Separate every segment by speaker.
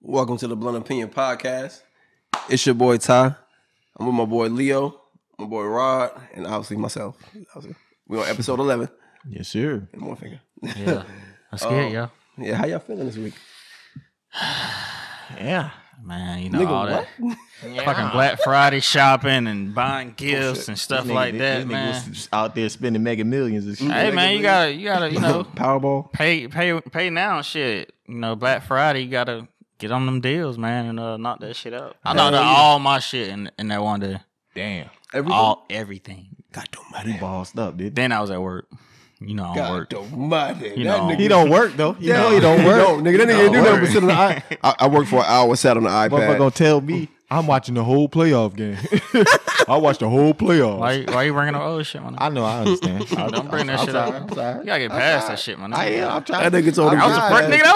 Speaker 1: Welcome to the Blunt Opinion Podcast. It's your boy Ty. I'm with my boy Leo, my boy Rod, and obviously myself. Obviously. We're on episode 11.
Speaker 2: Yes, sir.
Speaker 1: And one finger.
Speaker 3: Yeah. I'm scared, yo.
Speaker 1: Yeah, how y'all feeling this week?
Speaker 2: Yeah, man. You know
Speaker 1: Nigga,
Speaker 2: all that
Speaker 1: what?
Speaker 3: Fucking Black Friday shopping and buying gifts and stuff
Speaker 2: Nigga,
Speaker 3: like
Speaker 2: this-
Speaker 3: that,
Speaker 2: this nigga
Speaker 3: man.
Speaker 2: was out there spending mega millions. And shit.
Speaker 3: Hey, man, you gotta, you gotta, you know,
Speaker 1: Powerball.
Speaker 3: pay, pay, pay now. and Shit, you know, Black Friday, you gotta get on them deals, man, and uh, knock that shit out. I knocked out all my shit in, in that one day.
Speaker 2: damn.
Speaker 1: Everything.
Speaker 3: All everything.
Speaker 1: God don't
Speaker 3: Mm.
Speaker 2: He bossed up, dude.
Speaker 3: Then I was at work. You know, I don't
Speaker 1: God
Speaker 3: work.
Speaker 1: don't matter. That
Speaker 3: You know,
Speaker 1: nigga.
Speaker 2: He don't work though. You know he don't work.
Speaker 1: No, nigga, that nigga ain't do nothing but
Speaker 3: work.
Speaker 1: sit on the I, I, I work for an hour, sat on the
Speaker 2: Motherfucker gonna
Speaker 1: iPad.
Speaker 2: tell me I'm watching the whole playoff game. I watched the whole playoff.
Speaker 3: Why, why you bringing up old shit, man?
Speaker 2: I know. I understand. I,
Speaker 3: Don't bring that shit up. You
Speaker 2: sorry.
Speaker 3: gotta get past that shit, man.
Speaker 2: I am. I'm
Speaker 1: That
Speaker 2: trying.
Speaker 1: nigga told him.
Speaker 3: That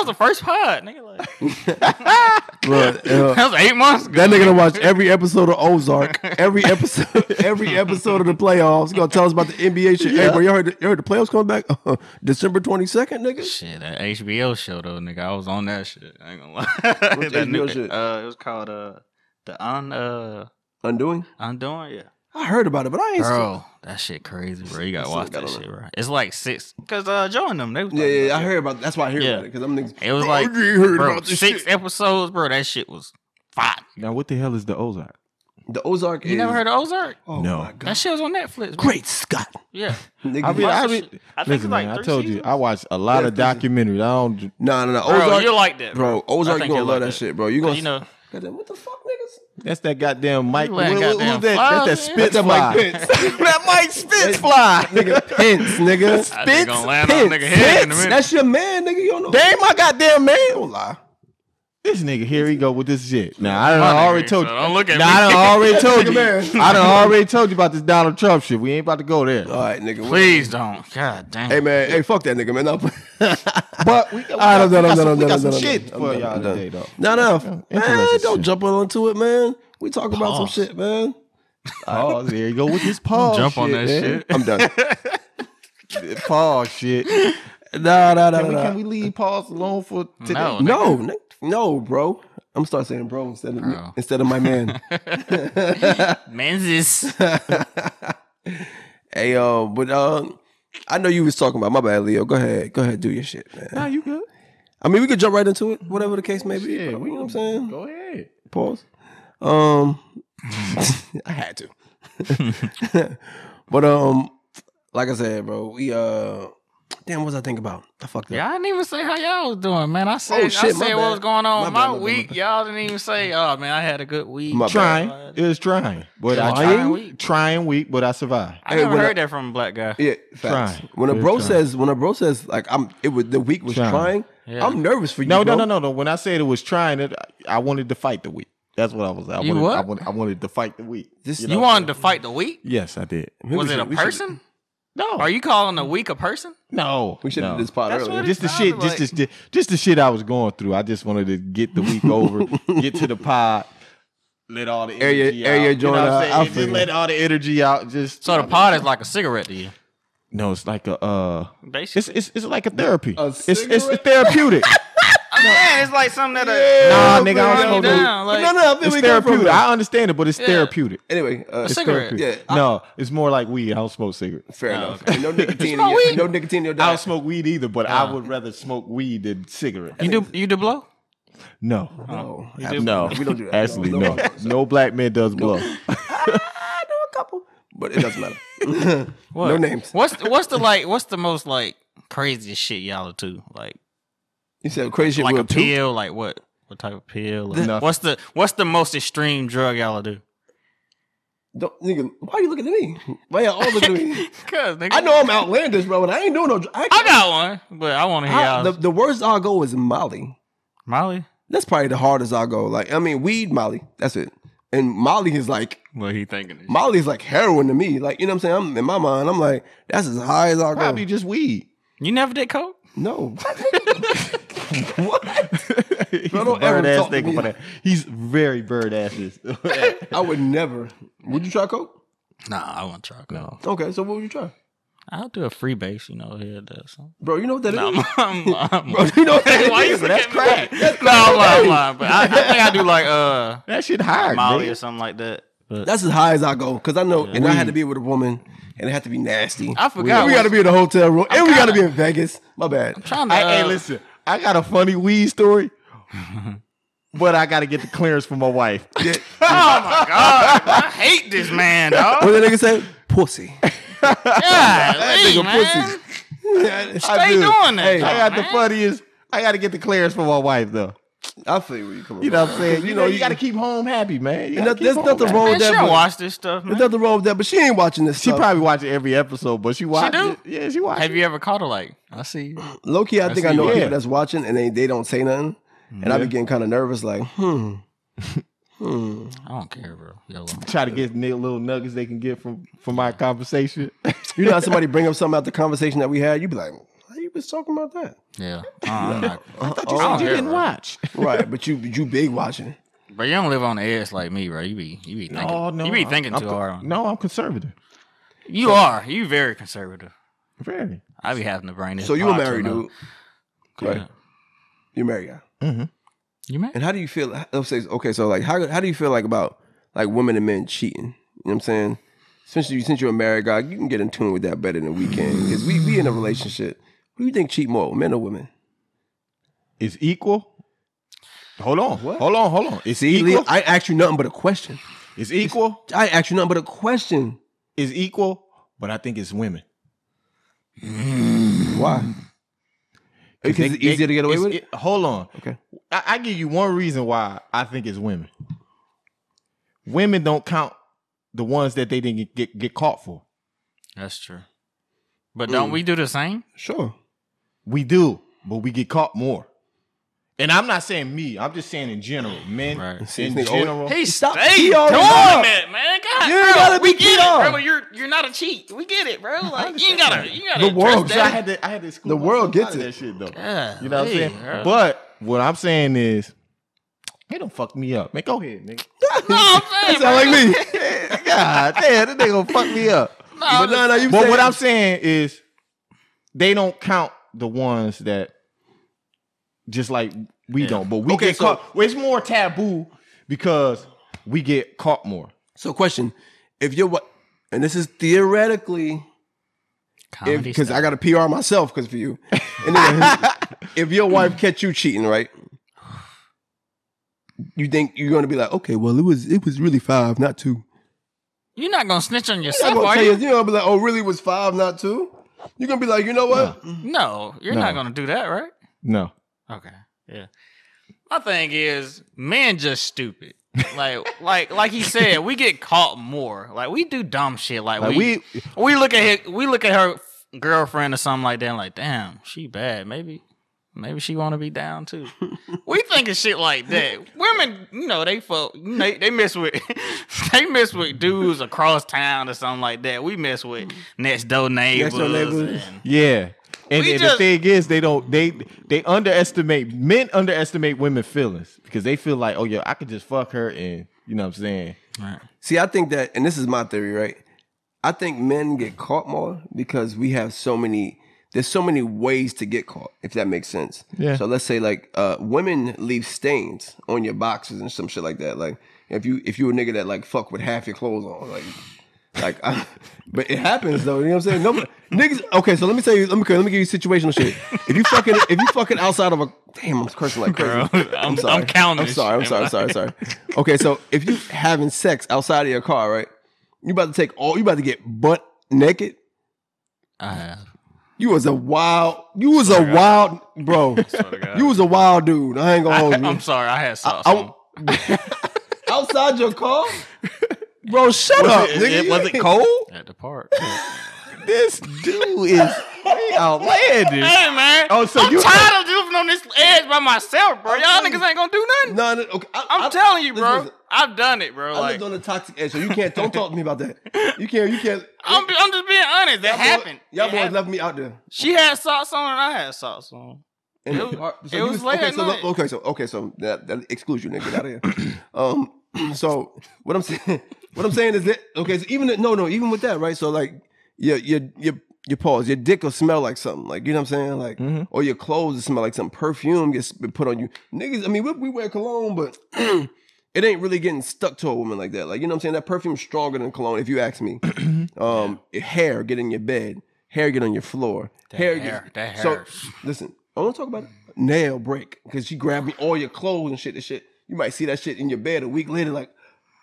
Speaker 3: was the
Speaker 2: I'm
Speaker 3: first,
Speaker 2: tired.
Speaker 3: nigga. That was the first pod, nigga. Like,
Speaker 1: Look, uh,
Speaker 3: that was eight months ago.
Speaker 1: That nigga done watched every episode of Ozark, every episode, every episode of the playoffs. He gonna tell us about the NBA shit. Hey, bro, you heard the, you heard the playoffs coming back Uh-huh. December twenty second, nigga.
Speaker 3: Shit, that HBO show though, nigga. I was on that shit. I ain't gonna lie. that
Speaker 1: What's
Speaker 3: new-
Speaker 1: HBO shit?
Speaker 3: Uh, it was called uh the un uh
Speaker 1: Undoing.
Speaker 3: undoing. Yeah,
Speaker 1: I heard about it, but I ain't. seen-
Speaker 3: bro, that shit crazy, bro. You gotta
Speaker 1: still
Speaker 3: watch
Speaker 1: got
Speaker 3: that
Speaker 1: on
Speaker 3: shit, bro. It's like six because uh Joe and them they was
Speaker 1: Yeah,
Speaker 3: talking
Speaker 1: yeah, yeah,
Speaker 3: about
Speaker 1: I
Speaker 3: it.
Speaker 1: heard about. That's why I heard
Speaker 3: Yeah.
Speaker 1: about it because I'm niggas.
Speaker 3: It was
Speaker 1: bro,
Speaker 3: like
Speaker 1: you ain't heard
Speaker 3: bro,
Speaker 1: about this
Speaker 3: six
Speaker 1: shit.
Speaker 3: episodes, bro. That shit was fire.
Speaker 2: Now what the hell is the Ozark?
Speaker 1: The Ozark.
Speaker 3: You never heard of Ozark?
Speaker 1: Oh
Speaker 2: No.
Speaker 1: my god.
Speaker 3: That shit was on Netflix. Bro.
Speaker 1: Great Scott.
Speaker 3: Yeah,
Speaker 1: Nigga,
Speaker 2: I mean,
Speaker 3: watched
Speaker 2: I,
Speaker 3: the
Speaker 2: mean,
Speaker 3: shit. I think it's
Speaker 2: listen,
Speaker 3: like
Speaker 2: man. I
Speaker 3: three
Speaker 2: told you,
Speaker 3: seasons.
Speaker 2: I watched a lot of
Speaker 1: Yeah,
Speaker 2: documentaries. I don't.
Speaker 1: no, no, no.
Speaker 3: bro,
Speaker 1: Ozark,
Speaker 3: you like that, bro?
Speaker 1: bro. Ozark,
Speaker 3: I
Speaker 1: you
Speaker 3: think
Speaker 1: gonna
Speaker 3: you'll
Speaker 1: love
Speaker 3: like
Speaker 1: that
Speaker 3: that.
Speaker 1: shit, bro. You gonna
Speaker 3: You know,
Speaker 1: Goddamn, what the fuck, niggas?
Speaker 2: That's that goddamn Mike.
Speaker 3: let
Speaker 2: who- who-
Speaker 3: goddamn
Speaker 2: who's that?
Speaker 3: flies
Speaker 2: That's
Speaker 3: in.
Speaker 2: that spit
Speaker 1: That's Mike
Speaker 2: fly.
Speaker 1: Pence.
Speaker 2: that Mike Spitz fly.
Speaker 1: nigga, Pence, nigga.
Speaker 3: I think gonna land on nigga head in a
Speaker 1: Pence,
Speaker 3: minute.
Speaker 1: that's your man, nigga. You don't know.
Speaker 2: They ain't my goddamn man.
Speaker 1: Don't lie.
Speaker 2: This nigga here he go with this shit. Now I done
Speaker 3: My
Speaker 2: already
Speaker 3: nigga,
Speaker 2: told
Speaker 3: so
Speaker 2: you.
Speaker 3: don't look at
Speaker 2: Nah,
Speaker 3: me.
Speaker 2: I done already told
Speaker 1: Look at
Speaker 2: you.
Speaker 1: man.
Speaker 2: I done already told you about this Donald Trump shit. We ain't about to go there.
Speaker 1: All right, nigga. what-
Speaker 3: please don't. God damn.
Speaker 1: Hey man, hey, fuck that nigga, man. No,
Speaker 2: But we got,
Speaker 1: I don't know,
Speaker 2: we
Speaker 1: no, no,
Speaker 2: got some,
Speaker 1: no,
Speaker 2: we got
Speaker 1: no,
Speaker 2: some
Speaker 1: no,
Speaker 2: shit
Speaker 1: no,
Speaker 2: for
Speaker 1: no,
Speaker 2: y'all
Speaker 1: no.
Speaker 2: today, though.
Speaker 1: no, no, man,
Speaker 2: interesting
Speaker 1: don't
Speaker 2: shit.
Speaker 1: jump onto it, man. We talk about some
Speaker 3: Pause.
Speaker 1: shit, man.
Speaker 2: Pause. There you go with this pause.
Speaker 3: Jump on that
Speaker 2: man.
Speaker 3: shit.
Speaker 1: I'm done.
Speaker 2: Pause shit.
Speaker 1: no, no, no,
Speaker 2: Can we,
Speaker 1: no,
Speaker 2: can we leave pause alone for today?
Speaker 3: No,
Speaker 1: no, no, no, bro. I'm start saying bro instead of
Speaker 3: Bro.
Speaker 1: instead of my man.
Speaker 3: Menzies.
Speaker 1: hey, uh, but uh, I know you was talking about my bad, Leo. Go ahead, go ahead, do your shit, man.
Speaker 2: Nah, you good?
Speaker 1: I mean, we could jump right into it, whatever the case may be.
Speaker 2: Yeah,
Speaker 1: you know
Speaker 2: we-
Speaker 1: what I'm saying?
Speaker 2: Go ahead.
Speaker 1: Pause. Um, I had to. but um, like I said, bro, we uh, damn, what was I thinking about? I fucked up.
Speaker 3: Yeah, I didn't even say how y'all was doing, man. I said,
Speaker 1: Oh, shit,
Speaker 3: I
Speaker 1: my
Speaker 3: said
Speaker 1: bad.
Speaker 3: what was going on
Speaker 1: My bad,
Speaker 3: with my,
Speaker 1: my bad, my
Speaker 3: week.
Speaker 1: bad.
Speaker 3: Y'all didn't even say, oh man, I had a good week.
Speaker 1: My bad.
Speaker 2: Trying. It was trying. But I
Speaker 3: Trying
Speaker 2: trying
Speaker 3: week.
Speaker 2: week. Trying week, but I survived.
Speaker 3: I
Speaker 1: Hey,
Speaker 3: never
Speaker 1: when I-
Speaker 3: heard that from a black guy.
Speaker 1: Yeah, facts.
Speaker 2: Trying.
Speaker 1: When a
Speaker 2: We're
Speaker 1: bro
Speaker 2: trying.
Speaker 1: says, when a bro says, like I'm, it was the week was
Speaker 2: Trying.
Speaker 1: trying.
Speaker 3: Yeah.
Speaker 1: I'm nervous for you.
Speaker 2: No,
Speaker 1: bro.
Speaker 2: no, no, no, no. When I said it was trying, it, I wanted to fight the week. That's what I was. I
Speaker 3: You
Speaker 2: wanted,
Speaker 3: what?
Speaker 2: I wanted, I wanted to fight the week.
Speaker 1: This-
Speaker 3: You wanted to fight the week?
Speaker 2: Yes, I did.
Speaker 1: Maybe
Speaker 3: was
Speaker 1: we
Speaker 3: it
Speaker 1: should-
Speaker 3: a
Speaker 1: we should-
Speaker 3: person?
Speaker 2: No,
Speaker 3: Are you calling the week a person?
Speaker 2: no.
Speaker 1: We should
Speaker 2: no.
Speaker 1: have did this pod
Speaker 3: That's
Speaker 1: earlier.
Speaker 3: what it-
Speaker 2: Just the
Speaker 3: sounded
Speaker 2: shit. Just,
Speaker 3: like-
Speaker 2: just, the- just the shit I was going through. I just wanted to get the week over, get to the pod, let all the
Speaker 1: Air your-
Speaker 2: energy
Speaker 1: air
Speaker 2: out.
Speaker 1: your joint
Speaker 2: you know
Speaker 1: out.
Speaker 2: what
Speaker 1: I
Speaker 2: I'm saying?
Speaker 1: feel
Speaker 2: Just let all the energy out. Just
Speaker 3: So the pod is like a cigarette to you.
Speaker 2: No, it's like a. uh
Speaker 3: Basically.
Speaker 2: It's it's, it's like a therapy.
Speaker 1: A
Speaker 2: it's it's
Speaker 1: cigarette?
Speaker 2: therapeutic.
Speaker 3: Oh, yeah, it's like something that'll
Speaker 2: Nah,
Speaker 1: Yeah,
Speaker 2: nigga,
Speaker 1: but-
Speaker 2: I
Speaker 3: run you
Speaker 2: don't know.
Speaker 3: down.
Speaker 1: But
Speaker 3: Like,
Speaker 1: no, no, I think
Speaker 2: It's
Speaker 1: we go from
Speaker 2: therapeutic.
Speaker 1: there.
Speaker 2: I understand it, but it's
Speaker 3: Yeah.
Speaker 2: therapeutic.
Speaker 1: Anyway, uh,
Speaker 3: A
Speaker 1: it's
Speaker 3: cigarette.
Speaker 1: therapeutic. Yeah, I-
Speaker 2: no, it's more like weed. I don't smoke cigarettes.
Speaker 3: Oh,
Speaker 1: fair enough. No nicotine, in
Speaker 3: Smoke
Speaker 1: your,
Speaker 3: weed?
Speaker 1: no nicotine in your
Speaker 2: I don't
Speaker 1: diet.
Speaker 2: smoke weed either, but I would rather smoke weed than cigarettes.
Speaker 3: You do you do blow?
Speaker 2: No,
Speaker 1: No,
Speaker 3: do-
Speaker 2: no,
Speaker 1: we don't do that.
Speaker 2: Actually, no,
Speaker 1: no.
Speaker 2: no black man does blow.
Speaker 1: I know a couple, but it doesn't matter.
Speaker 3: What?
Speaker 1: No names.
Speaker 3: What's what's the like what's the most like craziest shit y'all do? Like
Speaker 1: You said crazy shit
Speaker 3: like
Speaker 1: with
Speaker 3: a
Speaker 1: a tooth?
Speaker 3: pill, like what? What type of pill? Like,
Speaker 2: Nothing.
Speaker 3: what's the what's the most extreme drug y'all do?
Speaker 1: Don't nigga, why are you looking at me? Why y'all all looking at me?
Speaker 3: Cause nigga,
Speaker 1: I know I'm outlandish, bro, and I ain't doing no. dr- I,
Speaker 3: I got one, but I want to hear
Speaker 1: I-
Speaker 3: y'all.
Speaker 1: the, the worst I'll go is Molly.
Speaker 3: Molly.
Speaker 1: That's probably the hardest I'll go. Like I mean, weed Molly. That's it. And Molly is like
Speaker 3: What he thinking?
Speaker 1: Molly is like heroin to me. Like you know what I'm saying? I'm in my mind. I'm like that's as high as I'll go.
Speaker 2: Probably just weed.
Speaker 3: You never did coke?
Speaker 1: No. what?
Speaker 2: He's
Speaker 1: Bro, don't
Speaker 2: a
Speaker 1: ever
Speaker 2: bird ass
Speaker 1: talk to
Speaker 2: nigga
Speaker 1: me.
Speaker 2: for that. He's very bird asses.
Speaker 1: I would never. Would you try coke?
Speaker 3: Nah, I won't try coke.
Speaker 2: no,
Speaker 1: Okay, so what would you try?
Speaker 3: I'll do a free base, you know, here there. So.
Speaker 1: Bro, you know what that is?
Speaker 3: No, I'm, I'm, I'm,
Speaker 1: Bro, you know what that
Speaker 3: Why you
Speaker 1: is? That's
Speaker 3: looking
Speaker 1: crack.
Speaker 3: at me?
Speaker 1: That's
Speaker 3: no,
Speaker 1: crack.
Speaker 3: I'm lying, I'm lying. But I, I think I do like uh
Speaker 2: That shit high,
Speaker 3: Molly or
Speaker 2: man.
Speaker 3: something like that. But
Speaker 1: That's as high as I go because I know, and I had to be with a woman, and it had to be nasty.
Speaker 3: I forgot
Speaker 1: We
Speaker 3: what-
Speaker 1: got to be in a hotel room, and we got to be
Speaker 3: kinda-
Speaker 1: in Vegas. My bad.
Speaker 3: trying to
Speaker 2: Hey, hey,
Speaker 3: uh,
Speaker 2: listen, I got a funny weed story, but I got to get the clearance from my wife.
Speaker 3: Oh my god, I hate this man, dog.
Speaker 1: What the nigga say? Pussy.
Speaker 3: Yeah,
Speaker 1: nigga
Speaker 3: man.
Speaker 2: I
Speaker 3: Stay
Speaker 2: do.
Speaker 3: doing that.
Speaker 2: I got the
Speaker 3: man.
Speaker 2: funniest. I got to get the clearance from my wife, though.
Speaker 1: I feel where you coming
Speaker 2: You know what I'm saying? You know, you got
Speaker 1: gotta
Speaker 2: to keep home happy, man.
Speaker 1: And
Speaker 2: You gotta
Speaker 1: that- there's
Speaker 2: keep home
Speaker 1: nothing
Speaker 2: happy.
Speaker 1: wrong
Speaker 3: Man,
Speaker 1: with
Speaker 3: she
Speaker 1: that.
Speaker 3: don't
Speaker 1: but-
Speaker 3: watch this stuff,
Speaker 1: There's
Speaker 3: man.
Speaker 1: nothing wrong with that, but she ain't watching this.
Speaker 2: She
Speaker 1: stuff.
Speaker 2: probably watches every episode, but she watches.
Speaker 3: do?
Speaker 2: Yeah, she watches.
Speaker 3: Have you ever caught her like? I see. you.
Speaker 1: low key. I think I
Speaker 3: see
Speaker 1: know
Speaker 2: you. Yeah.
Speaker 1: people that's watching, and they, they don't say nothing, and I be
Speaker 2: Yeah.
Speaker 1: getting kind of nervous. Like, hmm, hmm.
Speaker 3: I don't care, bro. Yo,
Speaker 2: Try to get ni- little nuggets they can get from from our conversation.
Speaker 1: You know how somebody bring up something out the conversation that we had? You be like, how you was talking about that?
Speaker 3: yeah. Uh, I'm not-
Speaker 1: Oh,
Speaker 3: said you
Speaker 1: yeah.
Speaker 3: didn't
Speaker 2: watch.
Speaker 1: right, but you you big watching.
Speaker 3: Bro, you don't live on the edge like me, bro. You be you be thinking,
Speaker 2: No, Oh, no,
Speaker 3: you be
Speaker 2: I'm-
Speaker 3: thinking
Speaker 2: I'm
Speaker 3: too
Speaker 2: con-
Speaker 3: hard. On.
Speaker 2: No, I'm conservative.
Speaker 3: You are. You very conservative.
Speaker 2: Very.
Speaker 3: I be having to bring this.
Speaker 1: So you a
Speaker 3: part to
Speaker 1: married
Speaker 3: another-
Speaker 1: dude? Right. You married guy.
Speaker 3: You married?
Speaker 1: And how do you feel? let's say- Okay, so like, how how do you feel like about like women and men cheating? You know what I'm saying? Since you since you're a married guy, you can get in tune with that better than we can because we we in a relationship. Who do you think cheat more, men or women?
Speaker 2: It's equal. Hold on.
Speaker 1: What?
Speaker 2: Hold on. Hold on. It's
Speaker 1: See, Lee,
Speaker 2: equal.
Speaker 1: I asked you nothing but a question.
Speaker 2: It's equal.
Speaker 1: I asked you nothing but a question.
Speaker 2: It's equal. But I think it's women.
Speaker 1: Why? Because
Speaker 2: They-
Speaker 1: it's easier
Speaker 2: they-
Speaker 1: to get away
Speaker 2: it's-
Speaker 1: with. It?
Speaker 2: it- hold on.
Speaker 1: Okay.
Speaker 2: I, I give you one reason why I think it's women. Women don't count the ones that they didn't get get caught for.
Speaker 3: That's true. But don't we do the same?
Speaker 1: Sure.
Speaker 2: We do, but we get caught more. And I'm not saying me. I'm just saying in general, men
Speaker 3: Right.
Speaker 1: See,
Speaker 2: in
Speaker 1: this nigga always-
Speaker 2: general.
Speaker 3: He
Speaker 1: Stop
Speaker 3: stayed
Speaker 1: PR
Speaker 3: doing
Speaker 1: up.
Speaker 3: it, man. God,
Speaker 1: You
Speaker 3: bro,
Speaker 1: ain't gotta
Speaker 3: we
Speaker 1: be
Speaker 3: get
Speaker 1: PR.
Speaker 3: it, bro. You're you're not a cheat. We get it, bro. Like you ain't gotta, you gotta.
Speaker 1: The
Speaker 3: address
Speaker 1: world-
Speaker 2: So I
Speaker 3: that.
Speaker 2: had to, I had to school
Speaker 1: The world gets it.
Speaker 2: that shit though.
Speaker 3: Yeah,
Speaker 2: you know what I'm
Speaker 3: hey,
Speaker 2: saying?
Speaker 3: bro.
Speaker 2: But what I'm saying is, they don't fuck me up. Man, go ahead, nigga.
Speaker 3: no, I'm
Speaker 1: Sound
Speaker 3: saying, bro.
Speaker 1: like me.
Speaker 2: God damn, this nigga gonna fuck me up.
Speaker 3: No, I'm
Speaker 1: But no, no, you.
Speaker 2: But
Speaker 1: said-
Speaker 2: what I'm saying is, they don't count the ones that just like we don't. But we
Speaker 1: Okay,
Speaker 2: get
Speaker 1: so-
Speaker 2: caught. Well, it's more taboo because we get caught more.
Speaker 1: So, question: If you're what, and this is theoretically,
Speaker 3: Comedy
Speaker 1: because I
Speaker 3: stuff.
Speaker 1: got to PR myself because for you, and then, if your wife catch you cheating, right? You think you're gonna be like, okay, well, it was it was really five, not two.
Speaker 3: You're not gonna snitch on
Speaker 1: I'm
Speaker 3: yourself,
Speaker 1: gonna
Speaker 3: are
Speaker 1: tell
Speaker 3: you?
Speaker 1: you, you know, I'll be like, oh, really it was five, not two. You're gonna be like, you know what?
Speaker 3: No, you're
Speaker 2: No.
Speaker 3: not gonna do that, right?
Speaker 2: No.
Speaker 3: Okay. Yeah. My thing is, men just stupid. Like, like, like he said, we get caught more. Like, we do dumb shit. Like,
Speaker 2: Like,
Speaker 3: we,
Speaker 2: we-
Speaker 3: we look at her, we look at her girlfriend or something like that. And like, damn, she bad. Maybe, maybe she want to be down too. we think of shit like that. Women, you know, they fuck, they, they mess with, they mess with dudes across town or something like that. We mess with next door neighbors.
Speaker 1: door neighbors.
Speaker 3: and-
Speaker 2: Yeah. And,
Speaker 3: We
Speaker 2: and
Speaker 3: just-
Speaker 2: the thing is, they don't they they underestimate men underestimate women feelings because they feel like, oh yeah, I could just fuck her and you know what I'm saying.
Speaker 1: See, I think that, and this is my theory, right? I think men get caught more because we have so many. There's so many ways to get caught, if that makes sense.
Speaker 2: Yeah.
Speaker 1: So let's say like uh, women leave stains on your boxes and some shit like that. Like if you if you a nigga that like fuck with half your clothes on, like like, I, but it happens though. You know what I'm saying? No, niggas. Okay, so let me tell you. Let me let me give you situational shit. If you fucking if you fucking outside of a damn, I'm cursing like crazy.
Speaker 3: Girl, I'm- I'm counting
Speaker 1: I'm
Speaker 3: this
Speaker 1: sorry. I'm
Speaker 3: shit,
Speaker 1: sorry. I'm sorry. Sorry. Okay, so if you having sex outside of your car, right? You about to take all. You about to get butt naked.
Speaker 3: I have.
Speaker 1: You was a wild. You was a wild bro. You was a wild dude. I ain't gonna hold you.
Speaker 3: I'm sorry, I had sauce. on.
Speaker 1: Oh, I- outside your car, bro. Shut up, nigga. You ain't-
Speaker 2: cold?
Speaker 3: at the park.
Speaker 2: This dude is outlandish.
Speaker 3: Hey man,
Speaker 2: Oh, so
Speaker 3: I'm
Speaker 2: you-
Speaker 3: tired of living on this edge by myself, bro. Y'all
Speaker 1: telling
Speaker 3: niggas ain't gonna do nothing.
Speaker 1: No, no, okay. I,
Speaker 3: I'm
Speaker 1: I-
Speaker 3: telling you, bro.
Speaker 1: listen, listen.
Speaker 3: I've done it, bro.
Speaker 1: I
Speaker 3: like
Speaker 1: lived on the toxic edge, so you can't. Don't talk to me about that. You can't. You can't.
Speaker 3: I'm, I'm just being honest. That
Speaker 1: y'all boy-
Speaker 3: happened.
Speaker 1: Y'all
Speaker 3: It
Speaker 1: boys
Speaker 3: happened.
Speaker 1: left me out there.
Speaker 3: She had sauce on and I had sauce on.
Speaker 1: And
Speaker 3: It was-
Speaker 1: so
Speaker 3: it
Speaker 1: you
Speaker 3: was late
Speaker 1: okay,
Speaker 3: at
Speaker 1: so,
Speaker 3: night.
Speaker 1: okay, so okay, so that, that excludes you, nigga. Get out of here. um, so what I'm saying, what I'm saying is that okay, so even no, no, even with that, right? So like, your your your your paws, your dick will smell like something, like you know what I'm saying, like
Speaker 3: Mm-hmm.
Speaker 1: or your clothes will smell like something. Perfume gets put on you, niggas. I mean, we, we wear cologne, but it ain't really getting stuck to a woman like that. Like you know what I'm saying, that perfume's stronger than cologne, if you ask me. um, hair get in your bed, hair get on your floor, hair, get-
Speaker 3: hair, that hair.
Speaker 1: So listen, I want to talk about nail break because she grabbed me all your clothes and shit. And shit, you might see that shit in your bed a week later, like.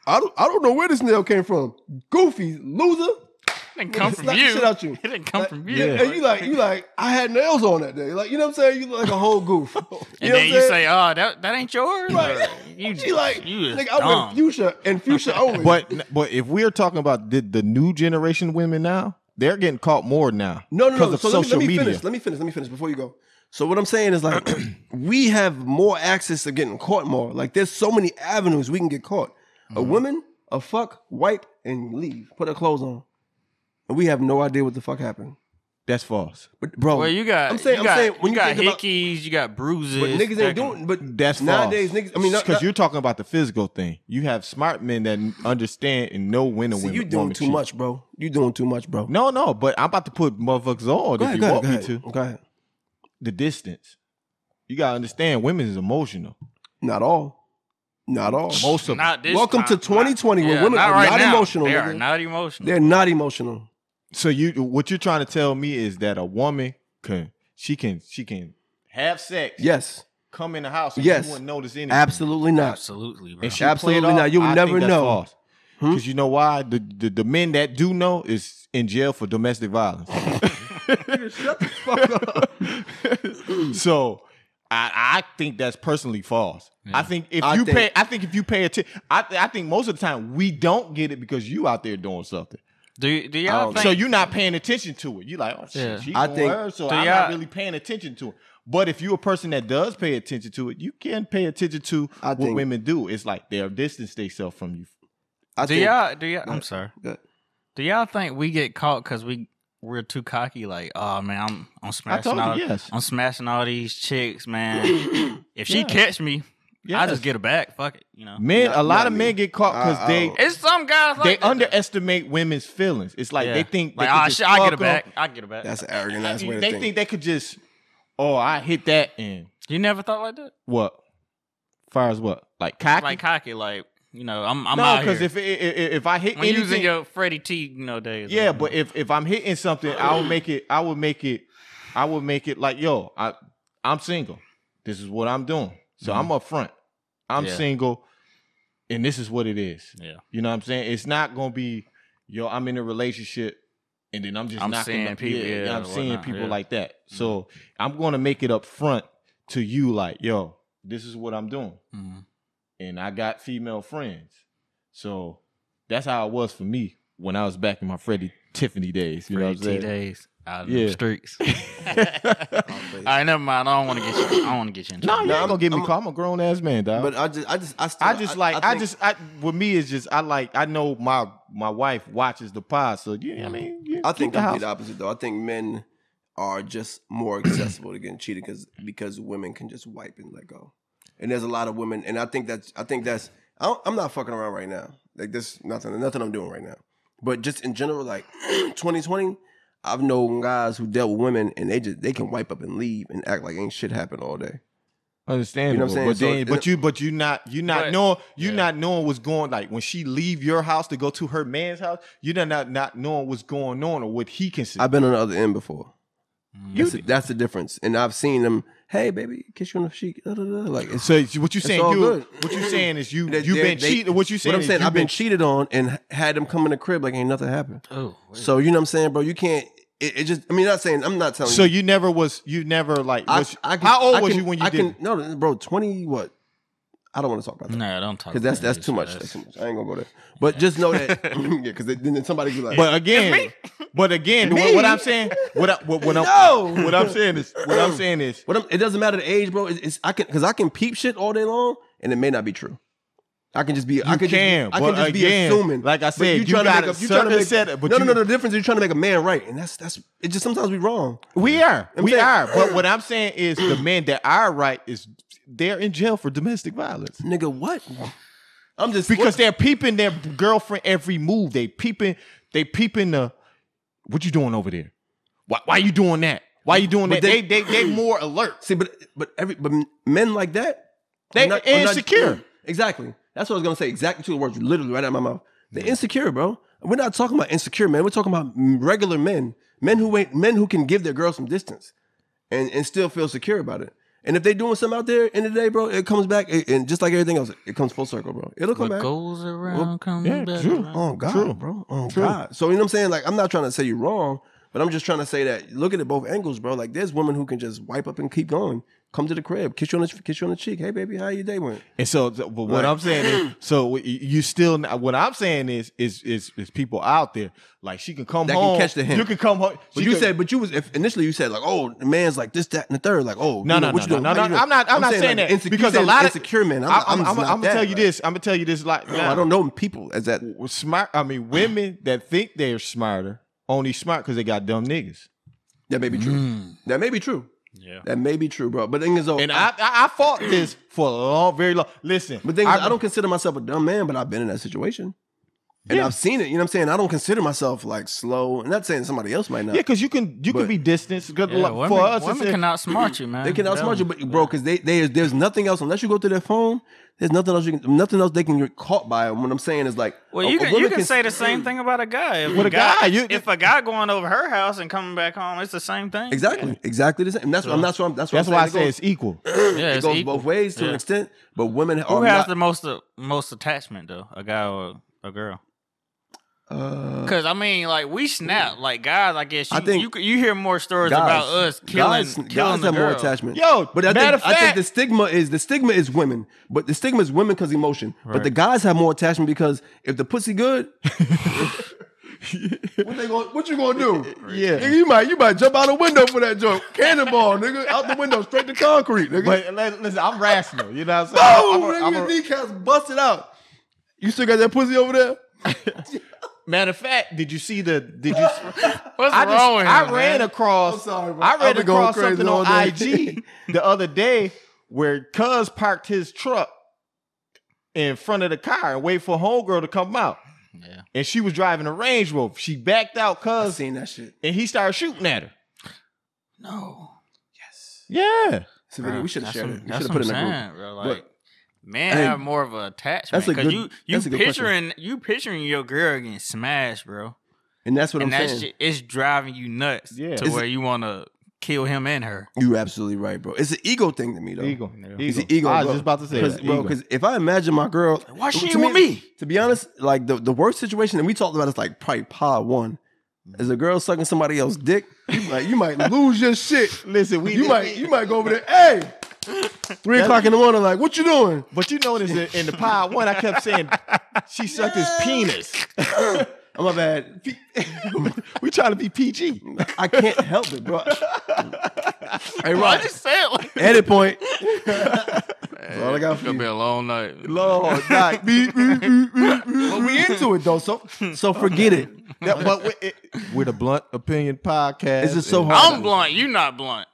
Speaker 1: I don't, I don't know where this nail came from. Goofy, loser.
Speaker 3: It didn't come
Speaker 1: Slap
Speaker 3: from
Speaker 1: the
Speaker 3: you.
Speaker 1: shit out you.
Speaker 3: It didn't come from you.
Speaker 1: And you like, you like, I had nails on that day. Like, you know what I'm saying? You look like a whole goof. You
Speaker 3: and
Speaker 1: know
Speaker 3: then
Speaker 1: what
Speaker 3: you
Speaker 1: I'm
Speaker 3: say, "Oh, that that ain't yours."
Speaker 1: Right.
Speaker 3: You,
Speaker 1: saying? she like,
Speaker 3: you is
Speaker 1: nigga, I wear
Speaker 3: dumb.
Speaker 1: fuchsia and fuchsia only.
Speaker 2: But but if we're talking about the, the new generation women now, they're getting caught more now.
Speaker 1: no, no,
Speaker 2: because
Speaker 1: no.
Speaker 2: Of
Speaker 1: So let me,
Speaker 2: social
Speaker 1: let me
Speaker 2: media.
Speaker 1: finish. Let me finish. Let me finish before you go. So what I'm saying is like, we have more access to getting caught more. Like, there's so many avenues we can get caught. A
Speaker 2: Mm-hmm.
Speaker 1: woman, a fuck, wipe and leave. Put her clothes on, and we have no idea what the fuck happened.
Speaker 2: That's false.
Speaker 1: But bro,
Speaker 3: Well, you got.
Speaker 1: I'm saying-
Speaker 3: you
Speaker 1: I'm
Speaker 3: got,
Speaker 1: saying when
Speaker 3: you,
Speaker 1: you
Speaker 3: got
Speaker 1: think about-
Speaker 3: hickeys, you got bruises.
Speaker 1: but niggas
Speaker 3: that
Speaker 1: ain't
Speaker 3: can-
Speaker 1: doing. But
Speaker 2: That's
Speaker 1: nowadays,
Speaker 2: false.
Speaker 1: niggas. I mean, not-
Speaker 2: because
Speaker 1: not-
Speaker 2: you're talking about the physical thing. You have smart men that understand and know when a
Speaker 1: See,
Speaker 2: women.
Speaker 1: you doing
Speaker 2: woman
Speaker 1: too
Speaker 2: cheat.
Speaker 1: much, bro. You doing too much, bro.
Speaker 2: No, no. But I'm about to put motherfuckers on if you want me to.
Speaker 1: Go ahead.
Speaker 2: The distance. You gotta understand, women is emotional.
Speaker 1: Not all. Not all.
Speaker 2: Most of them.
Speaker 3: Not this
Speaker 1: Welcome to
Speaker 3: time.
Speaker 1: 2020
Speaker 3: not,
Speaker 1: when
Speaker 3: yeah,
Speaker 1: women
Speaker 3: not
Speaker 1: are
Speaker 3: right
Speaker 1: not
Speaker 3: now.
Speaker 1: emotional,
Speaker 3: They
Speaker 1: nigga.
Speaker 3: are not emotional.
Speaker 1: They're not emotional.
Speaker 2: So you, what you're trying to tell me is that a woman can, she can, she can have sex.
Speaker 1: Yes.
Speaker 2: Come in the house. And
Speaker 1: Yes.
Speaker 2: You wouldn't notice anything.
Speaker 1: Absolutely not.
Speaker 3: Absolutely, bro.
Speaker 2: And she
Speaker 1: Absolutely
Speaker 2: played off,
Speaker 1: not. You would
Speaker 2: I
Speaker 1: never
Speaker 2: think that's
Speaker 1: know. Hmm?
Speaker 2: false. Because you know why? The, the the men that do know is in jail for domestic violence.
Speaker 1: Shut the fuck up.
Speaker 2: so I, I think that's personally false. I think if
Speaker 1: I
Speaker 2: you
Speaker 1: think-
Speaker 2: pay, I think if you pay attention, I, th- I think most of the time we don't get it because you out there doing something.
Speaker 3: do, y- do
Speaker 1: I
Speaker 3: y'all
Speaker 1: don't
Speaker 3: think?
Speaker 2: Oh, So you're not paying attention to it. You're like, oh shit,
Speaker 3: Yeah.
Speaker 2: she
Speaker 1: I
Speaker 2: on
Speaker 1: think-
Speaker 2: her, so
Speaker 3: Do
Speaker 2: I'm not
Speaker 3: y'all-
Speaker 2: really paying attention to it. But if you're a person that does pay attention to it, you can pay attention to
Speaker 1: I
Speaker 2: what
Speaker 1: think-
Speaker 2: women do. It's like they'll distance themselves from you.
Speaker 1: I
Speaker 3: do
Speaker 1: think,
Speaker 3: y'all? Do y'all? I'm sorry.
Speaker 1: Good.
Speaker 3: Do y'all think we get caught because we we're too cocky? Like, oh man, I'm I'm smashing
Speaker 2: told you,
Speaker 3: all
Speaker 2: yes.
Speaker 3: I'm smashing all these chicks, man. if she
Speaker 2: Yeah.
Speaker 3: catch me, I
Speaker 2: Yes.
Speaker 3: just get her back. Fuck it, you know.
Speaker 2: Men,
Speaker 1: Not-
Speaker 2: a lot
Speaker 1: not
Speaker 2: of
Speaker 1: me.
Speaker 2: men get caught because
Speaker 1: I-
Speaker 2: they
Speaker 1: I-
Speaker 3: It's some guys
Speaker 2: they
Speaker 3: like that, though.
Speaker 2: underestimate women's feelings. It's like
Speaker 3: Yeah.
Speaker 2: they think they
Speaker 3: like,
Speaker 2: could
Speaker 3: ah,
Speaker 2: just
Speaker 3: shit, I
Speaker 2: fuck
Speaker 3: get her
Speaker 2: 'em.
Speaker 3: back. I get her back.
Speaker 1: That's an arrogant ass way to
Speaker 2: they
Speaker 1: think.
Speaker 2: think they could just, oh, I hit that and
Speaker 3: you never thought like that?
Speaker 2: what? Far as what? Like cocky?
Speaker 3: Like cocky, like you know, I'm I'm
Speaker 2: no,
Speaker 3: out
Speaker 2: because
Speaker 3: here.
Speaker 2: if, if if if I hit
Speaker 3: when you was in
Speaker 2: anything,
Speaker 3: your Freddie T, you know, days.
Speaker 2: yeah, but if if I'm hitting something, I would make it. I would make it. I would make it like, yo, I I'm single. This is what I'm doing. So I'm up front. I'm
Speaker 3: Mm-hmm. Yeah.
Speaker 2: single, and this is what it is.
Speaker 3: yeah,
Speaker 2: You know what I'm saying? It's not gonna be, yo, I'm in a relationship and then I'm just
Speaker 3: I'm
Speaker 2: knocking
Speaker 3: seeing
Speaker 2: up-
Speaker 3: people,
Speaker 2: yeah,
Speaker 3: yeah,
Speaker 2: I'm seeing
Speaker 3: whatnot,
Speaker 2: people
Speaker 3: yeah. Mm-hmm.
Speaker 2: like that. So I'm gonna make it up front to you, like, yo, this is what I'm doing.
Speaker 3: Mhm.
Speaker 2: And I got female friends. So that's how it was for me when I was back in my Freddie Tiffany days. You know
Speaker 3: Freddie
Speaker 2: what
Speaker 3: T
Speaker 2: I'm saying?
Speaker 3: days out in
Speaker 2: Yeah.
Speaker 3: the streets. All right, never mind. I don't want to get you. I don't want to get you in
Speaker 2: No,
Speaker 3: trouble.
Speaker 2: you
Speaker 1: Nah,
Speaker 2: ain't
Speaker 1: I'm-
Speaker 2: gonna get me
Speaker 1: I'm-
Speaker 2: caught. I'm a grown ass man, dog.
Speaker 1: but I just, I just, I, still,
Speaker 2: I just like I,
Speaker 1: think-
Speaker 2: just I with me it's just I like I know my my wife watches the pod, so you know what I
Speaker 3: Mm-hmm.
Speaker 2: mean You
Speaker 1: I
Speaker 2: keep
Speaker 1: think
Speaker 2: the house.
Speaker 1: completely the opposite though. I think men are just more accessible to getting cheated because because women can just wipe and let go. And there's a lot of women, and I think that's I think that's I don't, I'm not fucking around right now. Like there's nothing nothing I'm doing right now. But just in general, like 2020, I've known guys who dealt with women and they just they can wipe up and leave and act like ain't shit happened all day.
Speaker 2: Understandable,
Speaker 1: You know what I'm
Speaker 2: but
Speaker 1: saying?
Speaker 2: then,
Speaker 1: So-
Speaker 2: but you, but you not, you not
Speaker 3: But-
Speaker 2: knowing, you
Speaker 3: yeah.
Speaker 2: not knowing what's going. Like when she leave your house to go to her man's house, you not not, not knowing what's going on or what he can see.
Speaker 1: I've been on the other end before.
Speaker 3: Mm.
Speaker 1: That's, the- that's the difference. And I've seen them. Hey, baby, kiss you on the cheek. da, da, da," Like it's
Speaker 2: so it's- what you saying,
Speaker 1: all
Speaker 2: you,
Speaker 1: good.
Speaker 2: what you saying is you,
Speaker 1: They-
Speaker 2: you've
Speaker 1: they-
Speaker 2: been
Speaker 1: they-
Speaker 2: cheating. What you saying?
Speaker 1: What I'm
Speaker 2: is
Speaker 1: saying,
Speaker 2: you
Speaker 1: I've been cheated on and had them come in the crib like ain't nothing happened.
Speaker 3: Oh, wait.
Speaker 1: So you know what I'm saying, bro. You can't. It, it just. I mean, not saying. I'm not telling
Speaker 2: so
Speaker 1: you.
Speaker 2: you never was, you never like.
Speaker 1: I-
Speaker 2: was-
Speaker 1: I can-
Speaker 2: how old
Speaker 1: I
Speaker 2: was
Speaker 1: can-
Speaker 2: you when you
Speaker 1: I
Speaker 2: did?
Speaker 1: can, No, bro. Twenty what? I don't want to talk about that
Speaker 3: no, don't talk.
Speaker 1: because that's
Speaker 3: about
Speaker 1: that's
Speaker 3: this,
Speaker 1: too much. That's too much. I ain't gonna go there. But just know that. yeah, because then somebody be like,
Speaker 2: But again, but again, what, what I'm saying, what, I, what, what I'm,
Speaker 1: No.
Speaker 2: what I'm saying is, what I'm saying is,
Speaker 1: But I'm, it doesn't matter the age, bro. It's, it's I can because I can peep shit all day long, and it may not be true. I can just be. I
Speaker 2: You
Speaker 1: can,
Speaker 2: can,
Speaker 1: just, I
Speaker 2: but
Speaker 1: can just
Speaker 2: again,
Speaker 1: be assuming.
Speaker 2: like I
Speaker 1: But
Speaker 2: said, you
Speaker 1: tryna
Speaker 2: got a
Speaker 1: tryna
Speaker 2: certain set of- but
Speaker 1: no,
Speaker 2: you-
Speaker 1: no, no. The difference is you're trying to make a man right, and that's that's. It just sometimes we wrong.
Speaker 2: We are.
Speaker 1: I'm
Speaker 2: we
Speaker 1: saying-
Speaker 2: are. But what I'm saying is the men that are right is they're in jail for domestic violence.
Speaker 1: Nigga, what? I'm just
Speaker 2: Because
Speaker 1: what-
Speaker 2: they're peeping their girlfriend every move. They peeping, they peeping the what you doing over there? Why, why you doing that? Why you doing
Speaker 1: But
Speaker 2: that? They, they, they, more alert.
Speaker 1: See, but but every but men like that,
Speaker 2: They
Speaker 1: are not- are not-
Speaker 2: insecure.
Speaker 1: Exactly. That's what I was gonna say. Exactly to the words, literally right out of my mouth. They're insecure, bro. We're not talking about insecure men. We're talking about regular men, men who wait, men who can give their girls some distance, and and still feel secure about it. And if they're doing something out there in the day, bro, it comes back, it- and just like everything else, it comes full circle, bro. It'll come
Speaker 3: What
Speaker 1: back.
Speaker 3: goes around comes
Speaker 2: yeah,
Speaker 3: back.
Speaker 2: true.
Speaker 3: around.
Speaker 1: Oh God,
Speaker 2: True.
Speaker 1: bro. Oh
Speaker 2: True.
Speaker 1: God. So you know what I'm saying? Like I'm not trying to say you're wrong, but I'm just trying to say that look at it both angles, bro. Like there's women who can just wipe up and keep going. Come to the crib, kiss you on the kiss you on the cheek. Hey baby, how your day went?
Speaker 2: And so, th- but what
Speaker 1: Right.
Speaker 2: I'm saying is, so y- you still. not- What I'm saying is, is is is people out there like she can come
Speaker 1: That can
Speaker 2: home.
Speaker 1: catch the hint.
Speaker 2: You can come home.
Speaker 1: But
Speaker 2: she
Speaker 1: you
Speaker 2: could-
Speaker 1: said, but you was if initially you said like, oh, the man's like this, that, and the third. Like, oh,
Speaker 2: No,
Speaker 1: you know,
Speaker 2: no, no,
Speaker 1: what you
Speaker 2: no,
Speaker 1: doing?
Speaker 2: no,
Speaker 1: How
Speaker 2: no,
Speaker 1: you doing?
Speaker 2: I'm not. I'm, not saying,
Speaker 1: like,
Speaker 2: that
Speaker 1: insec- you
Speaker 2: because a
Speaker 1: saying
Speaker 2: lot of
Speaker 1: insecure men. I'm,
Speaker 2: I'm,
Speaker 1: I'm,
Speaker 2: I'm,
Speaker 1: just not
Speaker 2: I'm gonna
Speaker 1: that,
Speaker 2: tell you
Speaker 1: like,
Speaker 2: this. I'm gonna tell you this. Like,
Speaker 1: No,
Speaker 2: now.
Speaker 1: I don't know people as that.
Speaker 2: w- smart. I mean, women that think they're smarter only smart because they got dumb niggas.
Speaker 1: That may be true. That may be true.
Speaker 3: Yeah.
Speaker 1: That may be true, bro. But thing is, though,
Speaker 2: Mm. And I, I, I fought this for a long, very long. Listen,
Speaker 1: But thing is, I, don't consider myself a dumb man, but I've been in that situation. And
Speaker 2: Yeah.
Speaker 1: I've seen it. You know what I'm saying? I don't consider myself like slow. And not saying somebody else might not.
Speaker 2: Yeah, because you can you
Speaker 1: But-
Speaker 2: can be distanced. Good
Speaker 3: Yeah,
Speaker 2: luck
Speaker 3: women,
Speaker 2: for us.
Speaker 3: women
Speaker 2: it's-
Speaker 3: can outsmart you, man.
Speaker 1: They can
Speaker 3: Tell
Speaker 1: outsmart you,
Speaker 3: them.
Speaker 1: but bro, because they, they there's nothing else unless you go to their phone. There's nothing else you can, nothing else they can get caught by. And what I'm saying is like,
Speaker 3: Well,
Speaker 1: a-
Speaker 3: you
Speaker 1: a
Speaker 3: can you
Speaker 1: woman
Speaker 3: can, say the same thing about a guy. If
Speaker 2: With a guy, you-
Speaker 3: if a guy going over her house and coming back home, it's the same thing.
Speaker 1: exactly, exactly the same. And that's what I'm not sure. That's, what
Speaker 2: that's
Speaker 1: I'm
Speaker 2: why I
Speaker 1: saying.
Speaker 2: say
Speaker 1: It
Speaker 2: it's equal.
Speaker 1: goes,
Speaker 3: Yeah,
Speaker 1: it
Speaker 3: it's
Speaker 1: goes
Speaker 3: equal.
Speaker 1: both ways to an
Speaker 3: Yeah.
Speaker 1: extent. But women
Speaker 3: Who
Speaker 1: are
Speaker 3: has
Speaker 1: not.
Speaker 3: the most uh, most attachment though, a guy or a girl?
Speaker 1: uh,
Speaker 3: Because I mean, like we snap, like guys. I guess you
Speaker 1: I think
Speaker 3: you, c- you hear more stories
Speaker 1: guys-
Speaker 3: about us killing
Speaker 1: guys,
Speaker 3: killing
Speaker 1: guys
Speaker 3: the
Speaker 1: have
Speaker 3: girl.
Speaker 1: more attachment.
Speaker 2: Yo,
Speaker 1: But I think,
Speaker 2: matter of
Speaker 1: I think
Speaker 2: fact,
Speaker 1: the stigma is the stigma is women, but the stigma is women because emotion. But the guys have more attachment because if the pussy good, what they going what you gonna do?
Speaker 2: Yeah.
Speaker 1: nigga, you might you might jump out a window for that joke, cannonball, nigga, out the window straight to concrete, nigga.
Speaker 2: but li- listen, I'm rational. You know what I'm saying? I'm
Speaker 1: oh,
Speaker 2: a-
Speaker 1: nigga,
Speaker 2: I'm
Speaker 1: your
Speaker 2: a-
Speaker 1: kneecaps busted out. You still got that pussy over there?
Speaker 2: matter of fact, did you see the? Did you?
Speaker 3: What's
Speaker 2: I just
Speaker 3: wrong with him?
Speaker 2: I ran
Speaker 3: man?
Speaker 2: across
Speaker 1: I'm sorry, bro.
Speaker 2: I
Speaker 1: I've
Speaker 2: ran
Speaker 1: been going
Speaker 2: across
Speaker 1: crazy
Speaker 2: something
Speaker 1: all
Speaker 2: on
Speaker 1: day.
Speaker 2: IG the other day where Cuz parked his truck in front of the car and waited for homegirl to come out.
Speaker 3: Yeah.
Speaker 2: And she was driving a Range Rover. She backed out
Speaker 1: I
Speaker 2: Cuz
Speaker 1: seen that shit.
Speaker 2: and he started shooting at her.
Speaker 3: No,
Speaker 2: Yeah.
Speaker 1: It's a video.
Speaker 3: Bruh,
Speaker 1: We should have
Speaker 3: that's
Speaker 1: shared
Speaker 3: what-
Speaker 1: it. We
Speaker 3: that's
Speaker 1: should have
Speaker 3: what
Speaker 1: put it in a
Speaker 3: I'm
Speaker 1: group.
Speaker 3: saying, bro.
Speaker 1: But-
Speaker 3: Like, man,
Speaker 1: Hey,
Speaker 3: have more of an attachment
Speaker 1: that's a
Speaker 3: because
Speaker 1: good-
Speaker 3: you you
Speaker 1: that's a good question.
Speaker 3: picturing you picturing your girl getting smashed, bro,
Speaker 1: And that's what
Speaker 3: and
Speaker 1: I'm
Speaker 3: that's
Speaker 1: saying.
Speaker 3: ju- it's driving you nuts
Speaker 2: Yeah.
Speaker 3: to
Speaker 1: Is
Speaker 3: where you want to kill him and her.
Speaker 1: You're absolutely right, bro. It's an ego thing to me, though.
Speaker 2: Ego.
Speaker 1: It's an ego.
Speaker 2: I was
Speaker 1: bro.
Speaker 2: just about to say
Speaker 1: Cause,
Speaker 2: that.
Speaker 1: bro,
Speaker 2: Ego.
Speaker 1: because if I imagine my girl,
Speaker 3: Why she
Speaker 1: to
Speaker 3: ain't with me?
Speaker 1: To be honest, like the, the worst situation, and we talked about it's like probably pod one, is a girl sucking somebody else's dick. You might, you might lose your shit.
Speaker 2: Listen, we
Speaker 1: You might, you might go over there. Hey, three o'clock in the morning, like what you doing?
Speaker 2: But you notice that in the pod one, I kept saying she sucked his penis.
Speaker 1: Oh my bad.
Speaker 2: we trying to be PG.
Speaker 1: I can't help it, bro. hey,
Speaker 3: Bro, I
Speaker 1: Rod,
Speaker 3: just said like
Speaker 1: edit point. That's all I got
Speaker 3: it's
Speaker 1: for
Speaker 3: gonna
Speaker 1: you.
Speaker 3: be a long night.
Speaker 2: Lord,
Speaker 1: Oh,
Speaker 2: nah, me- me- me- me- me.
Speaker 1: But we into it though, so so forget it.
Speaker 2: That- but we- it- we're the blunt opinion podcast.
Speaker 1: It's just so
Speaker 2: and-
Speaker 1: hard.
Speaker 3: I'm blunt. You not blunt.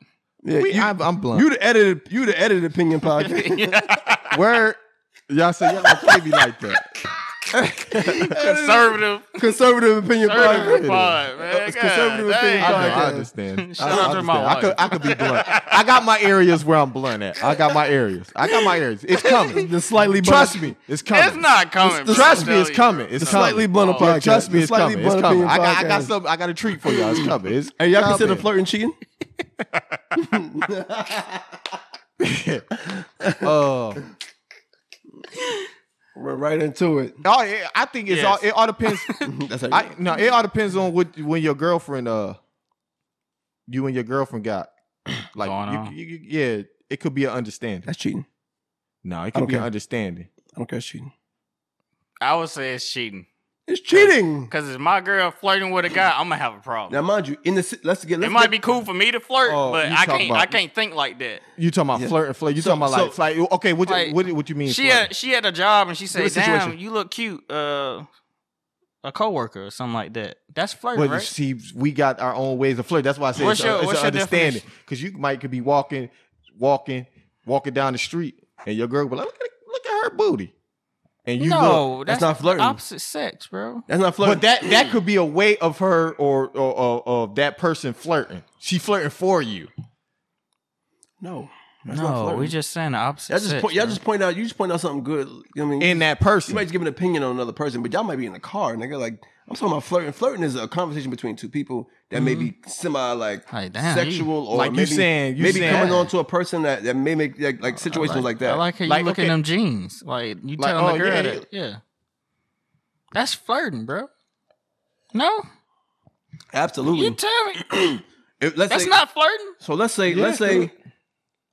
Speaker 1: Yeah,
Speaker 2: We-
Speaker 1: you,
Speaker 2: I'm, I'm blunt.
Speaker 1: you the edited, you the edited opinion podcast.
Speaker 2: Word. Y'all say y'all don't play me like that.
Speaker 3: Conservative.
Speaker 1: conservative opinion
Speaker 3: Conservative
Speaker 1: podcast.
Speaker 3: pod, man.
Speaker 1: It's
Speaker 3: God
Speaker 1: conservative opinion
Speaker 2: I,
Speaker 3: dang.
Speaker 2: know, I
Speaker 1: podcast.
Speaker 2: understand.
Speaker 3: Shout
Speaker 2: I, I
Speaker 3: out to my
Speaker 2: understand. I could,
Speaker 3: wife.
Speaker 2: I could be blunt. I got my areas where I'm blunt at. I got my areas. I got my areas. It's coming.
Speaker 1: The slightly
Speaker 2: Trust me, it's coming.
Speaker 3: It's not coming. bro.
Speaker 2: Trust
Speaker 3: I'm
Speaker 2: me, it's
Speaker 3: telling you,
Speaker 2: coming. It's
Speaker 1: The slightly
Speaker 2: coming.
Speaker 1: blunt podcast.
Speaker 2: Trust
Speaker 1: The
Speaker 2: me, it's
Speaker 1: slightly
Speaker 2: coming. It's
Speaker 1: blunt
Speaker 2: coming. I
Speaker 1: opinion
Speaker 2: got, I got
Speaker 1: podcast.
Speaker 2: some. I got a treat for y'all. It's coming. It's
Speaker 1: Hey, y'all consider
Speaker 2: coming.
Speaker 1: flirting cheating?
Speaker 2: Uh,
Speaker 1: We're right into it.
Speaker 2: oh, yeah, I think it's
Speaker 3: Yes.
Speaker 2: all. It all depends.
Speaker 1: That's how you-
Speaker 2: I no, it all depends on what when your girlfriend uh you and your girlfriend got like
Speaker 3: Going on.
Speaker 2: you, you, you- yeah, it could be an understanding.
Speaker 1: that's cheating.
Speaker 2: No, it
Speaker 1: I
Speaker 2: could
Speaker 1: don't
Speaker 2: be an
Speaker 1: care.
Speaker 2: understanding.
Speaker 1: I don't care. It's cheating.
Speaker 3: I would say it's cheating.
Speaker 1: It's cheating.
Speaker 3: Cause if my girl flirting with a guy, I'm gonna have a problem.
Speaker 1: Now, mind you, in the si- let's get. Let's
Speaker 3: it might
Speaker 1: get-
Speaker 3: be cool for me to flirt,
Speaker 2: Oh,
Speaker 3: but
Speaker 2: you
Speaker 3: I
Speaker 2: talking
Speaker 3: can't.
Speaker 2: about-
Speaker 3: I can't think like that.
Speaker 2: You talking about
Speaker 1: Yeah.
Speaker 2: flirt and flirt? You
Speaker 1: So-
Speaker 2: talking about like
Speaker 1: so-
Speaker 2: flight? Okay, what
Speaker 3: Like,
Speaker 2: you, what, what you mean?
Speaker 3: She
Speaker 2: flirting?
Speaker 3: had she had a job and she said,
Speaker 1: Give a situation.
Speaker 3: "Damn, you look cute." Uh, a coworker or something like that. That's flirting,
Speaker 2: But you
Speaker 3: right?
Speaker 2: see, we got our own ways of flirting. That's why I say
Speaker 3: What's
Speaker 2: it's, a-
Speaker 3: your-
Speaker 2: it's
Speaker 3: what's
Speaker 2: an
Speaker 3: your
Speaker 2: understanding because you might could be walking, walking, walking down the street, and your girl be like, look at, look at her booty. and you
Speaker 3: no,
Speaker 2: look.
Speaker 1: That's
Speaker 3: that's,
Speaker 1: not flirting.
Speaker 3: Opposite sex, bro.
Speaker 1: That's not flirting.
Speaker 2: But that that could be a way of her or or, or, or that person flirting. She flirting for you.
Speaker 1: no, that's not
Speaker 3: No,
Speaker 1: flirting.
Speaker 3: we just saying the opposite.
Speaker 1: Y'all just
Speaker 3: sex,
Speaker 1: point, y'all
Speaker 3: bro.
Speaker 1: just point out you just point out something good. You know what I mean,
Speaker 2: In that
Speaker 1: you
Speaker 2: person.
Speaker 1: might just give an opinion on another person, but y'all might be in the car, nigga. Like I'm talking about flirting. Flirting is a conversation between two people that may be semi like
Speaker 3: Like, damn,
Speaker 1: sexual or
Speaker 2: Mm-hmm. Like you
Speaker 1: maybe,
Speaker 2: saying- you
Speaker 1: maybe
Speaker 2: saying-
Speaker 1: coming on to a person that, that may make like, like situations like, that.
Speaker 3: I like how you
Speaker 2: Like,
Speaker 3: look
Speaker 2: okay.
Speaker 3: at them jeans. Like you
Speaker 2: Like,
Speaker 3: telling
Speaker 2: oh,
Speaker 3: the girl
Speaker 2: yeah,
Speaker 3: that, yeah. That's flirting, bro. No,
Speaker 1: Absolutely.
Speaker 3: you tell me
Speaker 1: If- let's
Speaker 3: that's
Speaker 1: say,
Speaker 3: not flirting.
Speaker 1: So let's say
Speaker 2: Yeah,
Speaker 1: let's say
Speaker 2: dude.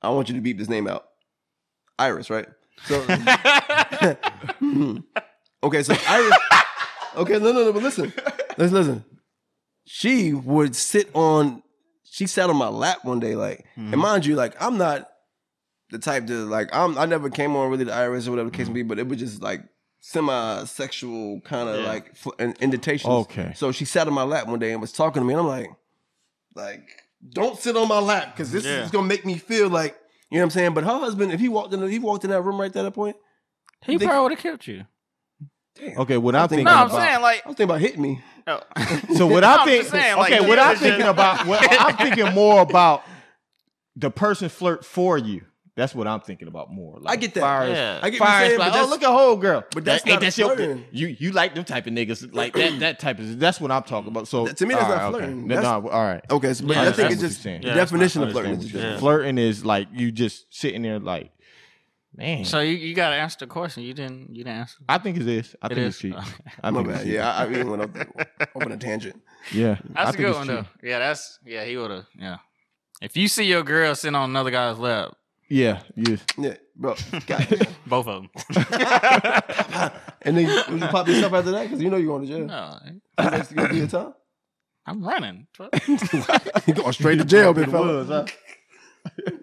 Speaker 1: I want you to beep this name out, Iris, right? So okay, so Iris. Okay, no, no, no. But listen, let's listen. She would sit on. She sat on my lap one day, like, and mind you, like I'm not the type to like I'm. I never came on really to Iris or whatever the case may be, but it was just like semi-sexual kind of
Speaker 3: Yeah.
Speaker 1: like fl- in- indentations.
Speaker 2: Okay.
Speaker 1: So she sat on my lap one day and was talking to me, and I'm like, like, don't sit on my lap because this
Speaker 3: Yeah.
Speaker 1: is gonna make me feel like you know what I'm saying. But her husband, if he walked in, he walked in that room right there at that point.
Speaker 3: He
Speaker 1: They-
Speaker 3: probably would have killed you.
Speaker 1: Damn.
Speaker 2: okay, what I'm thinking
Speaker 3: No, I'm
Speaker 2: about.
Speaker 3: saying like.
Speaker 1: I was thinking about hitting me.
Speaker 3: Oh.
Speaker 2: So what
Speaker 3: No,
Speaker 2: I
Speaker 3: I'm
Speaker 2: think.
Speaker 3: just saying, like,
Speaker 2: okay,
Speaker 3: you
Speaker 2: what I'm
Speaker 3: was just-
Speaker 2: thinking about. What I'm thinking more about the person flirt for you. That's what I'm thinking about more. Like
Speaker 1: I get that.
Speaker 2: fire-
Speaker 3: Yeah.
Speaker 1: I get what
Speaker 2: Fire
Speaker 1: you're
Speaker 2: is
Speaker 1: saying,
Speaker 2: like,
Speaker 1: but
Speaker 2: oh,
Speaker 1: that's-
Speaker 2: look at whole girl.
Speaker 1: but that's
Speaker 2: ain't
Speaker 1: not
Speaker 2: your-
Speaker 1: flirting.
Speaker 2: you you like them type of niggas like that that type of that's what I'm talking about. So
Speaker 1: To me, that's
Speaker 2: all
Speaker 1: not
Speaker 2: okay.
Speaker 1: flirting.
Speaker 2: No,
Speaker 1: That's-
Speaker 2: no, all right.
Speaker 1: Okay, so, but
Speaker 3: Yeah,
Speaker 1: I think
Speaker 3: that's
Speaker 1: it's
Speaker 2: what
Speaker 1: just
Speaker 2: you're saying.
Speaker 1: the
Speaker 3: Yeah, that's
Speaker 1: definition
Speaker 2: I
Speaker 1: of flirting.
Speaker 2: understand
Speaker 1: is
Speaker 2: what you're saying.
Speaker 1: different.
Speaker 2: Flirting is like you just sitting there like, man.
Speaker 3: So you, you gotta answer the question. You didn't. You didn't answer.
Speaker 2: I think it's this. I
Speaker 3: It
Speaker 2: think
Speaker 3: is.
Speaker 2: it's cheap.
Speaker 3: Okay.
Speaker 2: I
Speaker 1: My
Speaker 2: think
Speaker 1: bad.
Speaker 2: it's cheap.
Speaker 1: Yeah, I, I even went up open a tangent.
Speaker 2: yeah. I
Speaker 3: That's a
Speaker 2: think
Speaker 3: good
Speaker 2: it's
Speaker 3: one
Speaker 2: cheap.
Speaker 3: though. Yeah, that's yeah. He would have. Yeah. If you see your girl sitting on another guy's lap,
Speaker 2: Yeah, yeah.
Speaker 1: Yeah, bro. God.
Speaker 3: both of them.
Speaker 1: and then you, you pop yourself after that because you know you're going to jail.
Speaker 3: No,
Speaker 1: You know, you gonna do your time.
Speaker 3: I'm running. Going
Speaker 1: you going straight to jail, big
Speaker 2: It
Speaker 1: fella.
Speaker 2: was, huh?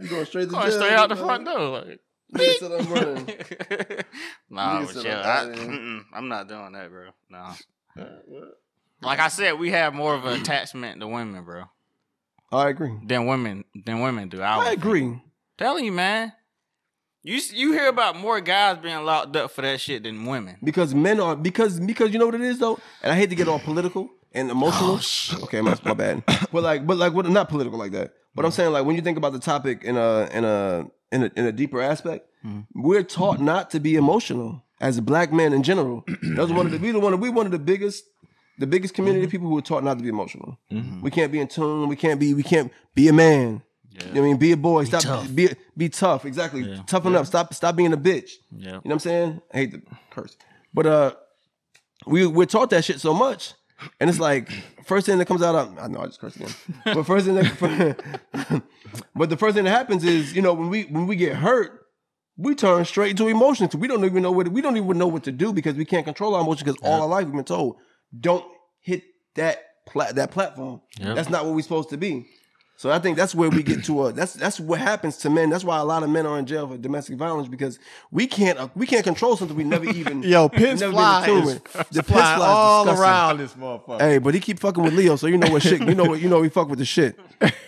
Speaker 1: You going straight to jail?
Speaker 3: straight out the
Speaker 1: big fella.
Speaker 3: front door. Like.
Speaker 1: Nigga said I'm running.
Speaker 3: nah,
Speaker 1: Nigga
Speaker 3: but
Speaker 1: said
Speaker 3: yeah, I,
Speaker 1: I'm dying.
Speaker 3: mm-mm, I'm not doing that, bro. No. Like I said, we have more of an attachment to women, bro,
Speaker 1: I agree.
Speaker 3: than women than women do. I, would
Speaker 1: I
Speaker 3: think.
Speaker 1: agree.
Speaker 3: Telling you, man. You s- you hear about more guys being locked up for that shit than women.
Speaker 1: Because men are because because you know what it is though, and I hate to get all political and emotional. okay, my, my bad. But like, but like, what? Not political like that. But I'm saying like when you think about the topic in a in a in a, in a deeper aspect, we're taught not to be emotional as black men in general. That's one of the we the one of- we one of the biggest the biggest community of people who are taught not to be emotional. We can't be in tune. We can't be we can't be a man. You know what I mean, be a boy. Stop
Speaker 3: tough.
Speaker 1: be be tough. Exactly, toughen up. Stop stop being a bitch.
Speaker 3: Yeah.
Speaker 1: You know what I'm saying? I hate the curse. But uh we we're taught that shit so much. And it's like first thing that comes out of I know I just cursed again. But first thing that But the first thing that happens is, you know, when we when we get hurt, we turn straight to emotions. We don't even know what we don't even know what to do because we can't control our emotions because all our life we've been told, don't hit that pla- that platform.
Speaker 3: Yeah.
Speaker 1: That's not what we're supposed to be. So I think that's where we get to a that's that's what happens to men. That's why a lot of men are in jail for domestic violence because we can't uh, we can't control something we never even
Speaker 2: Yo, pins
Speaker 1: never been
Speaker 2: fly
Speaker 1: in tune
Speaker 2: is
Speaker 1: with. The pins fly
Speaker 2: flying
Speaker 1: is
Speaker 2: all
Speaker 1: disgusting.
Speaker 2: around this motherfucker.
Speaker 1: Hey, but he keep fucking with Leo, so you know what shit you know what you know we fuck with the shit.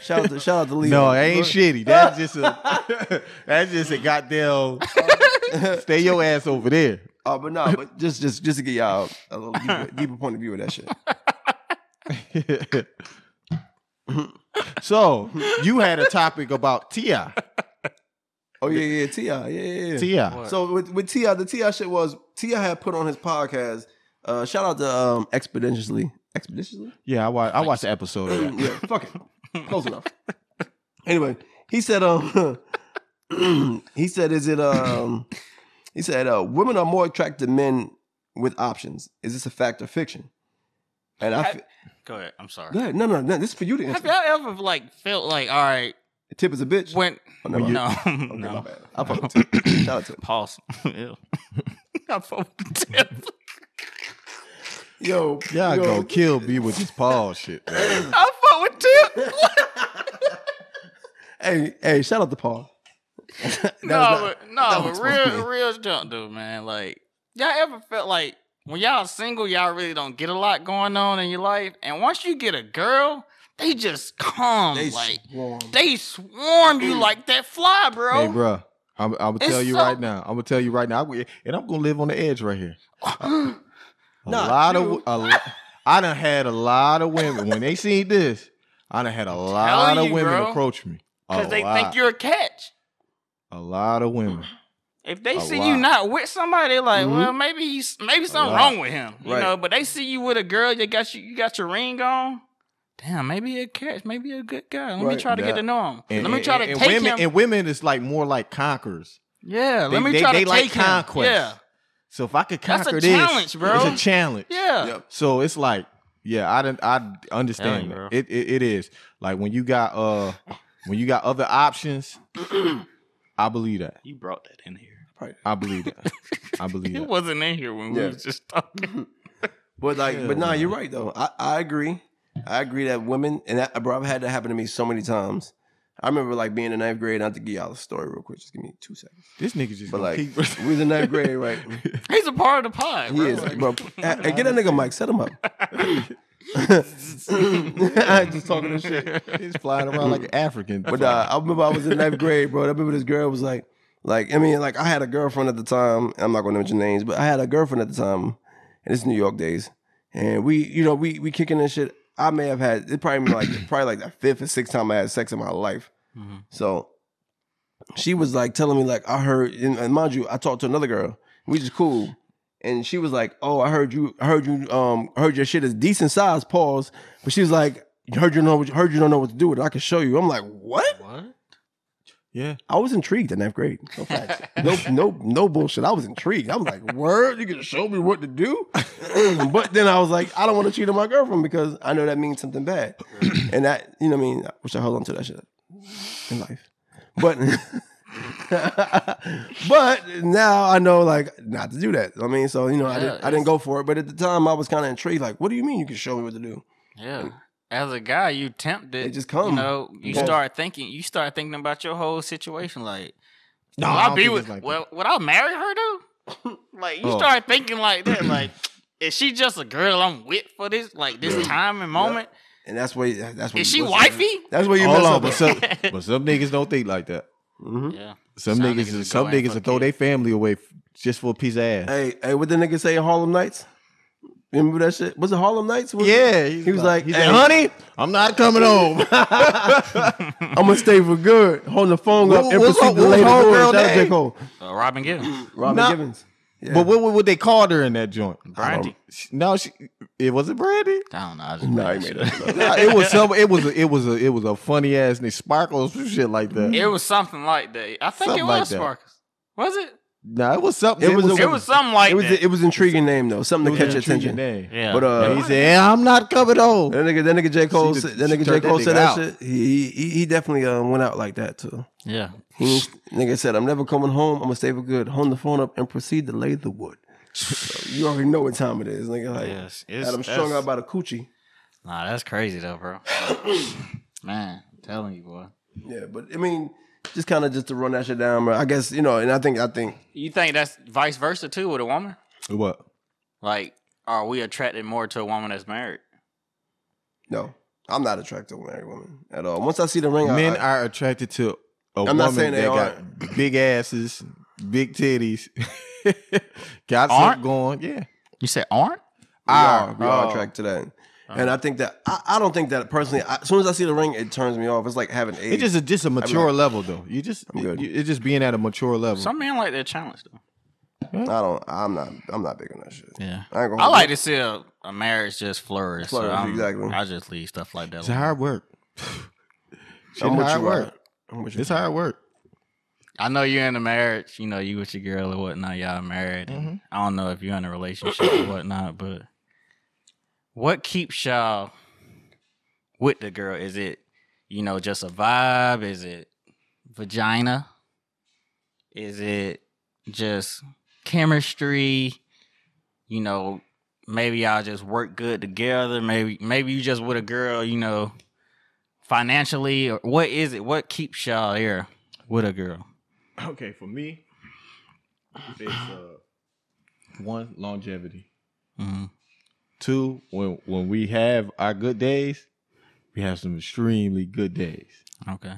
Speaker 1: Shout out to shout out to Leo.
Speaker 2: No, it ain't shitty. That's just a that's just a goddamn stay your ass over there.
Speaker 1: Oh, but no, but just just just to get y'all a little deeper, deeper point of view of that shit.
Speaker 2: so you had a topic about Ti.
Speaker 1: Oh yeah, yeah, Ti, yeah, yeah. yeah.
Speaker 2: Ti.
Speaker 1: So with with Ti, the Ti shit was Ti had put on his podcast. Uh, shout out to um, expeditiously, expeditiously.
Speaker 2: Yeah, I watched. I watched the episode. Of that.
Speaker 1: yeah, fuck it. Close enough. Anyway, he said, um, he said, is it, um, he said, uh, women are more attracted to men with options. Is this a fact or fiction? And I, fe-
Speaker 3: Go ahead. I'm sorry.
Speaker 1: go ahead. No, no, no. This is for you to
Speaker 3: Have
Speaker 1: answer.
Speaker 3: y'all ever like felt like, all right,
Speaker 1: Tip is a bitch.
Speaker 3: when
Speaker 1: Oh, never mind.
Speaker 3: no,
Speaker 1: Okay, my
Speaker 3: no,
Speaker 1: bad. I fuck with Tip. Shout out to him.
Speaker 3: pause. Ew. I fucked with the tip.
Speaker 1: Yo,
Speaker 2: Y'all
Speaker 1: yo.
Speaker 2: gonna kill me with this Paul shit. man.
Speaker 3: I fuck with tip.
Speaker 1: Hey, hey, shout out to Paul. That
Speaker 3: no,
Speaker 1: was not-
Speaker 3: but,
Speaker 1: that
Speaker 3: no,
Speaker 1: was
Speaker 3: but
Speaker 1: supposed to
Speaker 3: real, real junk, dude, man. Like, y'all ever felt like when y'all single, y'all really don't get a lot going on in your life, and once you get a girl, they just come
Speaker 1: be-
Speaker 3: like
Speaker 1: They swarm.
Speaker 3: they swarm you like that fly, bro.
Speaker 2: Mm. Hey, bro. I'm, I'm gonna
Speaker 3: It's
Speaker 2: tell you
Speaker 3: so-
Speaker 2: right now. I'm gonna tell you right now, I- and I'm gonna live on the edge right here. A
Speaker 1: Not
Speaker 2: lot
Speaker 1: you.
Speaker 2: of a lot. I done had a lot of women when they seen this. I done had a lot of
Speaker 3: you,
Speaker 2: women
Speaker 3: girl.
Speaker 2: approach me A
Speaker 3: because they
Speaker 2: lot.
Speaker 3: think you're a catch.
Speaker 2: a lot of women.
Speaker 3: If they
Speaker 2: A
Speaker 3: see
Speaker 2: lot. Mm-hmm.
Speaker 3: you not with somebody, they like,
Speaker 1: Mhm.
Speaker 3: well, maybe he's maybe something
Speaker 2: lot.
Speaker 3: wrong with him, you
Speaker 1: Right.
Speaker 3: know. But they see you with a girl, you got you, you got your ring on. Damn, maybe a catch, maybe a good guy. Let
Speaker 1: Right.
Speaker 3: me try to
Speaker 2: Yeah.
Speaker 3: get to know him.
Speaker 2: And,
Speaker 3: let me
Speaker 2: and-
Speaker 3: try to
Speaker 2: and
Speaker 3: take
Speaker 2: women,
Speaker 3: him.
Speaker 2: And women is like more like conquerors.
Speaker 3: yeah,
Speaker 2: They-
Speaker 3: let me
Speaker 2: they-
Speaker 3: try
Speaker 2: they
Speaker 3: to
Speaker 2: like
Speaker 3: take
Speaker 2: conquest.
Speaker 3: him. Yeah,
Speaker 2: So if I could
Speaker 3: That's a
Speaker 2: conquer this,
Speaker 3: challenge, bro.
Speaker 2: it's a challenge.
Speaker 3: yeah.
Speaker 1: Yep.
Speaker 2: So it's like, yeah, I didn't, I understand
Speaker 3: Telling you,
Speaker 2: that.
Speaker 3: bro.
Speaker 2: it, it. It is like when you got uh, when you got other options. I believe that.
Speaker 3: You brought that in here.
Speaker 2: I believe that. I believe
Speaker 3: It
Speaker 2: that.
Speaker 3: wasn't in here when we
Speaker 1: Yeah.
Speaker 3: was just talking.
Speaker 1: But like,
Speaker 2: Yeah,
Speaker 1: but nah,
Speaker 2: man.
Speaker 1: you're right though. I, I agree. I agree that women and that, bro, I've had that happen to me so many times. I remember like being in ninth grade. Not to give y'all a story real quick, just give me two seconds.
Speaker 2: This nigga just
Speaker 1: But
Speaker 2: gonna
Speaker 1: like,
Speaker 2: keep.
Speaker 1: we was in ninth grade, right?
Speaker 3: He's a part of the pod.
Speaker 1: He
Speaker 3: bro.
Speaker 1: is,
Speaker 3: Like,
Speaker 1: bro. Hey, get that nigga mic. Set him up. I just talking this shit.
Speaker 2: He's flying around like an African.
Speaker 1: But uh, I remember I was in ninth grade, bro. I remember this girl was like, like I mean, like I had a girlfriend at the time. I'm not going to mention names, but I had a girlfriend at the time, and it's New York days, and we, you know, we we kicking and shit. I may have had it probably like probably like the fifth or sixth time I had sex in my life.
Speaker 3: Mhm.
Speaker 1: So she was like telling me like I heard, and, and mind you, I talked to another girl. We just cool. And she was like, "Oh, I heard you. I heard you. Um, I heard your shit is decent size." Pause. But she was like, "You heard you know. what- Heard you don't know what to do with it. I can show you." I'm like, "What?"
Speaker 3: What?
Speaker 2: yeah,
Speaker 1: I was intrigued in ninth grade. No facts. no, no, no bullshit. I was intrigued. I was like, word, you can show me what to do. but then I was like, I don't want to cheat on my girlfriend because I know that means something bad. and that, you know what I mean? I wish I held on to that shit in life. But but now I know like not to do that. I mean, so you know, I
Speaker 3: Yeah,
Speaker 1: didn't I didn't go for it. But at the time I was kind of intrigued, like, what do you mean you can show me what to do?
Speaker 3: Yeah. As a guy, you tempted.
Speaker 1: It just come.
Speaker 3: You know, you
Speaker 1: Yeah.
Speaker 3: start thinking. You start thinking about your whole situation. Like,
Speaker 2: No,
Speaker 3: will
Speaker 2: I
Speaker 3: I,
Speaker 2: don't
Speaker 3: be
Speaker 2: think
Speaker 3: with?
Speaker 2: it's like
Speaker 3: well, would I marry her though? like, you
Speaker 2: Oh.
Speaker 3: start thinking like that. Like, is she just a girl I'm with for this? Like this time and moment?
Speaker 1: And that's where that's where
Speaker 3: Is
Speaker 1: you
Speaker 3: she
Speaker 1: mess up.
Speaker 3: wifey?
Speaker 1: That's where you
Speaker 2: hold
Speaker 1: mess
Speaker 2: on,
Speaker 1: up.
Speaker 2: but some, but some niggas don't think like that.
Speaker 1: Mhm.
Speaker 3: Yeah.
Speaker 2: Some
Speaker 3: Some
Speaker 2: niggas,
Speaker 3: niggas will
Speaker 2: some
Speaker 3: go and
Speaker 2: niggas will
Speaker 3: fuck
Speaker 2: throw
Speaker 3: you.
Speaker 2: their family away f- just for a piece of ass.
Speaker 1: Hey, hey, what the nigga say in Harlem Nights? Remember that shit? Was it Harlem Nights? Was
Speaker 2: Yeah,
Speaker 1: it- he was like,
Speaker 2: he's
Speaker 1: "Hey,
Speaker 2: honey, I'm not coming home.
Speaker 1: I'm gonna stay for good." Holding the phone up
Speaker 2: What-
Speaker 1: and
Speaker 2: what's
Speaker 1: proceed
Speaker 2: up-
Speaker 1: to
Speaker 2: what's
Speaker 1: lay the
Speaker 2: homegirl
Speaker 1: door. That was
Speaker 2: name?
Speaker 1: J. Cole.
Speaker 3: Uh, Robin Gibbons.
Speaker 1: Robin
Speaker 2: Nah.
Speaker 1: Givens. Yeah.
Speaker 2: But what, what would they call her in that joint?
Speaker 3: Brandy.
Speaker 2: She- No, she it wasn't Brandy.
Speaker 3: I don't know. I just
Speaker 1: Nah, he made that.
Speaker 2: Nah, it was some. It was a, it was a it was a funny ass nigga sparkles some shit like that.
Speaker 3: It was something like that. I think
Speaker 2: Something
Speaker 3: it
Speaker 2: like
Speaker 3: was
Speaker 2: that.
Speaker 3: Sparkles. Was it?
Speaker 2: nah, it was something.
Speaker 1: It was a-
Speaker 3: It was something like
Speaker 1: it was
Speaker 3: that.
Speaker 1: it was intriguing name though, something to catch your attention.
Speaker 2: Name.
Speaker 3: yeah.
Speaker 1: But uh,
Speaker 2: And he said, "Yeah, "I'm not coming home."
Speaker 1: that nigga, that nigga J Cole,
Speaker 2: She
Speaker 1: said-
Speaker 2: did-
Speaker 1: that
Speaker 2: she
Speaker 1: nigga J
Speaker 2: turned that
Speaker 1: Cole said
Speaker 2: nigga
Speaker 1: that
Speaker 2: out.
Speaker 1: shit. He he, he definitely uh, went out like that too.
Speaker 3: yeah.
Speaker 1: He nigga said, "I'm never coming home. I'm gonna stay for good." Hold the phone up and proceed to lay the wood. So you already know what time it is, nigga. Like
Speaker 3: Yes. It's,
Speaker 1: Adam strung
Speaker 3: that's-
Speaker 1: out by the coochie.
Speaker 3: Nah, that's crazy though, bro. Man, I'm telling you, boy.
Speaker 1: Yeah, but I mean, just kind of just to run that shit down, bro. I guess you know, and I think I think
Speaker 3: You think that's vice versa too with a woman?
Speaker 2: What?
Speaker 3: Like, are we attracted more to a woman that's married?
Speaker 1: no, I'm not attracted to married women at all. Once I see the ring, I-
Speaker 2: Men
Speaker 1: I,
Speaker 2: are attracted to a
Speaker 1: I'm
Speaker 2: woman
Speaker 1: not saying
Speaker 2: that
Speaker 1: they
Speaker 2: got big asses, big titties, got something
Speaker 3: Aren't?
Speaker 2: going. Yeah,
Speaker 3: You said aren't?
Speaker 1: we are, we are
Speaker 2: Oh.
Speaker 1: attracted to that.
Speaker 3: Uh-huh.
Speaker 1: And I think that I, I don't think that personally. I, as soon as I see the ring, it turns me off. It's like having AIDS.
Speaker 2: It's just a, just a mature
Speaker 1: like-
Speaker 2: level though. You just
Speaker 1: I'm good.
Speaker 2: you- it's just being at a mature level.
Speaker 3: Some men like that challenge though.
Speaker 1: I don't. I'm not. I'm not big on that shit.
Speaker 3: Yeah.
Speaker 1: I, ain't gonna
Speaker 3: I like to see a, a marriage just flourish. so
Speaker 1: Flourish,
Speaker 3: I'm-
Speaker 1: exactly.
Speaker 3: I just leave stuff like that.
Speaker 2: it's
Speaker 3: alone.
Speaker 2: hard work. Shit,
Speaker 1: I'm with
Speaker 2: hard
Speaker 1: you,
Speaker 2: work.
Speaker 1: Robert. I'm with you.
Speaker 2: It's hard work.
Speaker 3: I know you're in a marriage, you know, you with your girl or whatnot, y'all married. and
Speaker 2: Mhm.
Speaker 3: I don't know if you're in a relationship or whatnot, but what keeps y'all with the girl? Is it, you know, just a vibe? Is it vagina? Is it just chemistry? You know, maybe y'all just work good together. Maybe maybe you just with a girl, you know, financially or what is it? What keeps y'all here with a girl?
Speaker 2: Okay, for me, it's uh, one longevity.
Speaker 3: hmm
Speaker 2: Two, when when we have our good days, we have some extremely good days.
Speaker 3: Okay.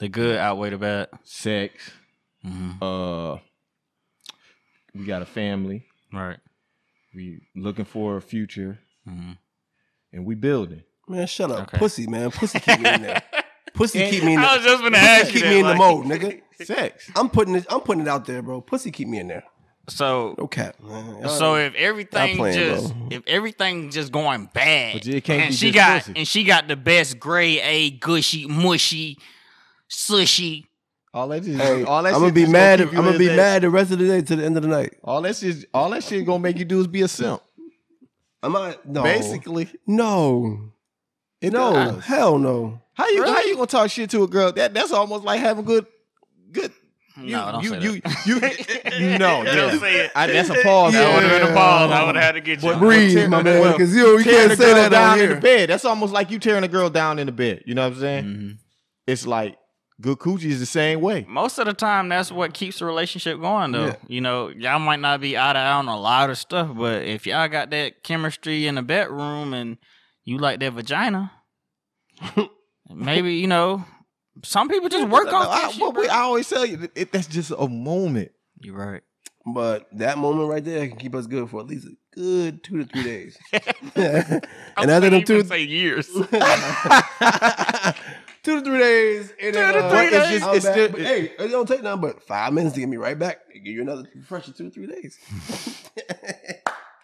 Speaker 3: The good outweigh the bad.
Speaker 2: Sex,
Speaker 3: Mhm.
Speaker 2: Uh, we got a family.
Speaker 3: Right.
Speaker 2: We looking for a future,
Speaker 3: Mhm.
Speaker 2: and we building.
Speaker 1: Man, shut up,
Speaker 3: Okay.
Speaker 1: pussy, man. Pussy keep me in there. Pussy keep me in
Speaker 3: I
Speaker 1: there.
Speaker 3: was just gonna
Speaker 1: Pussy
Speaker 3: ask you
Speaker 1: keep
Speaker 3: that,
Speaker 1: me in the
Speaker 3: like-
Speaker 1: mode, nigga.
Speaker 2: Sex.
Speaker 1: I'm putting it. I'm putting it out there, bro. Pussy keep me in there.
Speaker 3: So
Speaker 1: No cap, man.
Speaker 2: Uh,
Speaker 1: Y'all-
Speaker 3: So if everything
Speaker 1: playing,
Speaker 3: just
Speaker 1: bro.
Speaker 3: if everything just going bad,
Speaker 2: But it can't
Speaker 3: and
Speaker 2: be
Speaker 3: she
Speaker 2: just
Speaker 3: got
Speaker 2: pussy.
Speaker 3: and she got the best grade A, gushy, mushy, sushy.
Speaker 2: All that is.
Speaker 1: Hey,
Speaker 2: all that.
Speaker 1: I'm gonna
Speaker 2: shit
Speaker 1: be
Speaker 2: just
Speaker 1: mad.
Speaker 2: keep
Speaker 1: I'm
Speaker 2: you
Speaker 1: gonna
Speaker 2: in
Speaker 1: be
Speaker 2: that-
Speaker 1: mad the rest of the day to the end of the night.
Speaker 2: All that shit. All that shit gonna make you do is be a simp.
Speaker 1: Am I no?
Speaker 2: Basically,
Speaker 1: no,
Speaker 2: it
Speaker 1: no,
Speaker 2: does.
Speaker 1: hell no.
Speaker 2: How you how
Speaker 3: Really?
Speaker 2: you gonna talk shit to a girl? That that's almost like having good good. You,
Speaker 3: no, don't
Speaker 2: you,
Speaker 3: say
Speaker 2: you,
Speaker 3: that.
Speaker 2: you, you know,
Speaker 3: Don't
Speaker 2: yeah.
Speaker 3: say it.
Speaker 2: I, that's a pause.
Speaker 1: That
Speaker 2: right
Speaker 1: would've
Speaker 2: there.
Speaker 1: been a pause. I would've
Speaker 3: had to get
Speaker 2: But-
Speaker 1: Breathe,
Speaker 2: tear-
Speaker 1: my man,
Speaker 2: well,
Speaker 1: because you you
Speaker 2: tearing
Speaker 1: can't
Speaker 2: a
Speaker 1: say
Speaker 2: girl
Speaker 1: that
Speaker 2: down
Speaker 1: on
Speaker 2: in the
Speaker 1: here.
Speaker 2: bed. That's almost like you tearing a girl down in the bed. You know what I'm saying?
Speaker 3: Mhm.
Speaker 2: It's like good coochie is the same way.
Speaker 3: Most of the time, that's what keeps the relationship going, though.
Speaker 1: Yeah.
Speaker 3: You know, y'all might not be out of on a lot of stuff, but if y'all got that chemistry in the bedroom and you like that vagina, maybe you know. Some people just work
Speaker 2: I,
Speaker 3: on
Speaker 2: uh, I,
Speaker 3: that shit,
Speaker 2: what we-
Speaker 3: bro.
Speaker 2: I always tell you, it, that's just a moment.
Speaker 3: You're right.
Speaker 1: But that moment right there can keep us good for at least a good two to three days. and after them two,
Speaker 3: say years.
Speaker 1: two to three days, and then,
Speaker 3: Two to
Speaker 1: uh,
Speaker 3: three
Speaker 1: it's
Speaker 3: days.
Speaker 1: just- it's
Speaker 2: I'm
Speaker 1: still-
Speaker 2: back.
Speaker 1: but hey, it don't take nothing but five minutes to get me right back. It Give you another fresh two to three days.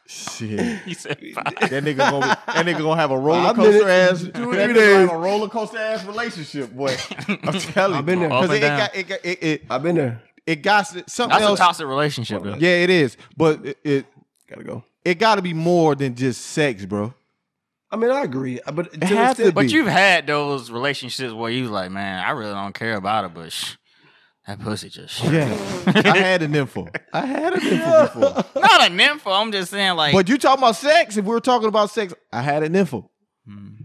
Speaker 2: Shit.
Speaker 3: he said
Speaker 2: That nigga gonna be- that nigga gonna have a roller
Speaker 1: I've been
Speaker 2: coaster
Speaker 1: in-
Speaker 2: ass that
Speaker 1: two or
Speaker 2: nigga
Speaker 1: three
Speaker 2: gonna
Speaker 1: days.
Speaker 2: have a roller coaster ass relationship, boy. I'm telling you.
Speaker 1: I've been there.
Speaker 2: Cause
Speaker 3: Up and
Speaker 2: it,
Speaker 3: down.
Speaker 2: got it got it it,
Speaker 1: I've been there.
Speaker 2: it got something
Speaker 3: That's a
Speaker 2: else.
Speaker 3: toxic relationship, though.
Speaker 2: yeah, it is. But it, it
Speaker 1: Gotta go.
Speaker 2: it gotta be more than just sex, bro.
Speaker 1: I mean, I agree, but to
Speaker 2: has
Speaker 1: extent-
Speaker 2: to be.
Speaker 3: But you've had those relationships where you like, man, I really don't care about it, but shh, that pussy just shh.
Speaker 2: Yeah. I had an info. I had an info before.
Speaker 3: not a nympho. I'm just saying, like,
Speaker 2: But you talking about sex? If we were talking about sex, I had an info.
Speaker 3: Mm.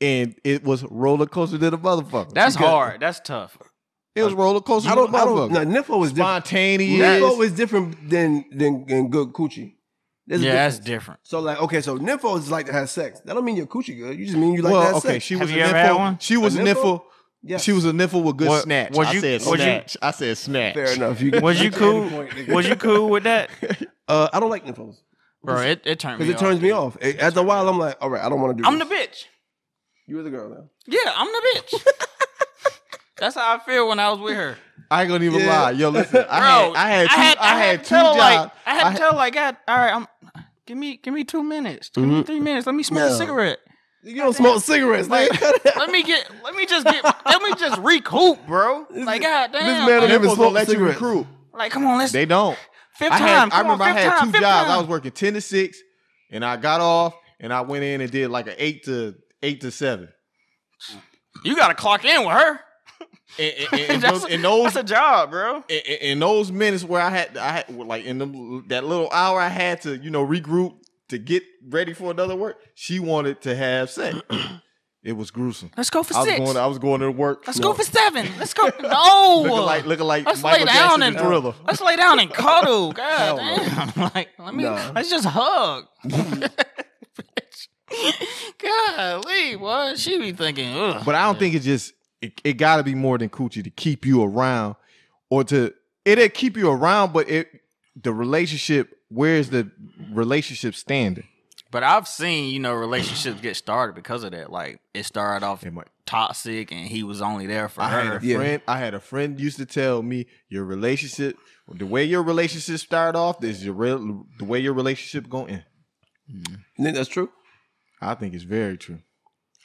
Speaker 2: And it was roller coaster to the motherfucker.
Speaker 3: that's
Speaker 2: Because
Speaker 3: hard. That's tough.
Speaker 2: It was roller coaster
Speaker 1: I
Speaker 2: to the
Speaker 1: don't. I don't.
Speaker 2: motherfucker.
Speaker 1: No, Nympho is different.
Speaker 2: Spontaneous.
Speaker 1: Nympho is different than than, than good coochie. There's a
Speaker 3: yeah, that's
Speaker 1: difference.
Speaker 3: different.
Speaker 1: So like, okay, so nympho is like to have sex. That don't mean your coochie good. You just mean you like
Speaker 2: well,
Speaker 1: that
Speaker 2: okay,
Speaker 1: sex.
Speaker 2: she
Speaker 3: Have
Speaker 2: was
Speaker 3: you
Speaker 2: a
Speaker 3: ever had
Speaker 2: niffle.
Speaker 3: one?
Speaker 2: She was a,
Speaker 1: A
Speaker 2: niffle.
Speaker 1: niffle? Yeah.
Speaker 2: She was a niffle with good
Speaker 3: Wa-
Speaker 2: snatch.
Speaker 3: was
Speaker 2: I
Speaker 3: you-
Speaker 2: said
Speaker 3: was you-
Speaker 2: snatch. I said snatch.
Speaker 1: Fair enough. You get-
Speaker 3: Was you
Speaker 1: get the
Speaker 3: cool?
Speaker 1: point, nigga.
Speaker 3: Was you cool with that,
Speaker 1: Uh, I don't like nymphos
Speaker 3: bro? It, it turned me
Speaker 1: because it turns
Speaker 3: off.
Speaker 1: me off. It- After a while, I'm like, all right, I don't want to do.
Speaker 3: I'm the
Speaker 1: this.
Speaker 3: bitch.
Speaker 1: You as a girl now.
Speaker 3: Yeah, I'm the bitch. that's how I feel when I was with her.
Speaker 2: I ain't gonna even
Speaker 1: Yeah.
Speaker 2: lie. Yo, listen. I had
Speaker 3: Bro,
Speaker 2: I had two, I had,
Speaker 3: to
Speaker 2: two
Speaker 3: tell,
Speaker 2: jobs.
Speaker 3: Like, I had
Speaker 2: I-
Speaker 3: to tell like, God, all right, I'm. Give me, give me two minutes. Give me
Speaker 2: Mm-hmm.
Speaker 1: Mhm.
Speaker 3: three minutes. Let me smoke a
Speaker 1: No.
Speaker 3: cigarette.
Speaker 1: You don't smoke cigarettes,
Speaker 3: Like,
Speaker 1: nigga. Cut it out.
Speaker 3: Let me get. Let me just get. let me just recoup, bro. Like, God
Speaker 1: this
Speaker 3: damn.
Speaker 1: man
Speaker 3: like,
Speaker 1: never
Speaker 2: Niffles
Speaker 1: smoked
Speaker 2: don't let you
Speaker 1: cigarettes.
Speaker 2: recruit.
Speaker 3: like, come on, let's.
Speaker 2: They don't.
Speaker 3: fifth
Speaker 2: I had.
Speaker 3: time.
Speaker 2: I
Speaker 3: come on,
Speaker 2: remember I
Speaker 3: fifth
Speaker 2: had
Speaker 3: time,
Speaker 2: two
Speaker 3: fifth
Speaker 2: jobs. I
Speaker 3: time.
Speaker 2: was working ten to six, and I got off, and I went in and did like an eight to eight to seven.
Speaker 3: You got to clock in with her.
Speaker 2: And, and- and
Speaker 3: that's,
Speaker 2: those, and those
Speaker 3: that's a job, bro.
Speaker 2: in, in- in those minutes where I had, I had like in the, that little hour I had to, you know, regroup to get ready for another work. She wanted to have sex. it was gruesome.
Speaker 3: Let's go for
Speaker 2: I was
Speaker 3: six.
Speaker 2: going. I was going to work.
Speaker 3: let's go for seven. Let's go. No.
Speaker 2: looking like looking like
Speaker 3: Let's
Speaker 2: Michael
Speaker 3: lay down
Speaker 2: Jackson
Speaker 3: and
Speaker 2: in Thriller.
Speaker 3: let's lay down and
Speaker 1: Hell
Speaker 3: cuddle. God
Speaker 1: no.
Speaker 3: damn! Like let me
Speaker 1: Nah.
Speaker 3: let's just hug. Bitch. Golly, what she be thinking? Ugh.
Speaker 2: But I don't think it's just. It, it got to be more than coochie to keep you around, or to it'll keep you around. But it the relationship. Where's the relationship standing?
Speaker 3: But I've seen you know relationships get started because of that. Like it started off
Speaker 2: It might-
Speaker 3: toxic, and he was only there for
Speaker 2: I had
Speaker 3: her.
Speaker 2: a
Speaker 1: Yeah.
Speaker 2: friend. I had a friend used to tell me your relationship, the way your relationship started off, is your real, the way your relationship going to end.
Speaker 1: You think that's true?
Speaker 2: I think it's very true.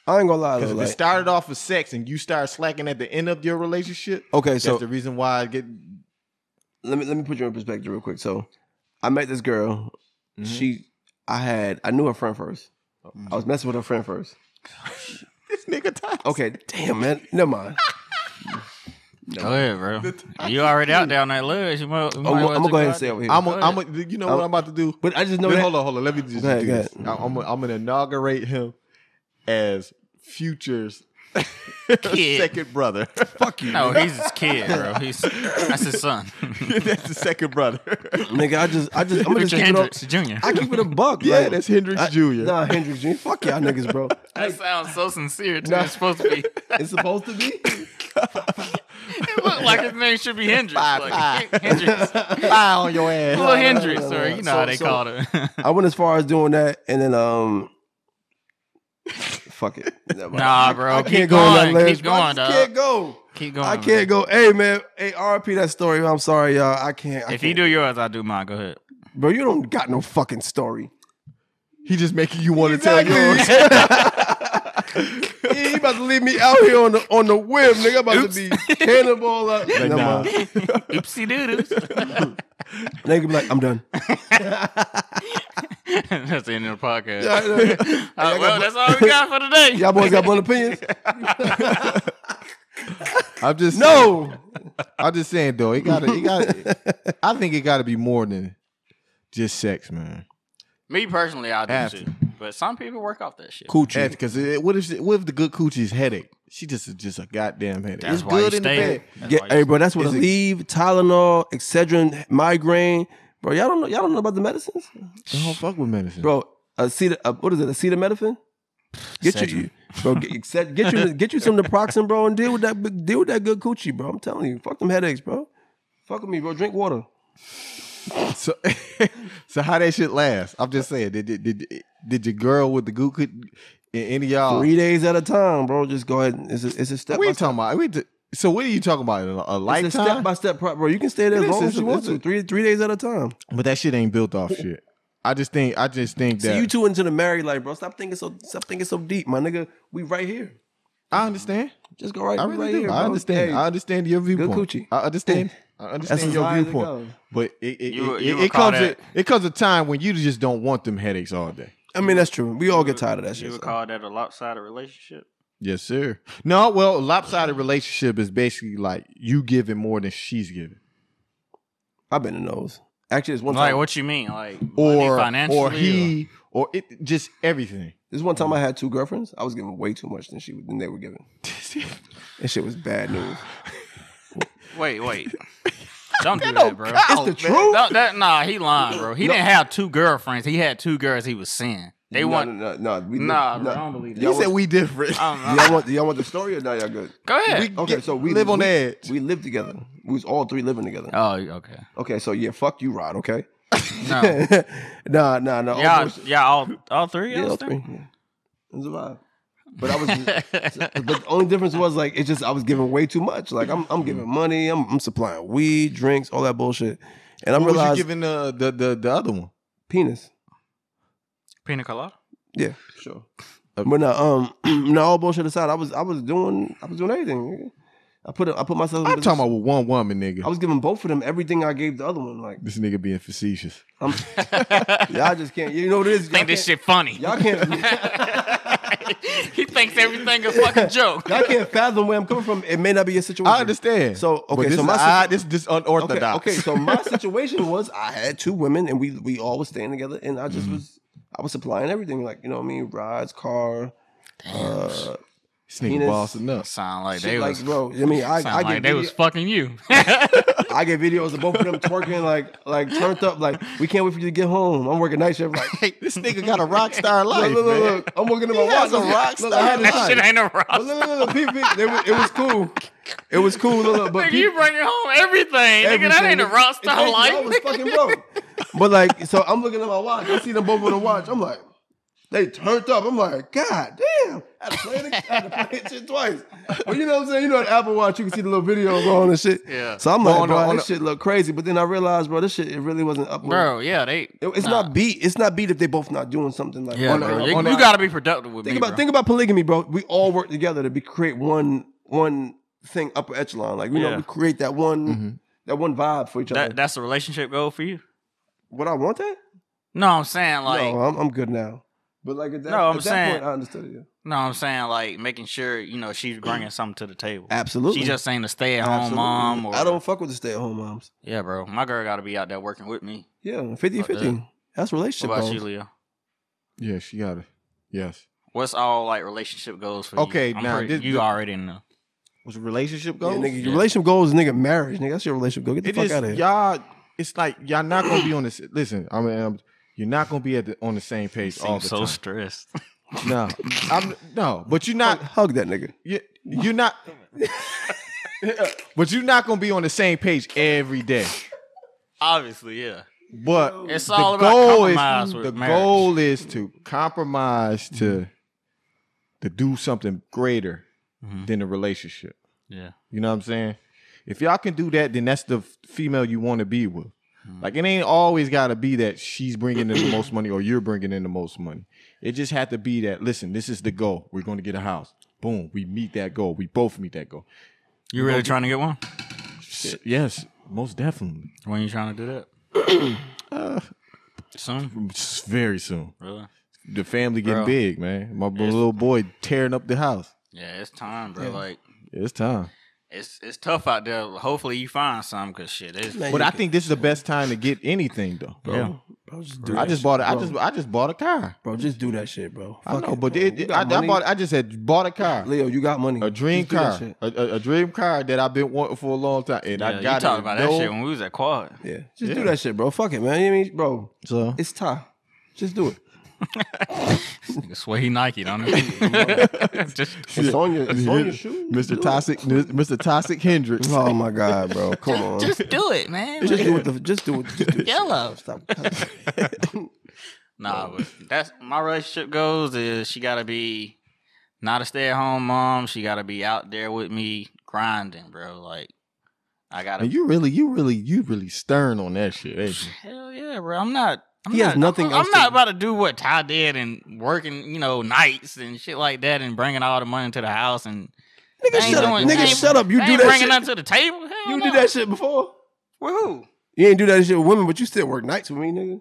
Speaker 1: I ain't gonna lie though.
Speaker 2: Because if it
Speaker 1: like-
Speaker 2: started off with sex and you start slacking at the end of your relationship,
Speaker 1: okay,
Speaker 2: that's
Speaker 1: so
Speaker 2: the reason why I get.
Speaker 1: let me let me put you in perspective real quick. So, I met this girl.
Speaker 3: Mm-hmm.
Speaker 2: Mhm.
Speaker 1: She, I had, I knew her friend first. I was messing with her friend first.
Speaker 2: this nigga tired.
Speaker 1: Okay, damn man, never mind.
Speaker 3: Go ahead, bro. You already out there on that ledge. You might, you
Speaker 1: Oh, I'm,
Speaker 3: might
Speaker 1: gonna-
Speaker 3: well
Speaker 1: I'm gonna
Speaker 3: just
Speaker 1: go ahead and
Speaker 3: out
Speaker 1: stay
Speaker 3: there.
Speaker 1: over here.
Speaker 2: I'm. A,
Speaker 3: Go ahead.
Speaker 2: I'm. A, you know
Speaker 1: Oh.
Speaker 2: what I'm about to do.
Speaker 1: but I just know
Speaker 2: Let-
Speaker 1: that.
Speaker 2: hold on, hold on. Let me just
Speaker 1: Go ahead,
Speaker 2: do
Speaker 1: go
Speaker 2: this.
Speaker 1: ahead.
Speaker 2: I- I'm. i I'm gonna inaugurate him as futures
Speaker 3: Kid.
Speaker 2: second brother.
Speaker 1: Fuck you,
Speaker 3: No,
Speaker 1: nigga.
Speaker 3: he's his kid, bro. He's that's his son.
Speaker 2: that's the second brother.
Speaker 1: nigga. I just, I just, I'm gonna just
Speaker 3: Richard
Speaker 1: keep it up.
Speaker 3: Hendricks Jr.
Speaker 1: I keep it a buck.
Speaker 2: Yeah,
Speaker 1: like,
Speaker 2: that's Hendrix Jr.
Speaker 1: Nah, Hendrix Jr. Fuck y'all niggas, bro.
Speaker 3: That sounds so sincere. Too.
Speaker 1: Nah.
Speaker 3: It's supposed to be.
Speaker 1: It's supposed to be.
Speaker 3: it looked like his name should be Hendrix.
Speaker 2: Five,
Speaker 3: Like,
Speaker 2: five.
Speaker 3: Hendrix.
Speaker 2: Fire on your ass.
Speaker 3: Little Hendrix, or you know
Speaker 1: So-
Speaker 3: how they
Speaker 1: so-
Speaker 3: called him.
Speaker 1: I went as far as doing that, and then um, fuck it. Never mind.
Speaker 3: nah, bro.
Speaker 1: I
Speaker 3: keep
Speaker 1: can't go on that
Speaker 3: going.
Speaker 1: ledge.
Speaker 3: keep
Speaker 1: bro. I just
Speaker 3: going, dog.
Speaker 1: can't go.
Speaker 3: Keep going.
Speaker 1: I
Speaker 3: man.
Speaker 1: can't go. Hey man, hey RP that story. I'm sorry, y'all. I can't. I
Speaker 3: If you
Speaker 1: can't.
Speaker 3: do yours, I'll do mine. Go ahead.
Speaker 1: bro, you don't got no fucking story.
Speaker 2: He just making you want to tell yours.
Speaker 1: Yeah, you about to leave me out here on the on the whim, nigga. I'm about to be cannonball up.
Speaker 2: Like,
Speaker 1: Never
Speaker 2: nah.
Speaker 1: mind.
Speaker 3: Oopsie doodles.
Speaker 1: They could be like, I'm done.
Speaker 3: that's the end of the podcast.
Speaker 1: Yeah, I know.
Speaker 3: Uh, well, that's all we got for today.
Speaker 1: Y'all boys got blunt opinions?
Speaker 2: I'm just
Speaker 1: No.
Speaker 2: I'm just saying though. It got to it got. I think it got to be more than just sex, man.
Speaker 3: Me personally, I do
Speaker 2: Have
Speaker 3: too.
Speaker 2: to.
Speaker 3: But some people work off that shit.
Speaker 1: Coochie.
Speaker 2: Because what if what if the good coochie's headache? She just just a goddamn headache. it's
Speaker 3: That's why
Speaker 2: good
Speaker 3: you
Speaker 2: in the
Speaker 3: stay.
Speaker 2: bed.
Speaker 3: That's
Speaker 1: Get,
Speaker 3: why you
Speaker 1: hey, bro, that's what
Speaker 2: Is it-
Speaker 1: leave Tylenol, Excedrin, migraine, bro. Y'all don't know. Y'all don't know about the medicines,
Speaker 2: Don't fuck with medicine,
Speaker 1: bro. Acet, uh, what is it? Acetaminophen. Get you, bro. Get, Exced- get you, get you some naproxen, bro, and deal with that. big- Deal with that good coochie, bro. I'm telling you, fuck them headaches, bro. Fuck with me, bro. Drink water.
Speaker 2: So, so how that shit last? I'm just saying. Did did did, did your girl with the good coo- in any of y'all?
Speaker 1: Three days at a time, bro. Just go ahead. and- It's a, it's a step.
Speaker 2: What
Speaker 1: by
Speaker 2: are you talking about? Uh, We d- so what are you talking about? A, a
Speaker 1: It's a step
Speaker 2: lifetime?
Speaker 1: by step, pro- bro. You can stay there
Speaker 2: It
Speaker 1: as
Speaker 2: is,
Speaker 1: long
Speaker 2: it's
Speaker 1: as you
Speaker 2: a-
Speaker 1: want
Speaker 2: it's a-
Speaker 1: to. Three three days at a time.
Speaker 2: but that shit ain't built off shit. I just think I just think
Speaker 1: So
Speaker 2: that
Speaker 1: you two into the married life, bro. Stop thinking so. Stop thinking so deep, my nigga. We right here.
Speaker 2: I understand.
Speaker 1: Just go right.
Speaker 2: I
Speaker 1: we
Speaker 2: really
Speaker 1: right
Speaker 2: do.
Speaker 1: Here,
Speaker 2: I
Speaker 1: bro.
Speaker 2: understand.
Speaker 1: Hey,
Speaker 2: I understand your viewpoint.
Speaker 1: coochie.
Speaker 2: I understand. I
Speaker 1: That's
Speaker 2: understand
Speaker 1: as
Speaker 2: your
Speaker 1: high as it
Speaker 2: viewpoint.
Speaker 1: goes.
Speaker 2: But it it,
Speaker 3: You-
Speaker 2: it,
Speaker 3: you
Speaker 2: it-
Speaker 3: would
Speaker 2: it
Speaker 3: call
Speaker 2: comes a,
Speaker 3: that-
Speaker 2: it comes a time when you just don't want them headaches all day.
Speaker 1: I mean, that's true. We all get tired of that
Speaker 3: You
Speaker 1: shit.
Speaker 3: would
Speaker 1: so.
Speaker 3: call that a lopsided relationship?
Speaker 2: Yes, sir. No, well, a lopsided relationship is basically like you giving more than she's giving.
Speaker 1: I've been in those. Actually, there's one
Speaker 3: Like,
Speaker 1: time.
Speaker 3: what you mean? Like,
Speaker 2: Or
Speaker 3: money
Speaker 2: or
Speaker 3: financially?
Speaker 2: he or it just everything.
Speaker 1: This one time I had two girlfriends. I was giving way too much than she than they were giving. That shit was bad news.
Speaker 3: or- Wait, wait. Don't do
Speaker 2: no
Speaker 3: that, bro.
Speaker 2: cow,
Speaker 1: It's the man. truth.
Speaker 3: Don't- that- nah, he lying, bro. He didn't have two girlfriends. He had two girls he was seeing. They
Speaker 1: no,
Speaker 3: want.
Speaker 1: no, no, no, we
Speaker 3: Nah,
Speaker 1: no.
Speaker 3: bro, I don't believe that.
Speaker 1: Y'all
Speaker 2: He said
Speaker 1: want,
Speaker 2: we different.
Speaker 3: I don't know.
Speaker 1: y'all want y'all want the story or now y'all good?
Speaker 3: Go ahead.
Speaker 2: We
Speaker 1: Okay,
Speaker 2: get-
Speaker 1: so we
Speaker 2: live on
Speaker 1: we,
Speaker 2: edge.
Speaker 1: We lived together. We was all three living together.
Speaker 3: oh, okay.
Speaker 1: Okay, so yeah, fuck you, Rod. Okay,
Speaker 3: No.
Speaker 1: nah, nah, nah. all
Speaker 3: Yeah,
Speaker 1: bullshit.
Speaker 3: yeah, all all three,
Speaker 1: yeah,
Speaker 3: y'all
Speaker 1: all
Speaker 3: still?
Speaker 1: three. Yeah. It was a vibe. But I was. but the only difference was like it's just I was giving way too much. Like I'm I'm giving money, I'm I'm supplying weed, drinks, all that bullshit. And I'm
Speaker 2: What was
Speaker 1: realizing
Speaker 2: you giving the the the, the other one?
Speaker 1: penis.
Speaker 3: Pina colada.
Speaker 1: Yeah, sure. But no, um, no, all bullshit aside, I was I was doing I was doing everything. I put I put myself. in
Speaker 2: I'm
Speaker 1: business.
Speaker 2: talking about with one woman, nigga.
Speaker 1: I was giving both of them everything I gave the other one. Like
Speaker 2: this nigga being facetious.
Speaker 1: I'm, y'all just can't. You know what it is? Y'all
Speaker 3: Think this
Speaker 1: can't-
Speaker 3: shit funny.
Speaker 1: Y'all can't.
Speaker 3: he thinks everything a fucking joke.
Speaker 1: y'all can't fathom where I'm coming from. It may not be your situation.
Speaker 2: I understand.
Speaker 1: So,
Speaker 2: But
Speaker 1: okay,
Speaker 2: this
Speaker 1: so
Speaker 2: is
Speaker 1: my situ-
Speaker 2: odd, this this
Speaker 1: Okay,
Speaker 2: unorthodox.
Speaker 1: okay, so my situation was I had two women and we we all was staying together and I just was I was supplying everything like you know what I mean rides car uh,
Speaker 2: this nigga
Speaker 1: penis-
Speaker 2: bossing up.
Speaker 3: Sound like they
Speaker 1: shit like
Speaker 3: was.
Speaker 1: bro I mean I
Speaker 3: sound
Speaker 1: I
Speaker 3: like
Speaker 1: get
Speaker 3: they
Speaker 1: video,
Speaker 3: was fucking you.
Speaker 1: I get videos of both of them twerking like like turned up like we can't wait for you to get home I'm working night shift like
Speaker 2: Hey, this nigga got a rock star life.
Speaker 1: look look look,
Speaker 2: man.
Speaker 1: look, I'm looking at my
Speaker 2: He has
Speaker 1: watch
Speaker 2: a rock
Speaker 1: look, I had
Speaker 2: star
Speaker 1: this
Speaker 2: life.
Speaker 1: time.
Speaker 3: that shit ain't a
Speaker 1: But
Speaker 3: roster.
Speaker 1: look, look, look, peep, peep. They were- it was cool it was cool look, look, but
Speaker 3: Nigga,
Speaker 1: peep-
Speaker 3: you bringing home everything. Nigga, that
Speaker 1: everything.
Speaker 3: ain't a rock star
Speaker 1: Exactly, I was
Speaker 3: life.
Speaker 1: fucking broke. But like, so I'm looking at my watch. I see them both with a watch. I'm like, they turned up. I'm like, God damn. I had to play it, I had to play it shit twice. But you know what I'm saying? You know, an Apple Watch, you can see the little video going and shit.
Speaker 3: Yeah.
Speaker 1: So I'm like,
Speaker 2: on the-
Speaker 1: bro,
Speaker 2: on
Speaker 1: this shit look crazy. But then I realized, bro, this shit, it really wasn't up. with-
Speaker 3: Bro, yeah, they.
Speaker 1: It- it's not beat. It's not beat if they both not doing something like
Speaker 3: Yeah,
Speaker 1: on-
Speaker 3: bro.
Speaker 1: on-
Speaker 3: you
Speaker 1: on-
Speaker 3: you gotta be productive with
Speaker 1: Think
Speaker 3: me,
Speaker 1: about
Speaker 3: bro.
Speaker 1: think about polygamy, bro. We all work together to be create one one thing upper echelon. Like we know
Speaker 3: Yeah. Mm-hmm.
Speaker 1: we create that one that one vibe for each other.
Speaker 3: that, that's a relationship goal for you.
Speaker 1: Would I want that?
Speaker 3: No, I'm saying like,
Speaker 1: no, uh,
Speaker 3: no,
Speaker 1: I'm, I'm good now. But like at that,
Speaker 3: No, I'm
Speaker 1: at that
Speaker 3: saying-
Speaker 1: point, I understood it. Yeah.
Speaker 3: I'm saying like making sure you know she's bringing something to the table.
Speaker 1: Absolutely.
Speaker 3: She just ain't a stay at home mom. Or,
Speaker 1: I don't fuck with the stay at home moms.
Speaker 3: Yeah, bro. My girl gotta be out there working with me.
Speaker 1: Yeah, 50
Speaker 3: Fuck that.
Speaker 1: 50. That's
Speaker 3: What
Speaker 1: relationship.
Speaker 3: about
Speaker 1: goals.
Speaker 3: you, Leo?
Speaker 2: Yeah, she got it. Yes.
Speaker 3: What's all like relationship goals for
Speaker 2: Okay,
Speaker 3: you? I'm
Speaker 2: now,
Speaker 3: pretty-
Speaker 2: this-
Speaker 3: you
Speaker 2: this-
Speaker 3: already know.
Speaker 2: Was relationship
Speaker 1: yeah,
Speaker 2: goals?
Speaker 1: nigga, your
Speaker 3: Yeah.
Speaker 1: relationship goals, nigga, marriage, nigga. That's your relationship goal. Get the
Speaker 2: it
Speaker 1: fuck
Speaker 2: is
Speaker 1: out of here.
Speaker 2: y'all. It's like y'all not gonna be on this. Listen, I mean, I'm, you're not gonna be at the, on the same page all
Speaker 3: Seems
Speaker 2: the
Speaker 3: so
Speaker 2: time.
Speaker 3: stressed.
Speaker 2: no, I'm no, but you're
Speaker 1: Hug-
Speaker 2: not.
Speaker 1: hug that nigga.
Speaker 2: You, you're not. But you're not gonna be on the same page every day.
Speaker 3: Obviously, yeah.
Speaker 2: But
Speaker 3: It's
Speaker 2: the
Speaker 3: all about
Speaker 2: goal
Speaker 3: compromise
Speaker 2: is
Speaker 3: with
Speaker 2: the
Speaker 3: marriage.
Speaker 2: goal is to compromise to to do something greater
Speaker 3: Mhm.
Speaker 2: than the relationship.
Speaker 3: Yeah.
Speaker 2: You know what I'm saying? If y'all can do that, then that's the f- female you want to be with.
Speaker 3: Mm-hmm.
Speaker 2: Like it ain't always got to be that she's bringing in the most money or you're bringing in the most money. It just had to be that. Listen, this is the goal. We're going to get a house. Boom. We meet that goal. We both meet that goal.
Speaker 3: You really trying to get one?
Speaker 2: Shit. Yes, most definitely.
Speaker 3: When you trying to do that?
Speaker 2: Ah.
Speaker 3: Soon?
Speaker 2: Just Very soon.
Speaker 3: Really?
Speaker 2: The family getting
Speaker 3: Bro.
Speaker 2: big, man. My b- little boy tearing up the house.
Speaker 3: Yeah, it's time, bro. Like
Speaker 2: It's time.
Speaker 3: it's it's tough out there. Hopefully you find some cause shit. It's,
Speaker 1: Man,
Speaker 2: But
Speaker 1: you
Speaker 2: I think this is the best time to get anything though.
Speaker 3: yeah.
Speaker 1: Bro, just do
Speaker 2: I
Speaker 1: that
Speaker 2: just
Speaker 1: shit,
Speaker 2: bought. A, I
Speaker 1: bro.
Speaker 2: just. I just bought a car.
Speaker 1: bro, just do that shit, bro.
Speaker 2: I
Speaker 1: Fuck
Speaker 2: know,
Speaker 1: it,
Speaker 2: but
Speaker 1: bro.
Speaker 2: it,
Speaker 1: You
Speaker 2: I, I
Speaker 1: got money.
Speaker 2: bought. I just had bought a car,
Speaker 1: Leo, you got money.
Speaker 2: a dream
Speaker 1: Just do that
Speaker 2: car,
Speaker 1: shit.
Speaker 2: a, a, a dream car that I've been wanting for a long time, and
Speaker 3: Yeah,
Speaker 2: I
Speaker 3: you
Speaker 2: got
Speaker 3: talked
Speaker 2: it.
Speaker 3: about
Speaker 2: no-
Speaker 3: that shit when we was at quad.
Speaker 1: Yeah, just
Speaker 2: Yeah.
Speaker 1: do that shit, bro. Fuck it, man. You know what I mean, bro,
Speaker 2: So
Speaker 1: it's time. Just do it.
Speaker 3: That's why he Nike, don't it? Just
Speaker 1: It's on your, it's on your shoes.
Speaker 2: Mr. Toxic, Mr. Toxic Hendricks.
Speaker 1: Oh my god, bro. Come on. Just,
Speaker 3: just do it, man.
Speaker 1: do it. The, just do it. Just do it.
Speaker 3: Yellow.
Speaker 1: Stop.
Speaker 3: Nah, but that's my relationship goes is she gotta be not a stay at home mom. She gotta be out there with me grinding, bro. Like I gotta
Speaker 2: And you really, you really, you really stern on that shit. ain't you?
Speaker 3: hell yeah, bro. I'm not. I'm
Speaker 1: He
Speaker 3: not,
Speaker 1: has nothing
Speaker 3: I'm,
Speaker 1: else
Speaker 3: I'm
Speaker 1: to
Speaker 3: not
Speaker 1: do.
Speaker 3: about to do what Ty did and working, you know, nights and shit like that, and bringing all the money to the house and they
Speaker 1: Nigga,
Speaker 3: ain't
Speaker 1: shut up.
Speaker 3: doing- they
Speaker 1: Nigga,
Speaker 3: ain't-
Speaker 1: shut up. You
Speaker 3: they
Speaker 1: do
Speaker 3: ain't
Speaker 1: that
Speaker 3: bringing
Speaker 1: shit.
Speaker 3: nothing to the table. Hell
Speaker 1: You
Speaker 3: no.
Speaker 1: did that shit before.
Speaker 3: with who?
Speaker 1: You ain't do that shit with women, but you still work nights with me, nigga.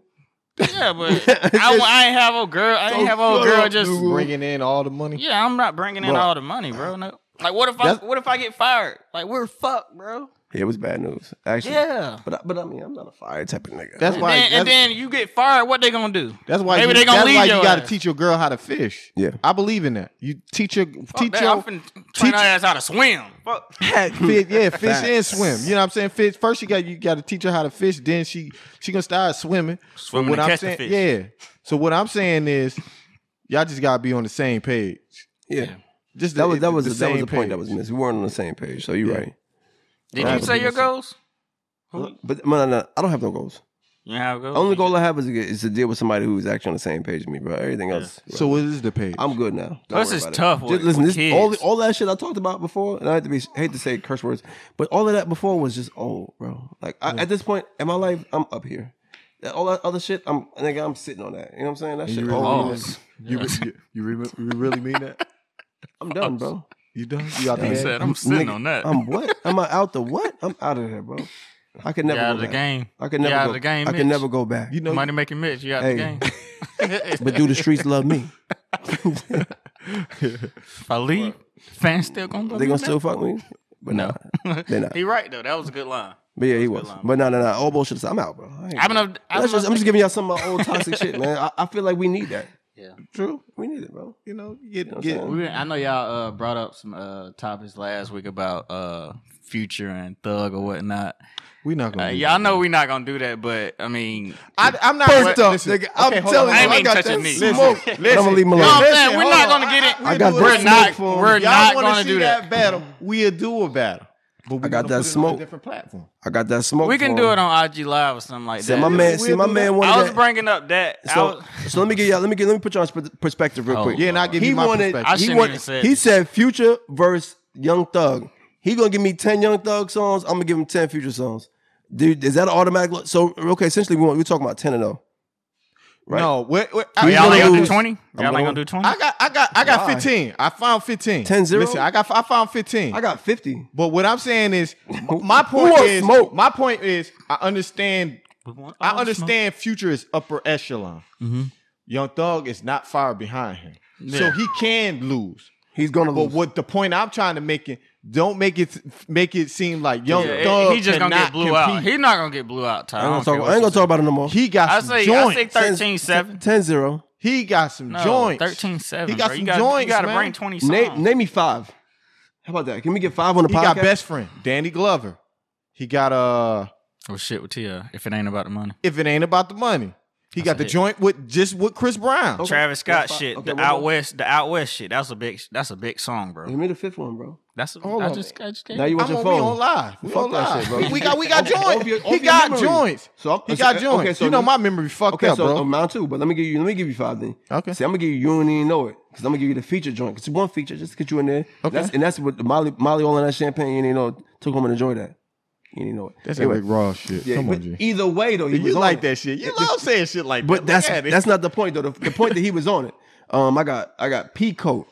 Speaker 3: Yeah, but I, I ain't have old girl. I ain't
Speaker 1: Oh,
Speaker 3: have old
Speaker 1: shut
Speaker 3: girl
Speaker 1: up,
Speaker 3: just
Speaker 1: dude.
Speaker 2: Bringing in all the money.
Speaker 3: Yeah, I'm not bringing in
Speaker 1: Bro.
Speaker 3: all the money, bro. No. Like, what if I
Speaker 2: That's-
Speaker 3: what if I get fired? Like, we're fucked, bro.
Speaker 1: Yeah, it was bad news, actually.
Speaker 3: Yeah.
Speaker 1: But I, but I mean, I'm not a fire type of nigga.
Speaker 2: That's
Speaker 3: And
Speaker 2: why.
Speaker 3: then, and
Speaker 2: that's-
Speaker 3: then you get fired. What they gonna do?
Speaker 2: That's why.
Speaker 3: Maybe
Speaker 2: you,
Speaker 3: they gonna
Speaker 2: that's
Speaker 3: leave
Speaker 2: why
Speaker 3: your
Speaker 2: you got to
Speaker 3: ass.
Speaker 2: teach your girl how to fish.
Speaker 1: Yeah.
Speaker 2: I believe in that. You teach your
Speaker 3: Fuck
Speaker 2: teach
Speaker 3: that.
Speaker 2: your
Speaker 3: I'm finna
Speaker 2: teach-
Speaker 3: train her ass how to swim. Fuck.
Speaker 2: fish, yeah, fish
Speaker 1: Facts.
Speaker 2: and swim. You know what I'm saying? Fish first, you got you got to teach her how to fish. Then she she gonna start swimming. But
Speaker 3: Swimming
Speaker 2: what
Speaker 3: to
Speaker 2: I'm
Speaker 3: catch the
Speaker 2: saying,
Speaker 3: fish.
Speaker 2: yeah. So what I'm saying is, y'all just gotta be on the same page.
Speaker 1: yeah.
Speaker 2: Just
Speaker 1: That
Speaker 2: the-
Speaker 1: was that was
Speaker 2: the
Speaker 1: the, that was
Speaker 2: same
Speaker 1: the point that
Speaker 2: page.
Speaker 1: was missed. We weren't on the same page, so you're
Speaker 2: Yeah.
Speaker 1: right.
Speaker 3: Did
Speaker 1: Right.
Speaker 3: you say your goals?
Speaker 1: But no, no, I don't have no goals.
Speaker 3: Oh, You have goals.
Speaker 1: Only goal I have is to, get, is to deal with somebody who's actually on the same page as me, bro. Everything else,
Speaker 2: So what is the page?
Speaker 1: I'm good now. Don't
Speaker 3: This
Speaker 1: worry
Speaker 3: is
Speaker 1: about it.
Speaker 3: tough
Speaker 1: Just
Speaker 3: with-
Speaker 1: listen,
Speaker 3: with
Speaker 1: this, all
Speaker 3: kids.
Speaker 1: all that shit I talked about before, and I hate to be hate to say curse words, but all of that before was just old, bro. Like I, at this point in my life, I'm up here. That- All that other shit, I'm nigga, I'm sitting on that. You know what I'm saying? That
Speaker 2: You
Speaker 1: shit
Speaker 2: really
Speaker 1: old.
Speaker 2: mean
Speaker 3: Pause.
Speaker 2: that? You, you, you, re- you really mean that?
Speaker 1: I'm done, bro.
Speaker 2: You done? You got
Speaker 3: He
Speaker 2: the
Speaker 3: said, I'm sitting
Speaker 1: nigga,
Speaker 3: on that.
Speaker 1: I'm what? Am I out the what? I'm out of here, bro. I could
Speaker 3: you
Speaker 1: never
Speaker 3: out
Speaker 1: go
Speaker 3: of the
Speaker 1: back.
Speaker 3: game.
Speaker 1: I could
Speaker 3: You
Speaker 1: never
Speaker 3: out
Speaker 1: go.
Speaker 3: of the game.
Speaker 1: I could
Speaker 3: Mitch.
Speaker 1: never go back.
Speaker 2: You know,
Speaker 3: Money making Mitch. You out
Speaker 1: Hey.
Speaker 3: the game.
Speaker 1: But do the streets love me?
Speaker 3: if I leave, fans still gonna love
Speaker 1: They
Speaker 3: me
Speaker 1: gonna
Speaker 3: now.
Speaker 1: still fuck me? But no, they not.
Speaker 3: He right though. That was a good line.
Speaker 1: But yeah, he was.
Speaker 3: line.
Speaker 1: But no, no, no. All bullshit. aside, I'm out, bro. I ain't-
Speaker 3: I'm gonna. I'm,
Speaker 1: That's just- I'm
Speaker 3: gonna-
Speaker 1: just giving y'all some of my old toxic shit, man. I, I feel like we need that.
Speaker 3: Yeah.
Speaker 1: True. We need it, bro.
Speaker 2: you know, you
Speaker 1: know
Speaker 2: get,
Speaker 1: what
Speaker 2: get
Speaker 1: I'm
Speaker 3: We, I know y'all uh, brought up some uh, topics last week about uh, future and thug or whatnot.
Speaker 2: we not
Speaker 3: Uh,
Speaker 1: Mm-hmm.
Speaker 2: gonna. do
Speaker 3: y'all
Speaker 2: that.
Speaker 3: know we're not gonna do that, but I mean,
Speaker 2: I, I'm not.
Speaker 1: First
Speaker 2: Listen,
Speaker 1: up,
Speaker 2: listen,
Speaker 1: nigga, I'm
Speaker 2: okay, hold
Speaker 1: telling
Speaker 2: on,
Speaker 1: you,
Speaker 3: I ain't
Speaker 1: I,
Speaker 3: even
Speaker 1: got
Speaker 3: touching
Speaker 1: that
Speaker 3: these.
Speaker 1: smoke.
Speaker 2: Listen,
Speaker 1: and I'm gonna leave him
Speaker 3: No, I'm
Speaker 1: alone.
Speaker 2: Listen,
Speaker 3: saying we're
Speaker 2: hold
Speaker 3: not
Speaker 2: on.
Speaker 3: gonna get
Speaker 2: I-
Speaker 3: it.
Speaker 2: I- we
Speaker 1: got that smoke
Speaker 2: do it.
Speaker 3: We're not-
Speaker 1: for him.
Speaker 3: we're
Speaker 2: Y'all
Speaker 3: not
Speaker 2: wanna
Speaker 3: gonna
Speaker 2: see
Speaker 3: do that.
Speaker 2: battle. We'll do a battle. But we
Speaker 1: I got
Speaker 2: gonna
Speaker 1: that
Speaker 2: put it on a
Speaker 1: smoke.
Speaker 2: different platform.
Speaker 1: I got that smoke.
Speaker 3: we can
Speaker 1: for
Speaker 3: do
Speaker 1: him.
Speaker 3: it on IG Live or something like
Speaker 1: See,
Speaker 3: that.
Speaker 1: my man,
Speaker 2: We'll
Speaker 1: see, my
Speaker 2: do
Speaker 1: man
Speaker 2: that.
Speaker 1: wanted
Speaker 3: I was
Speaker 1: that.
Speaker 3: bringing up that. I,
Speaker 1: so,
Speaker 3: was,
Speaker 1: so let me get y'all. Let me get. Let me put y'all in pers- perspective real
Speaker 3: Oh,
Speaker 1: quick.
Speaker 2: Yeah, and I give
Speaker 1: he
Speaker 2: you my
Speaker 1: wanted.
Speaker 2: perspective.
Speaker 3: I
Speaker 1: he
Speaker 3: shouldn't
Speaker 1: wanted.
Speaker 3: even said
Speaker 1: he
Speaker 3: this.
Speaker 1: said Future versus Young Thug. He gonna give me ten Young Thug songs. I'm gonna give him ten Future songs. Dude, is that an automatic? lo- So okay, essentially we want we're talking about ten and oh. zero. Right.
Speaker 2: No, wait, wait, I,
Speaker 1: We
Speaker 3: y'all ain't
Speaker 1: gonna
Speaker 3: gonna do
Speaker 1: lose.
Speaker 3: twenty. Y'all ain't
Speaker 1: going-
Speaker 3: gonna do twenty.
Speaker 2: I got, I got, I got
Speaker 1: Why?
Speaker 2: 15. I found 15.
Speaker 1: 10-0?
Speaker 2: Listen, I got, I found 15.
Speaker 1: I got fifty.
Speaker 2: but what I'm saying is, my point
Speaker 1: want
Speaker 2: is,
Speaker 1: smoke?
Speaker 2: my point is, I understand, I understand. Future is upper echelon. Young Thug is not far behind him, so
Speaker 3: Mm-hmm. Yeah.
Speaker 2: he can lose.
Speaker 1: He's gonna
Speaker 2: But
Speaker 1: lose.
Speaker 2: what the point I'm trying to make it don't make it make it seem like Young
Speaker 3: Yeah,
Speaker 2: Thug
Speaker 3: he just gonna
Speaker 2: cannot
Speaker 3: get blew
Speaker 2: compete.
Speaker 3: out. He's not gonna get blew out. Ty.
Speaker 1: I ain't gonna
Speaker 3: don't
Speaker 1: talk.
Speaker 3: care
Speaker 1: I ain't gonna
Speaker 3: what
Speaker 1: talk about it no more.
Speaker 2: He got
Speaker 3: I
Speaker 2: some
Speaker 3: say, I
Speaker 2: joints.
Speaker 3: say 13 7.
Speaker 1: 10 0.
Speaker 2: he got some
Speaker 3: No,
Speaker 2: joints.
Speaker 3: 13 7.
Speaker 2: He got
Speaker 3: bro.
Speaker 2: some
Speaker 3: you gotta,
Speaker 2: joints,
Speaker 3: You gotta
Speaker 2: man.
Speaker 3: bring 20 songs.
Speaker 1: Name, name me five. How about that? Can we get five on the
Speaker 2: He
Speaker 1: podcast?
Speaker 2: got best friend Danny Glover. He got uh,
Speaker 3: Oh, shit with Tia. If it ain't about the money.
Speaker 2: if it ain't about the money, He got the joint with just with Chris Brown.
Speaker 1: that's
Speaker 3: Travis Scott
Speaker 1: fine.
Speaker 3: shit,
Speaker 1: Okay,
Speaker 3: the
Speaker 1: what
Speaker 3: out
Speaker 1: about-
Speaker 3: west, the out west shit. That's a big, that's a big song,
Speaker 1: Give
Speaker 3: bro.
Speaker 1: me the fifth one, bro.
Speaker 3: That's a,
Speaker 2: Hold
Speaker 3: I
Speaker 2: on.
Speaker 3: just, I just gave
Speaker 1: Now you
Speaker 3: you.
Speaker 1: want
Speaker 2: I'm
Speaker 1: your
Speaker 2: on, we on
Speaker 1: phone?
Speaker 2: live. We
Speaker 1: Fuck
Speaker 2: on
Speaker 1: that
Speaker 2: live.
Speaker 1: shit, bro.
Speaker 2: We- We got we got
Speaker 1: Off your-
Speaker 2: joints.
Speaker 1: off
Speaker 2: He
Speaker 1: your
Speaker 2: got
Speaker 1: memory.
Speaker 2: joints.
Speaker 1: So-
Speaker 2: He got
Speaker 1: okay,
Speaker 2: joints.
Speaker 1: so
Speaker 2: You know
Speaker 1: you-
Speaker 2: my memory fucked
Speaker 1: Okay,
Speaker 2: up,
Speaker 1: so
Speaker 2: bro.
Speaker 1: I'm too, but let me give you let me give you five then.
Speaker 2: Okay.
Speaker 1: See, I'm gonna give you you don't even know it because I'm gonna give you the feature joint because one feature just to get you in there.
Speaker 2: Okay.
Speaker 1: That's, and that's what the Molly Molly all in that champagne. You didn't know took home and enjoy that. You didn't know it.
Speaker 2: That's
Speaker 1: Anyway,
Speaker 2: that Rick Ross shit.
Speaker 1: yeah,
Speaker 2: Come
Speaker 1: but
Speaker 2: on, G.
Speaker 1: either way though, he
Speaker 2: You
Speaker 1: was on
Speaker 2: like
Speaker 1: it.
Speaker 2: that shit. You love saying shit like
Speaker 1: But
Speaker 2: that. Look
Speaker 1: that's
Speaker 2: at it.
Speaker 1: that's not the point though. The, the point that he was on it. Um, I got I got Peacoat,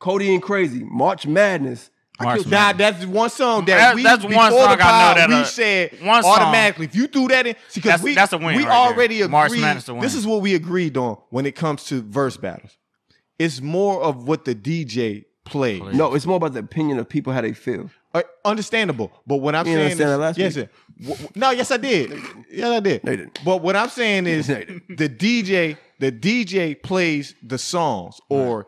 Speaker 1: Cody and Crazy, March Madness. I
Speaker 3: March
Speaker 1: killed-
Speaker 2: Nah, that's one song that,
Speaker 3: That-
Speaker 2: we
Speaker 3: that's one
Speaker 2: before
Speaker 3: song I
Speaker 2: the
Speaker 3: know
Speaker 2: pod,
Speaker 3: that,
Speaker 2: we
Speaker 3: uh,
Speaker 2: said
Speaker 3: one song.
Speaker 2: automatically. If you threw that in, because
Speaker 3: That's-
Speaker 2: we
Speaker 3: that's a win
Speaker 2: We
Speaker 3: right
Speaker 2: already
Speaker 3: there. March
Speaker 2: agreed.
Speaker 3: Madness a win.
Speaker 2: This is what we agreed on when it comes to verse battles. It's more of what the DJ played.
Speaker 3: Played.
Speaker 1: No, it's more about the opinion of people how they feel.
Speaker 2: Uh, understandable. But what I'm
Speaker 1: You
Speaker 2: saying
Speaker 1: didn't understand
Speaker 2: is,
Speaker 1: that last
Speaker 2: yes,
Speaker 1: week.
Speaker 2: sir. W- w- no, yes, I did. Yes, I did.
Speaker 1: No, you didn't.
Speaker 2: But what I'm saying is,
Speaker 1: No, you didn't.
Speaker 2: the DJ, the DJ plays the songs, or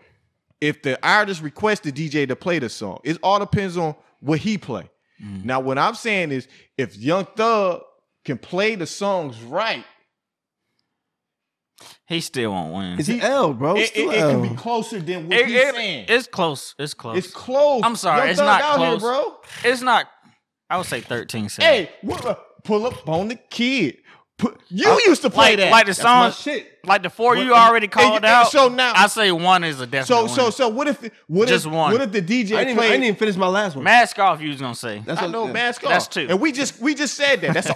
Speaker 2: if the artist requests the DJ to play the song, it all depends on what he play.
Speaker 1: Mm.
Speaker 2: Now, what I'm saying is, if Young Thug can play the songs right,
Speaker 3: He still won't win.
Speaker 1: It's an L, bro. It's
Speaker 2: it, it-
Speaker 1: still
Speaker 2: it
Speaker 1: L.
Speaker 2: can be closer than what
Speaker 3: It-
Speaker 2: he's
Speaker 3: it-
Speaker 2: saying.
Speaker 3: it's close. It's close.
Speaker 2: It's close.
Speaker 3: I'm sorry,
Speaker 2: Young
Speaker 3: it's
Speaker 2: Thug
Speaker 3: not
Speaker 2: out
Speaker 3: close.
Speaker 2: here, bro.
Speaker 3: It's not. I would say thirteen seconds.
Speaker 2: Hey, what, uh, pull up on the kid. Put,
Speaker 1: Uh,
Speaker 2: you used to play
Speaker 3: like,
Speaker 2: that.
Speaker 3: like the
Speaker 1: That's my
Speaker 3: song,
Speaker 1: shit.
Speaker 3: like the four
Speaker 2: What-
Speaker 3: you already
Speaker 2: and-
Speaker 3: called
Speaker 2: and
Speaker 3: out.
Speaker 2: so now-
Speaker 3: I say one is a definite.
Speaker 2: So so
Speaker 3: win.
Speaker 2: so what if what
Speaker 3: Just
Speaker 2: if
Speaker 3: one.
Speaker 2: what if the DJ
Speaker 1: I didn't, even, I
Speaker 2: played
Speaker 1: didn't even finish my last one.
Speaker 3: mask off. You was gonna say
Speaker 1: That's
Speaker 2: I
Speaker 1: what-
Speaker 2: know
Speaker 1: yeah.
Speaker 2: mask off.
Speaker 3: That's two.
Speaker 2: And we just we just said that. That's an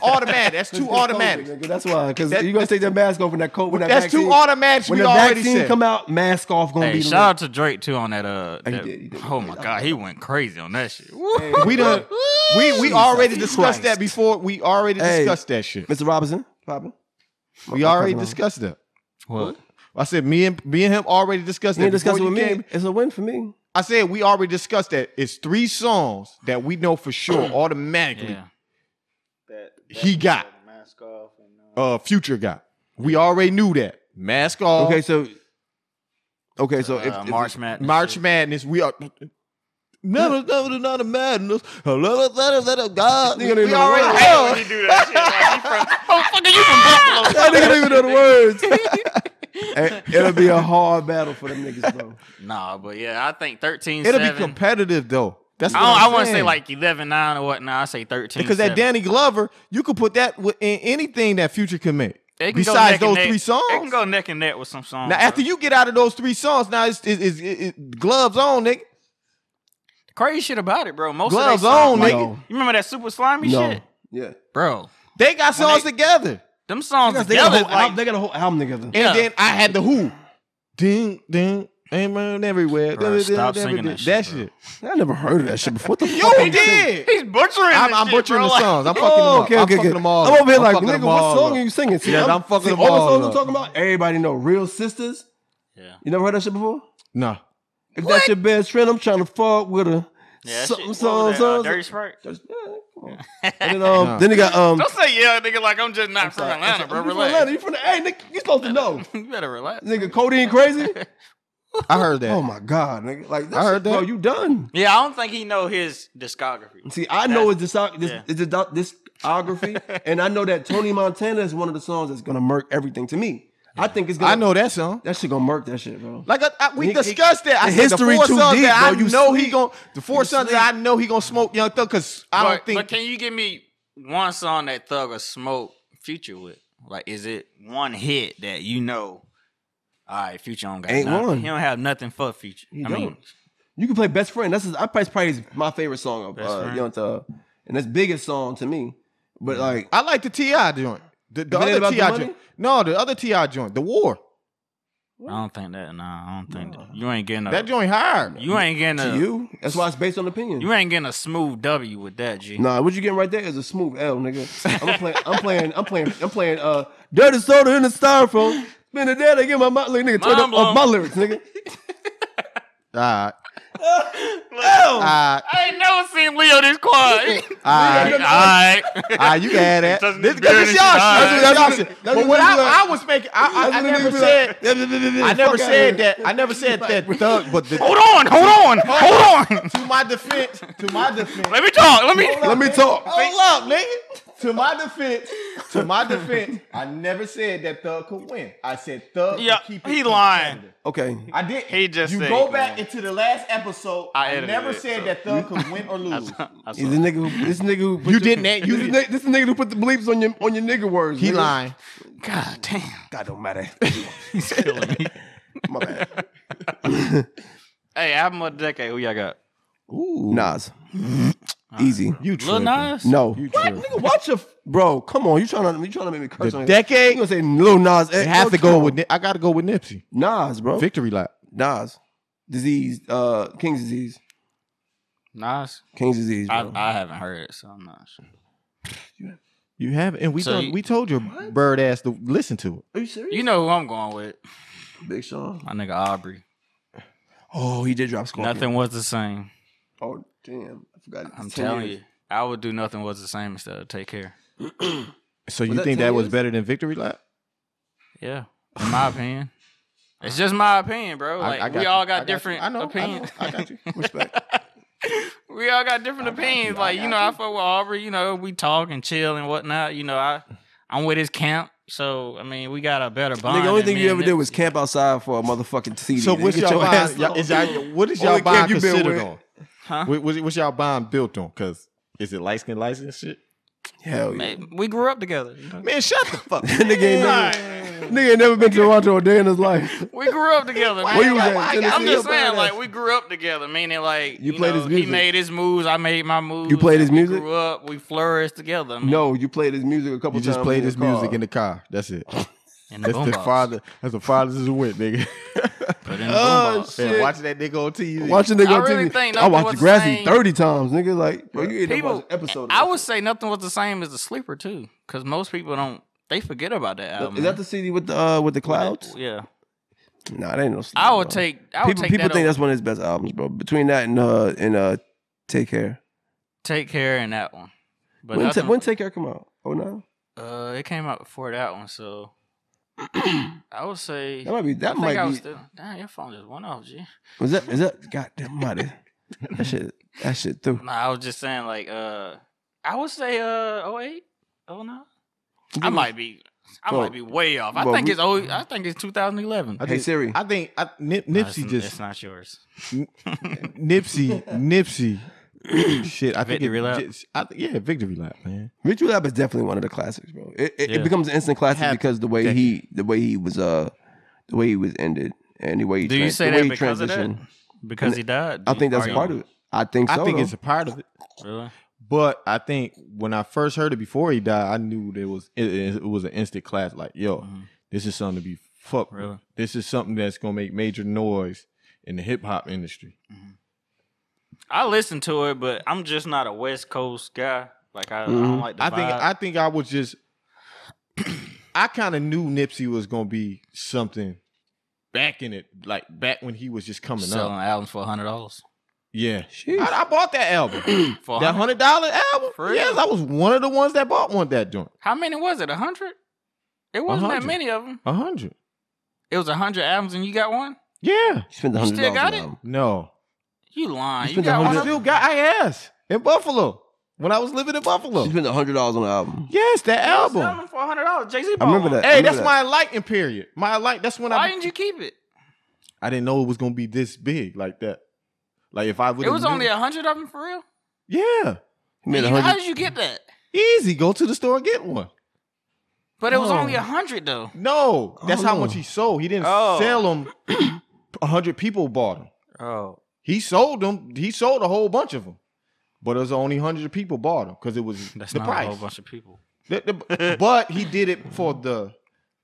Speaker 2: automatic. That's two
Speaker 1: It's COVID,
Speaker 2: automatic.
Speaker 1: nigga. That's why, because
Speaker 2: That-
Speaker 1: you're gonna take that mask off when that coat. When that
Speaker 2: That's
Speaker 1: vaccine,
Speaker 2: two automatics
Speaker 1: When
Speaker 2: we
Speaker 1: the
Speaker 2: already
Speaker 1: vaccine
Speaker 2: said.
Speaker 1: come out, mask off gonna
Speaker 3: Hey,
Speaker 1: be.
Speaker 3: shout
Speaker 1: lit.
Speaker 3: out to Drake too on that. Uh,
Speaker 1: he
Speaker 3: that-
Speaker 1: did, he did.
Speaker 3: oh my god, he went crazy on that shit.
Speaker 2: We done we we
Speaker 1: Jesus
Speaker 2: already discussed
Speaker 1: Christ.
Speaker 2: that before. We already
Speaker 1: Hey.
Speaker 2: discussed that shit.
Speaker 1: Mr. Robinson, Robin.
Speaker 2: We already discussed that.
Speaker 3: What?
Speaker 2: I said me and me and him already discussed
Speaker 1: You
Speaker 2: that.
Speaker 1: ain't discuss it
Speaker 2: before
Speaker 1: with
Speaker 2: you
Speaker 1: me.
Speaker 2: came.
Speaker 1: It's a win for me.
Speaker 2: I said we already discussed that. It's three songs that we know for sure automatically
Speaker 3: Yeah.
Speaker 4: That, that
Speaker 2: He got.
Speaker 4: mask off and uh,
Speaker 2: uh future got. We already knew that. Mask off.
Speaker 1: Okay, so. Okay, so if,
Speaker 3: uh,
Speaker 1: if
Speaker 3: March Madness.
Speaker 2: March
Speaker 3: shit.
Speaker 2: Madness. We are never, never, not a madness. Hello, letter, letter, God.
Speaker 1: Nigga, they
Speaker 2: We
Speaker 1: know
Speaker 2: already
Speaker 1: the
Speaker 3: Hey,
Speaker 2: know.
Speaker 3: when you do that shit, like, you from, oh, fucker, you
Speaker 1: that nigga don't even
Speaker 3: from Buffalo?
Speaker 1: know the words. Hey, it'll be a hard battle for them niggas, bro.
Speaker 3: Nah, but yeah, I think 13
Speaker 2: It'll be
Speaker 3: 7.
Speaker 2: competitive though. That's
Speaker 3: I,
Speaker 2: what I'm
Speaker 3: don't, I wouldn't say
Speaker 2: saying.
Speaker 3: like 11 9 or whatnot. I say 13
Speaker 2: because that Danny Glover, you could put that wi- in anything that Future can make.
Speaker 3: It can go
Speaker 2: Besides
Speaker 3: neck and
Speaker 2: those
Speaker 3: neck.
Speaker 2: three songs,
Speaker 3: It can go neck and neck with some songs.
Speaker 2: now after
Speaker 3: bro.
Speaker 2: you get out of those three songs, now it's, it's, it's, it's gloves on, nigga.
Speaker 3: Crazy shit about it, bro. Most of
Speaker 2: Gloves
Speaker 3: they songs,
Speaker 2: on,
Speaker 3: like,
Speaker 2: nigga.
Speaker 3: You remember that super slimy
Speaker 1: No,
Speaker 3: shit?
Speaker 1: yeah.
Speaker 3: Bro.
Speaker 2: They got songs
Speaker 3: they-
Speaker 2: together,
Speaker 3: Them songs
Speaker 1: They got, a
Speaker 3: together,
Speaker 1: whole
Speaker 3: like,
Speaker 1: album, they got a whole album together.
Speaker 2: and
Speaker 3: Yeah.
Speaker 2: then I had the Who, ding ding, amen everywhere.
Speaker 3: Bro,
Speaker 2: Ding,
Speaker 3: stop
Speaker 2: ding,
Speaker 3: singing
Speaker 2: ding,
Speaker 3: that
Speaker 2: ding.
Speaker 3: shit, bro.
Speaker 2: That
Speaker 1: I never heard of that shit before. What the fuck?
Speaker 2: shit.
Speaker 1: are
Speaker 2: You
Speaker 1: you saying?
Speaker 2: did.
Speaker 3: he's butchering
Speaker 2: I'm,
Speaker 3: this
Speaker 2: I'm
Speaker 3: shit,
Speaker 2: butchering
Speaker 3: bro.
Speaker 2: the
Speaker 3: Like,
Speaker 2: songs. I'm fucking
Speaker 1: Oh,
Speaker 2: them up.
Speaker 1: okay,
Speaker 2: I'm
Speaker 1: okay,
Speaker 2: fucking
Speaker 1: okay.
Speaker 2: them all.
Speaker 1: I'm over here like,
Speaker 2: fucking
Speaker 1: nigga,
Speaker 2: them
Speaker 1: what
Speaker 2: all
Speaker 1: song
Speaker 2: up.
Speaker 1: are you singing? See,
Speaker 2: Yes, I'm fucking
Speaker 1: see,
Speaker 2: them
Speaker 1: all
Speaker 2: all
Speaker 1: the songs
Speaker 2: up.
Speaker 1: I'm talking about. Everybody know Real Sisters.
Speaker 3: Yeah.
Speaker 1: You never heard that shit before?
Speaker 2: Nah.
Speaker 1: If that's your best friend, I'm trying to fuck with her.
Speaker 3: Yeah, that
Speaker 1: something,
Speaker 3: shit, what
Speaker 1: something,
Speaker 3: was that, uh,
Speaker 1: something.
Speaker 3: Dirty Sprite.
Speaker 1: Just- yeah, come on. and then, um, then they got um.
Speaker 3: Don't say yeah, nigga, like I'm just not from Atlanta, bro.
Speaker 1: you from
Speaker 3: Relax.
Speaker 1: Atlanta? You from the? Hey, nigga, you supposed to know,
Speaker 3: you better relax.
Speaker 1: nigga. Cody and Crazy.
Speaker 2: I heard that.
Speaker 1: Oh my god, nigga. Like that
Speaker 2: I heard
Speaker 1: shit, bro.
Speaker 2: that.
Speaker 1: You done?
Speaker 3: Yeah, I don't think he know his discography.
Speaker 1: See, I know it's this this,
Speaker 3: yeah.
Speaker 1: it's the discography, and I know that Tony Montana is one of the songs that's gonna murk everything to me. I think it's gonna.
Speaker 2: I know that song.
Speaker 1: that shit gonna murk that shit, bro.
Speaker 2: Like I, I, we
Speaker 1: He-
Speaker 2: discussed that. I
Speaker 1: the
Speaker 2: said
Speaker 1: history
Speaker 2: the four
Speaker 1: too
Speaker 2: sons
Speaker 1: deep,
Speaker 2: that
Speaker 1: bro. You
Speaker 2: I know he
Speaker 1: sleep.
Speaker 2: gon' the four
Speaker 1: You
Speaker 2: sons
Speaker 1: sleep.
Speaker 2: that I know he gonna smoke Young Thug because I
Speaker 3: but,
Speaker 2: don't think
Speaker 3: But can you give me one song that Thug or Smoke Future with? Like, is it one hit that you know? All right, Future don't got
Speaker 1: Ain't
Speaker 3: nothing.
Speaker 1: one.
Speaker 3: He don't have nothing for Future.
Speaker 1: He
Speaker 3: I
Speaker 1: don't.
Speaker 3: mean,
Speaker 1: You can play Best Friend. That's his, I probably, probably his- my favorite song of
Speaker 3: Best
Speaker 1: uh,
Speaker 3: Friend.
Speaker 1: Young Thug, and that's biggest song to me. But like,
Speaker 2: I like the Ti joint.
Speaker 1: If
Speaker 2: The, the
Speaker 1: it ain't
Speaker 2: other
Speaker 1: about
Speaker 2: Ti
Speaker 1: the money?
Speaker 2: joint. No, the other Ti joint. The War.
Speaker 3: I don't think that. Nah, I don't think that. you ain't getting a.
Speaker 2: That joint hard.
Speaker 3: you ain't getting a.
Speaker 1: to you, that's why it's based on opinion.
Speaker 3: you ain't getting a smooth W with that, G.
Speaker 1: Nah, what you getting right there is a smooth L, nigga. I'm playing. I'm playing. I'm playing. I'm playing. Uh, dirty soda in the styrofoam. Been a day to get my mouth, like, nigga. Turn up
Speaker 3: Mind
Speaker 2: um,
Speaker 1: off my lyrics, nigga.
Speaker 2: All right.
Speaker 1: L.
Speaker 2: All right.
Speaker 3: I ain't never seen Leo this quiet.
Speaker 2: All right.
Speaker 3: right.
Speaker 2: All right, uh, you can add that.
Speaker 3: Doesn't
Speaker 2: This,
Speaker 3: this
Speaker 2: 'cause it's
Speaker 3: beard
Speaker 2: y'all
Speaker 3: is- all
Speaker 2: shit. This
Speaker 3: right.
Speaker 2: y'all
Speaker 1: That's
Speaker 2: shit.
Speaker 1: what- that's what
Speaker 2: But
Speaker 1: niggas
Speaker 2: what
Speaker 1: be
Speaker 2: I,
Speaker 1: like-
Speaker 2: I was making, I, I, I
Speaker 1: That's what
Speaker 2: never
Speaker 1: niggas be
Speaker 2: said,
Speaker 1: like, "Yeah,
Speaker 2: I never
Speaker 1: fuck outta
Speaker 2: said
Speaker 1: here."
Speaker 2: that. I never said that. Thug, but the,
Speaker 3: hold on, hold on, hold on.
Speaker 2: to my defense, to my defense,
Speaker 3: Let me talk. Let me.
Speaker 1: Let me talk.
Speaker 2: Hold up, nigga. to my defense, to my defense, I never said that Thug could win. I said Thug. could
Speaker 3: Yeah,
Speaker 2: keep it
Speaker 3: he lying.
Speaker 2: competitive.
Speaker 1: Okay.
Speaker 2: I did.
Speaker 3: He just
Speaker 2: you
Speaker 3: said
Speaker 2: go
Speaker 3: he
Speaker 2: back
Speaker 3: lying.
Speaker 2: into the last episode.
Speaker 3: I
Speaker 2: I,
Speaker 3: edited
Speaker 2: never
Speaker 3: it,
Speaker 2: said
Speaker 3: so-
Speaker 2: that Thug could win or lose.
Speaker 3: I
Speaker 1: Is
Speaker 3: saw
Speaker 1: the nigga who, this nigga who put
Speaker 2: You
Speaker 1: the-
Speaker 2: didn't that- you
Speaker 1: this,
Speaker 2: did-
Speaker 1: ni- this nigga who put the bleeps on your on your nigga words. nigga.
Speaker 3: God damn,
Speaker 1: That don't matter.
Speaker 3: he's killing me.
Speaker 1: My bad.
Speaker 3: hey, album of the decade. Who y'all got?
Speaker 2: Ooh,
Speaker 1: Nas. Easy.
Speaker 2: you
Speaker 3: Lil
Speaker 2: tripping.
Speaker 3: Nas.
Speaker 1: No.
Speaker 2: You
Speaker 1: What?
Speaker 2: tripping.
Speaker 1: Nigga, watch your f- bro. Come on, you trying to you trying to make me curse
Speaker 2: The
Speaker 1: on
Speaker 2: decade.
Speaker 1: You gonna say Lil Nas? X.
Speaker 2: It has
Speaker 1: Bro,
Speaker 2: to
Speaker 1: come
Speaker 2: go
Speaker 1: on.
Speaker 2: with. Nip- I got to go with Nipsey.
Speaker 1: Nas, bro.
Speaker 2: Victory lap.
Speaker 1: Nas. Disease. Uh, King's disease.
Speaker 3: Nas.
Speaker 1: King's disease.
Speaker 3: I,
Speaker 1: Bro.
Speaker 3: I haven't heard it, so I'm not sure.
Speaker 2: You have, and we
Speaker 3: So
Speaker 2: told,
Speaker 3: you-
Speaker 2: we told your bird ass to listen to it.
Speaker 1: Are you serious?
Speaker 3: You know who I'm going with?
Speaker 1: Big Sean.
Speaker 3: My nigga Aubrey.
Speaker 1: Oh, he did drop Scorpion.
Speaker 3: Nothing was the same.
Speaker 1: Oh damn, I forgot.
Speaker 3: I'm
Speaker 1: It's 10
Speaker 3: telling
Speaker 1: years.
Speaker 3: you, I would do nothing was the same instead of take care.
Speaker 2: So you
Speaker 1: Was that
Speaker 2: think
Speaker 1: 10
Speaker 2: that was
Speaker 1: years?
Speaker 2: better than victory lap?
Speaker 3: Yeah, in my opinion, it's just my opinion, bro.
Speaker 2: I-
Speaker 3: Like
Speaker 2: I got
Speaker 3: we
Speaker 2: you.
Speaker 3: all
Speaker 2: I
Speaker 3: got,
Speaker 2: got you.
Speaker 3: different
Speaker 2: I know, I know.
Speaker 3: opinions.
Speaker 2: I got you.
Speaker 1: Respect.
Speaker 3: we all got different
Speaker 2: I got
Speaker 3: opinions.
Speaker 2: you. I
Speaker 3: Like you
Speaker 2: got
Speaker 3: know, I
Speaker 2: you.
Speaker 3: fuck with Aubrey. You know, we talk and chill and whatnot. You know, I I'm with his camp, so I mean, we got a better bond.
Speaker 1: Nigga, only
Speaker 3: than
Speaker 1: thing
Speaker 3: me
Speaker 1: you
Speaker 3: and
Speaker 1: ever did
Speaker 3: Nip-
Speaker 1: was camp outside for a motherfucking CD.
Speaker 2: So
Speaker 1: nigga.
Speaker 2: what's
Speaker 1: Get
Speaker 2: y'all
Speaker 1: your ass
Speaker 2: bond? y'all-
Speaker 1: on.
Speaker 2: Is y'all, what is y'all
Speaker 1: Only camp
Speaker 2: bond
Speaker 1: you been
Speaker 2: considered
Speaker 1: with.
Speaker 2: on?
Speaker 3: Huh?
Speaker 2: What, what's, what's y'all bond built on? Cause is it light skin license shit?
Speaker 1: Hell yeah.
Speaker 3: Man, we grew up together. you know?
Speaker 2: Man, shut the fuck.
Speaker 1: That nigga ain't never, nigga ain't never been to Toronto a day in his life.
Speaker 3: We grew up together.
Speaker 1: Where you
Speaker 3: man.
Speaker 1: was at?
Speaker 3: I'm
Speaker 1: Tennessee?
Speaker 3: just
Speaker 1: Your
Speaker 3: saying,
Speaker 1: badass.
Speaker 3: like we grew up together, meaning like
Speaker 1: You played his music.
Speaker 3: He made his moves. I made my moves.
Speaker 1: You played his
Speaker 3: we
Speaker 1: music?
Speaker 3: Grew up. We flourished together. I mean,
Speaker 1: No, you played his music a couple
Speaker 2: You
Speaker 1: times.
Speaker 2: just played
Speaker 1: in
Speaker 2: this
Speaker 1: the car.
Speaker 2: music in the car. That's it.
Speaker 3: in the
Speaker 2: That's the
Speaker 3: boombox.
Speaker 2: father. That's the father's as went, nigga.
Speaker 3: Put in the
Speaker 1: Oh,
Speaker 3: boombox.
Speaker 1: shit.
Speaker 2: And watching that nigga on TV.
Speaker 1: Watching nigga
Speaker 3: I
Speaker 1: on
Speaker 3: really
Speaker 1: TV.
Speaker 3: think
Speaker 1: I
Speaker 3: nothing
Speaker 1: watched
Speaker 3: was
Speaker 1: Degrassi
Speaker 3: the same.
Speaker 1: thirty times, nigga. Like, bro, you ain't never
Speaker 3: people,
Speaker 1: watched an episode. Of
Speaker 3: I
Speaker 1: that
Speaker 3: would
Speaker 1: shit.
Speaker 3: say nothing was the same as the sleeper too, because most people don't. They forget about that album.
Speaker 1: Is that the CD with the uh, with the clouds?
Speaker 3: Yeah,
Speaker 1: Nah, that ain't no. CD,
Speaker 3: I would
Speaker 1: bro.
Speaker 3: take. I would
Speaker 1: people
Speaker 3: take
Speaker 1: people
Speaker 3: that
Speaker 1: think
Speaker 3: over-
Speaker 1: that's one of his best albums, bro. Between that and uh and uh, Take Care.
Speaker 3: take care in that one. But
Speaker 1: When, Ta-
Speaker 3: nothing-
Speaker 1: when Take Care come out? Oh no,
Speaker 3: uh, it came out before that one, so I would say
Speaker 1: that might be.
Speaker 3: I
Speaker 1: That
Speaker 3: think
Speaker 1: might
Speaker 3: I
Speaker 1: be.
Speaker 3: was still, damn, your phone just went off, G.
Speaker 1: Was that? Is that? God damn, mighty. that shit. That shit through.
Speaker 3: Nah, I was just saying like uh, I would say uh 08, 09. I might be. I
Speaker 1: Well,
Speaker 3: might be way off. I
Speaker 1: well,
Speaker 3: think
Speaker 1: we- Mm.
Speaker 3: it's oh, I think it's 2011.
Speaker 2: I
Speaker 1: Hey
Speaker 2: just-
Speaker 1: Siri.
Speaker 2: I think I, Nip,
Speaker 3: Nah,
Speaker 2: Nipsey
Speaker 3: it's-
Speaker 2: just
Speaker 3: It's not yours.
Speaker 2: Nipsey Nipsey. shit, I think
Speaker 3: Victory
Speaker 2: it,
Speaker 3: lap.
Speaker 2: just- I think- yeah, victory lap, man.
Speaker 1: Victory Lap is definitely one of the classics, bro. It, it,
Speaker 3: Yeah.
Speaker 1: it becomes an instant classic
Speaker 2: Half
Speaker 1: because the way
Speaker 2: decade.
Speaker 1: he the way he was uh the way he was ended and the way he
Speaker 3: Do you
Speaker 1: tran-
Speaker 3: say
Speaker 1: the way
Speaker 3: that
Speaker 1: he
Speaker 3: because of that?
Speaker 1: transitioned.
Speaker 3: Because he died.
Speaker 1: I think that's part of it. I think so.
Speaker 2: I think
Speaker 1: though.
Speaker 2: it's a part of it.
Speaker 3: Really?
Speaker 2: But I think when I first heard it before he died, I knew there was it, it was an instant class. Like, yo,
Speaker 3: Mhm.
Speaker 2: this is something to be fucked. with.
Speaker 3: Really?
Speaker 2: This is something that's gonna make major noise in the hip hop industry.
Speaker 3: I listen to it, but I'm just not a West Coast guy. Like I, I don't
Speaker 1: Mhm.
Speaker 3: like the
Speaker 2: I think
Speaker 3: vibe.
Speaker 2: I think I was just I kind of knew Nipsey was gonna be something back in it, like back when he was just coming
Speaker 3: selling
Speaker 2: up.
Speaker 3: albums for hundred dollars.
Speaker 2: Yeah,
Speaker 1: Sheesh.
Speaker 2: I, I bought that album,
Speaker 3: For
Speaker 2: that
Speaker 3: 100?
Speaker 2: hundred dollar album.
Speaker 3: For real?
Speaker 2: Yes, I was one of the ones that bought one that joint.
Speaker 3: How many was it? A hundred? It wasn't that
Speaker 2: 100.
Speaker 3: many of them.
Speaker 2: A hundred.
Speaker 3: It was a hundred albums, and you got one.
Speaker 2: Yeah.
Speaker 1: you spent
Speaker 3: You
Speaker 1: hundred dollars.
Speaker 3: still
Speaker 1: on
Speaker 3: got it?
Speaker 1: album.
Speaker 2: No.
Speaker 3: You lying?
Speaker 1: You
Speaker 3: You
Speaker 1: spent
Speaker 3: got
Speaker 2: I
Speaker 3: one?
Speaker 1: $100?
Speaker 3: of
Speaker 2: still
Speaker 3: them?
Speaker 2: got I asked in Buffalo when I was living in Buffalo.
Speaker 1: You spent hundred dollars on the album.
Speaker 2: Yes, that
Speaker 3: You was selling
Speaker 2: album.
Speaker 3: them for hundred dollars. Jay Z.
Speaker 1: I remember that. I
Speaker 2: Hey,
Speaker 1: remember
Speaker 2: that's
Speaker 1: that.
Speaker 2: my enlightened period. My enlightened. That's when
Speaker 3: Why
Speaker 2: I
Speaker 3: didn't you keep it?
Speaker 2: I didn't know it was gonna be this big like that. Like if I would
Speaker 3: It was only a hundred of them for real.
Speaker 2: yeah
Speaker 1: He made
Speaker 3: You- How
Speaker 1: 100
Speaker 3: did you get that?
Speaker 2: easy. Go to the store and get one.
Speaker 3: But it was
Speaker 1: No.
Speaker 3: only
Speaker 2: Oh.
Speaker 3: a hundred though.
Speaker 2: No, that's how
Speaker 1: Oh.
Speaker 2: much he sold. He didn't
Speaker 3: Oh.
Speaker 2: sell them. A hundred people bought them.
Speaker 3: Oh,
Speaker 2: He sold them. He sold a whole bunch of them, but it was only hundred people bought them because it was
Speaker 3: that's
Speaker 2: the
Speaker 3: not
Speaker 2: price.
Speaker 3: a whole bunch of people.
Speaker 2: The- the- but he did it for the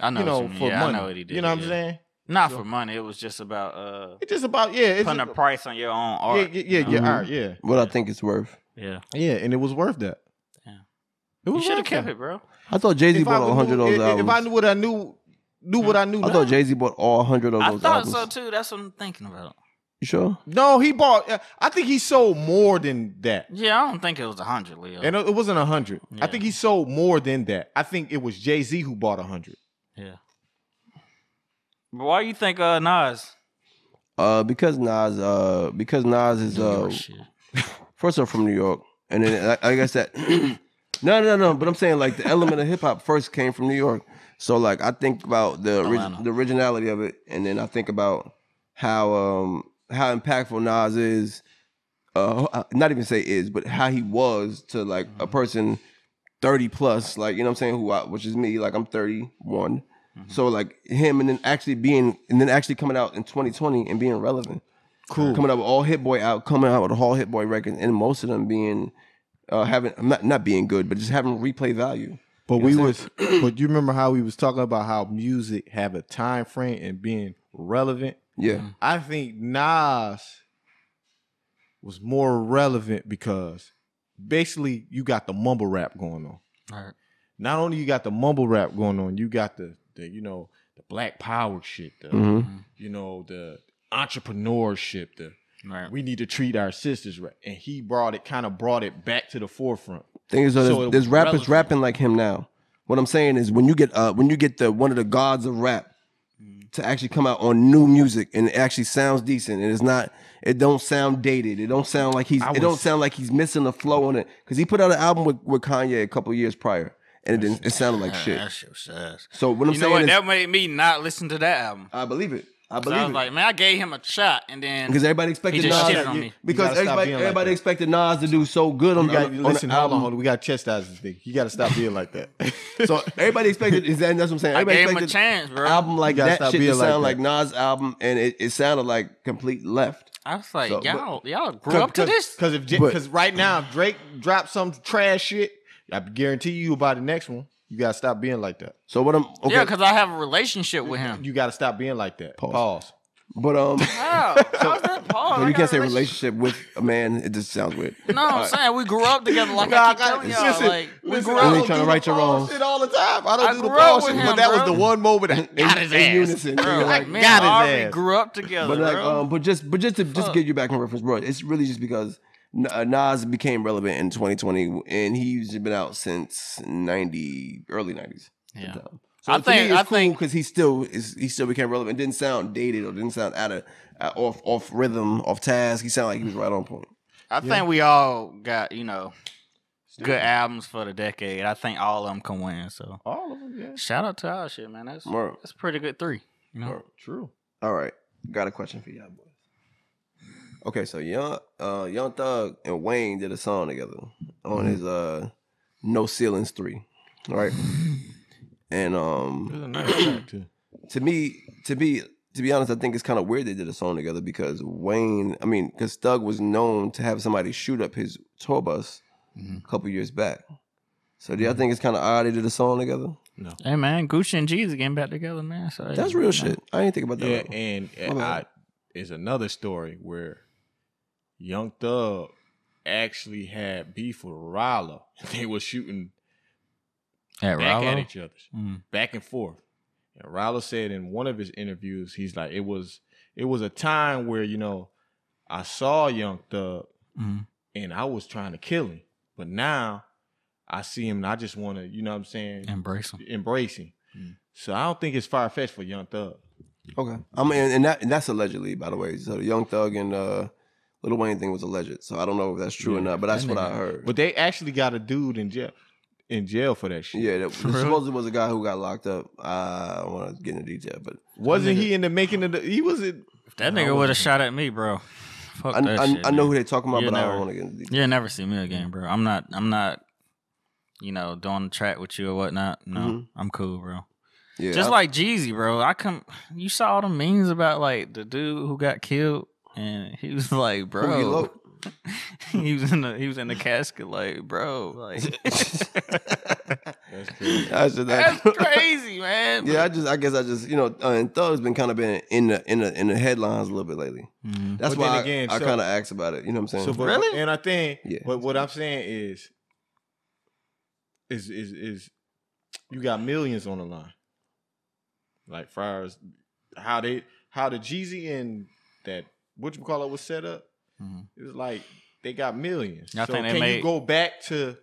Speaker 3: I know.
Speaker 2: you know
Speaker 3: what you
Speaker 2: for
Speaker 3: mean. Yeah,
Speaker 2: money.
Speaker 3: I know what he did.
Speaker 2: you know what
Speaker 3: yeah.
Speaker 2: I'm saying?
Speaker 3: Not for money. It was just about uh
Speaker 2: It's just about yeah. It's
Speaker 3: putting a
Speaker 2: just-
Speaker 3: price on your own
Speaker 2: yeah,
Speaker 3: art.
Speaker 2: yeah, yeah,
Speaker 3: you
Speaker 2: yeah,
Speaker 3: know?
Speaker 2: all right, yeah,
Speaker 1: What I think it's worth.
Speaker 3: Yeah.
Speaker 2: yeah, and it was worth that.
Speaker 3: Yeah.
Speaker 2: It
Speaker 3: You
Speaker 2: was
Speaker 3: should have
Speaker 2: worth
Speaker 3: kept
Speaker 2: that.
Speaker 3: it, bro.
Speaker 1: I thought Jay Z
Speaker 2: If I,
Speaker 1: bought
Speaker 2: would
Speaker 1: hundred
Speaker 2: knew,
Speaker 1: of those
Speaker 2: if, if I
Speaker 1: albums.
Speaker 2: knew what I knew, knew
Speaker 3: Hmm.
Speaker 2: what I knew.
Speaker 1: I thought
Speaker 2: now.
Speaker 1: Jay Z bought all hundred of
Speaker 3: I
Speaker 1: those
Speaker 3: thought
Speaker 1: albums.
Speaker 3: so too. That's what I'm thinking about.
Speaker 1: You sure?
Speaker 2: No, he bought. uh, I think he sold more than that,
Speaker 3: Yeah, I don't think it was a hundred, Leo.
Speaker 2: and it it wasn't a hundred.
Speaker 3: Yeah.
Speaker 2: I think he sold more than that. I think it was Jay Z who bought a hundred.
Speaker 3: yeah. But why you think uh Nas?
Speaker 1: Uh, because Nas, uh, because Nas is
Speaker 3: New
Speaker 1: uh,
Speaker 3: York shit.
Speaker 1: first off from New York, and then like, like I said, No, no, no. But I'm saying like the element of hip hop first came from New York. So like I think about the
Speaker 3: Atlanta.
Speaker 1: orig- the originality of it, and then I think about how um how impactful Nas is. Uh, uh, not even say is, but how he was to like a person thirty plus, like you know what I'm saying, who I, which is me. Like I'm thirty one. So like him, and then actually being, and then actually coming out in 2020 and being relevant.
Speaker 2: Cool.
Speaker 1: Coming up with all Hit Boy out, coming out with all Hit Boy records, and most of them being uh having not not being good, but just having replay value.
Speaker 2: But
Speaker 1: You
Speaker 2: we
Speaker 1: know what
Speaker 2: was, but you remember how we was talking about how music have a time frame and being relevant.
Speaker 1: Yeah,
Speaker 2: I think Nas was more relevant because basically you got the mumble rap going on.
Speaker 3: All right.
Speaker 2: Not only you got the mumble rap going on, you got the, the you know the black power shit, the
Speaker 1: Mhm.
Speaker 2: you know the entrepreneurship, the
Speaker 3: All right.
Speaker 2: we need to treat our sisters right, and he brought it kind of brought it back to the forefront.
Speaker 1: thing is, though,
Speaker 2: So
Speaker 1: there's,
Speaker 2: it
Speaker 1: there's
Speaker 2: was
Speaker 1: rappers
Speaker 2: relevant.
Speaker 1: rapping like him now. What I'm saying is, when you get uh when you get the one of the gods of rap
Speaker 2: Mm-hmm.
Speaker 1: to actually come out on new music and it actually sounds decent and it's not it don't sound dated it don't sound like he's
Speaker 2: I
Speaker 1: it don't
Speaker 2: was-
Speaker 1: sound like he's missing the flow on it because he put out an album with, with kanye a couple years prior and it didn't it sounded like
Speaker 3: Yeah,
Speaker 1: shit
Speaker 3: That shit was ass.
Speaker 1: so what i'm
Speaker 3: You know
Speaker 1: saying
Speaker 3: what?
Speaker 1: is,
Speaker 3: That made me not listen to that album.
Speaker 1: i believe it i
Speaker 3: So I was
Speaker 1: believe it
Speaker 3: like, man, I gave him a shot, and then
Speaker 1: because everybody expected
Speaker 3: just
Speaker 1: Nas
Speaker 3: shitted on me.
Speaker 2: You
Speaker 1: because
Speaker 2: gotta stop
Speaker 1: everybody,
Speaker 2: being like
Speaker 1: everybody
Speaker 2: that.
Speaker 1: expected Nas to do so good on,
Speaker 2: You got
Speaker 1: on,
Speaker 2: to
Speaker 1: on
Speaker 2: listen.
Speaker 1: the
Speaker 2: Hold on,
Speaker 3: um,
Speaker 1: album.
Speaker 2: hold on. We got to chastise this thing. You got to stop being like that.
Speaker 1: So everybody expected, is that, that's what I'm saying.
Speaker 3: I
Speaker 1: Everybody
Speaker 3: gave him a
Speaker 1: expected
Speaker 3: chance, bro.
Speaker 1: album like
Speaker 2: gotta
Speaker 1: that shit
Speaker 2: stop
Speaker 1: to
Speaker 2: being like
Speaker 1: sound
Speaker 2: that.
Speaker 1: like Nas album, and it, it sounded like complete left.
Speaker 3: I was like,
Speaker 1: So, but-
Speaker 3: y'all, y'all grew up to this.
Speaker 2: because if
Speaker 1: But-
Speaker 2: because right now if Drake drops some trash shit, I guarantee you about the next one. You got to stop being like that.
Speaker 1: So what I'm okay,
Speaker 3: Yeah, because I have a relationship with him.
Speaker 2: You got to stop being like that. Pause.
Speaker 1: but um,
Speaker 3: How? How's that Paul?
Speaker 1: but you can't say relationship with a man. It just sounds weird.
Speaker 3: No, I'm saying we grew up together. Like
Speaker 2: Nah,
Speaker 3: I keep
Speaker 2: I-
Speaker 3: telling y'all,
Speaker 2: listen,
Speaker 3: like we
Speaker 2: listen,
Speaker 3: grew
Speaker 2: I
Speaker 1: Really
Speaker 2: don't
Speaker 1: trying
Speaker 3: up.
Speaker 1: to
Speaker 2: do the
Speaker 1: right your
Speaker 2: pause
Speaker 1: wrongs.
Speaker 2: shit all the time. I don't
Speaker 3: I
Speaker 2: do the
Speaker 3: grew up
Speaker 2: pause
Speaker 3: with
Speaker 2: shit,
Speaker 3: him,
Speaker 2: but that was
Speaker 3: bro.
Speaker 2: the one moment. I,
Speaker 1: In-
Speaker 3: Got his
Speaker 1: in
Speaker 3: ass.
Speaker 1: unison,
Speaker 3: Bro,
Speaker 1: you're
Speaker 3: like,
Speaker 1: like,
Speaker 3: man,
Speaker 2: got his
Speaker 3: already
Speaker 2: ass.
Speaker 3: grew up together,
Speaker 1: But like,
Speaker 3: bro.
Speaker 1: um, but just, but just to just to
Speaker 3: Fuck.
Speaker 1: get you back in reference, bro. It's really just because N- uh, Nas became relevant in 2020, and he's been out since 90, early 90s.
Speaker 3: yeah.
Speaker 1: So
Speaker 3: I
Speaker 1: to
Speaker 3: think-
Speaker 1: me, it's
Speaker 3: I think-
Speaker 1: because he still is, he still became relevant. It didn't sound dated or didn't sound out of uh, off off rhythm, off task. He sounded like he was right on point.
Speaker 3: I think we all got you know good albums for the decade. I think all of them can win. So
Speaker 2: All of them. Yeah,
Speaker 3: shout out to our shit, man. That's
Speaker 1: Word.
Speaker 3: that's pretty good three. You know?
Speaker 1: Word.
Speaker 2: true.
Speaker 1: All right, got a question for y'all boys. Okay, so young uh, Young Thug and Wayne did a song together
Speaker 3: Mm-hmm.
Speaker 1: on his uh, No Ceilings three, right? and
Speaker 2: It was a
Speaker 1: um,
Speaker 2: nice track too.
Speaker 1: to me, to be to be honest, I think it's kind of weird they did a song together because Wayne, I mean, because Thug was known to have somebody shoot up his tour bus
Speaker 3: Mhm.
Speaker 1: a couple years back. So do y'all
Speaker 3: Mm-hmm.
Speaker 1: think it's kind of odd they did a song together?
Speaker 3: Hey man, Gucci and G's getting back together, man. So
Speaker 1: That's
Speaker 3: you
Speaker 1: real
Speaker 3: know.
Speaker 1: shit. I didn't think about that.
Speaker 2: Yeah,
Speaker 1: one. My
Speaker 2: and I,
Speaker 1: bad.
Speaker 2: is another story where Young Thug actually had beef with Rala. They were shooting
Speaker 3: At
Speaker 2: back at
Speaker 3: Rollo?
Speaker 2: each other,
Speaker 3: Mm.
Speaker 2: back and forth. And Rala said in one of his interviews, he's like, "It was it was a time where you know I saw Young Thug
Speaker 3: Mm.
Speaker 2: and I was trying to kill him, but now I see him and I just want to, you know what I'm saying,
Speaker 3: Embrace him.
Speaker 2: embrace him."
Speaker 3: Mm.
Speaker 2: So I don't think it's far fetched for Young Thug.
Speaker 1: Okay. I mean, and that and that's allegedly, by the way. So the Young Thug and uh, Little Wayne thing was alleged. So I don't know if that's true or
Speaker 2: Yeah,
Speaker 1: not, but that's
Speaker 3: that
Speaker 1: what I
Speaker 3: nigga-
Speaker 1: heard.
Speaker 2: But they actually got a dude in jail in jail for that shit.
Speaker 1: yeah, that,
Speaker 3: Really?
Speaker 1: supposedly was a guy who got locked up. I don't want to get into detail, but
Speaker 2: Wasn't he in the making of the he was in
Speaker 3: If that nigga would have shot at me, bro. Fuck
Speaker 1: I,
Speaker 3: that
Speaker 1: I,
Speaker 3: shit.
Speaker 1: I know
Speaker 3: dude.
Speaker 1: who they're talking about,
Speaker 3: Yeah,
Speaker 1: but I
Speaker 3: never.
Speaker 1: don't want to get into detail.
Speaker 3: You'll never see me again, bro. I'm not. I'm not. You know, doing the track with you or whatnot. No,
Speaker 1: Mhm.
Speaker 3: I'm cool, bro.
Speaker 1: Yeah,
Speaker 3: Just
Speaker 1: I-
Speaker 3: like Jeezy, bro. I come. You saw all the memes about like the dude who got killed, and he was like,
Speaker 1: Who you
Speaker 3: bro.
Speaker 1: love?
Speaker 3: he was in the. He was in the casket, like, bro. Like,
Speaker 2: That's crazy.
Speaker 1: I said
Speaker 3: that's
Speaker 1: that.
Speaker 3: crazy, man.
Speaker 1: yeah, I just I guess I just you know, uh, and Thug's been kind of been in the in the in the headlines a little bit lately.
Speaker 3: Mhm.
Speaker 1: That's
Speaker 2: But then
Speaker 1: why
Speaker 2: again,
Speaker 1: I, I
Speaker 2: so-
Speaker 1: kind of asked about it. You know what I'm saying?
Speaker 2: So but,
Speaker 3: Really?
Speaker 2: and I think
Speaker 1: Yeah.
Speaker 2: but what I'm saying is is is is you got millions on the line. Like far as how they how the Jeezy and that what you call it was set up,
Speaker 3: Mhm.
Speaker 2: it was like they got 1000000s
Speaker 3: I
Speaker 2: so
Speaker 3: think they
Speaker 2: can you
Speaker 3: made-
Speaker 2: go back to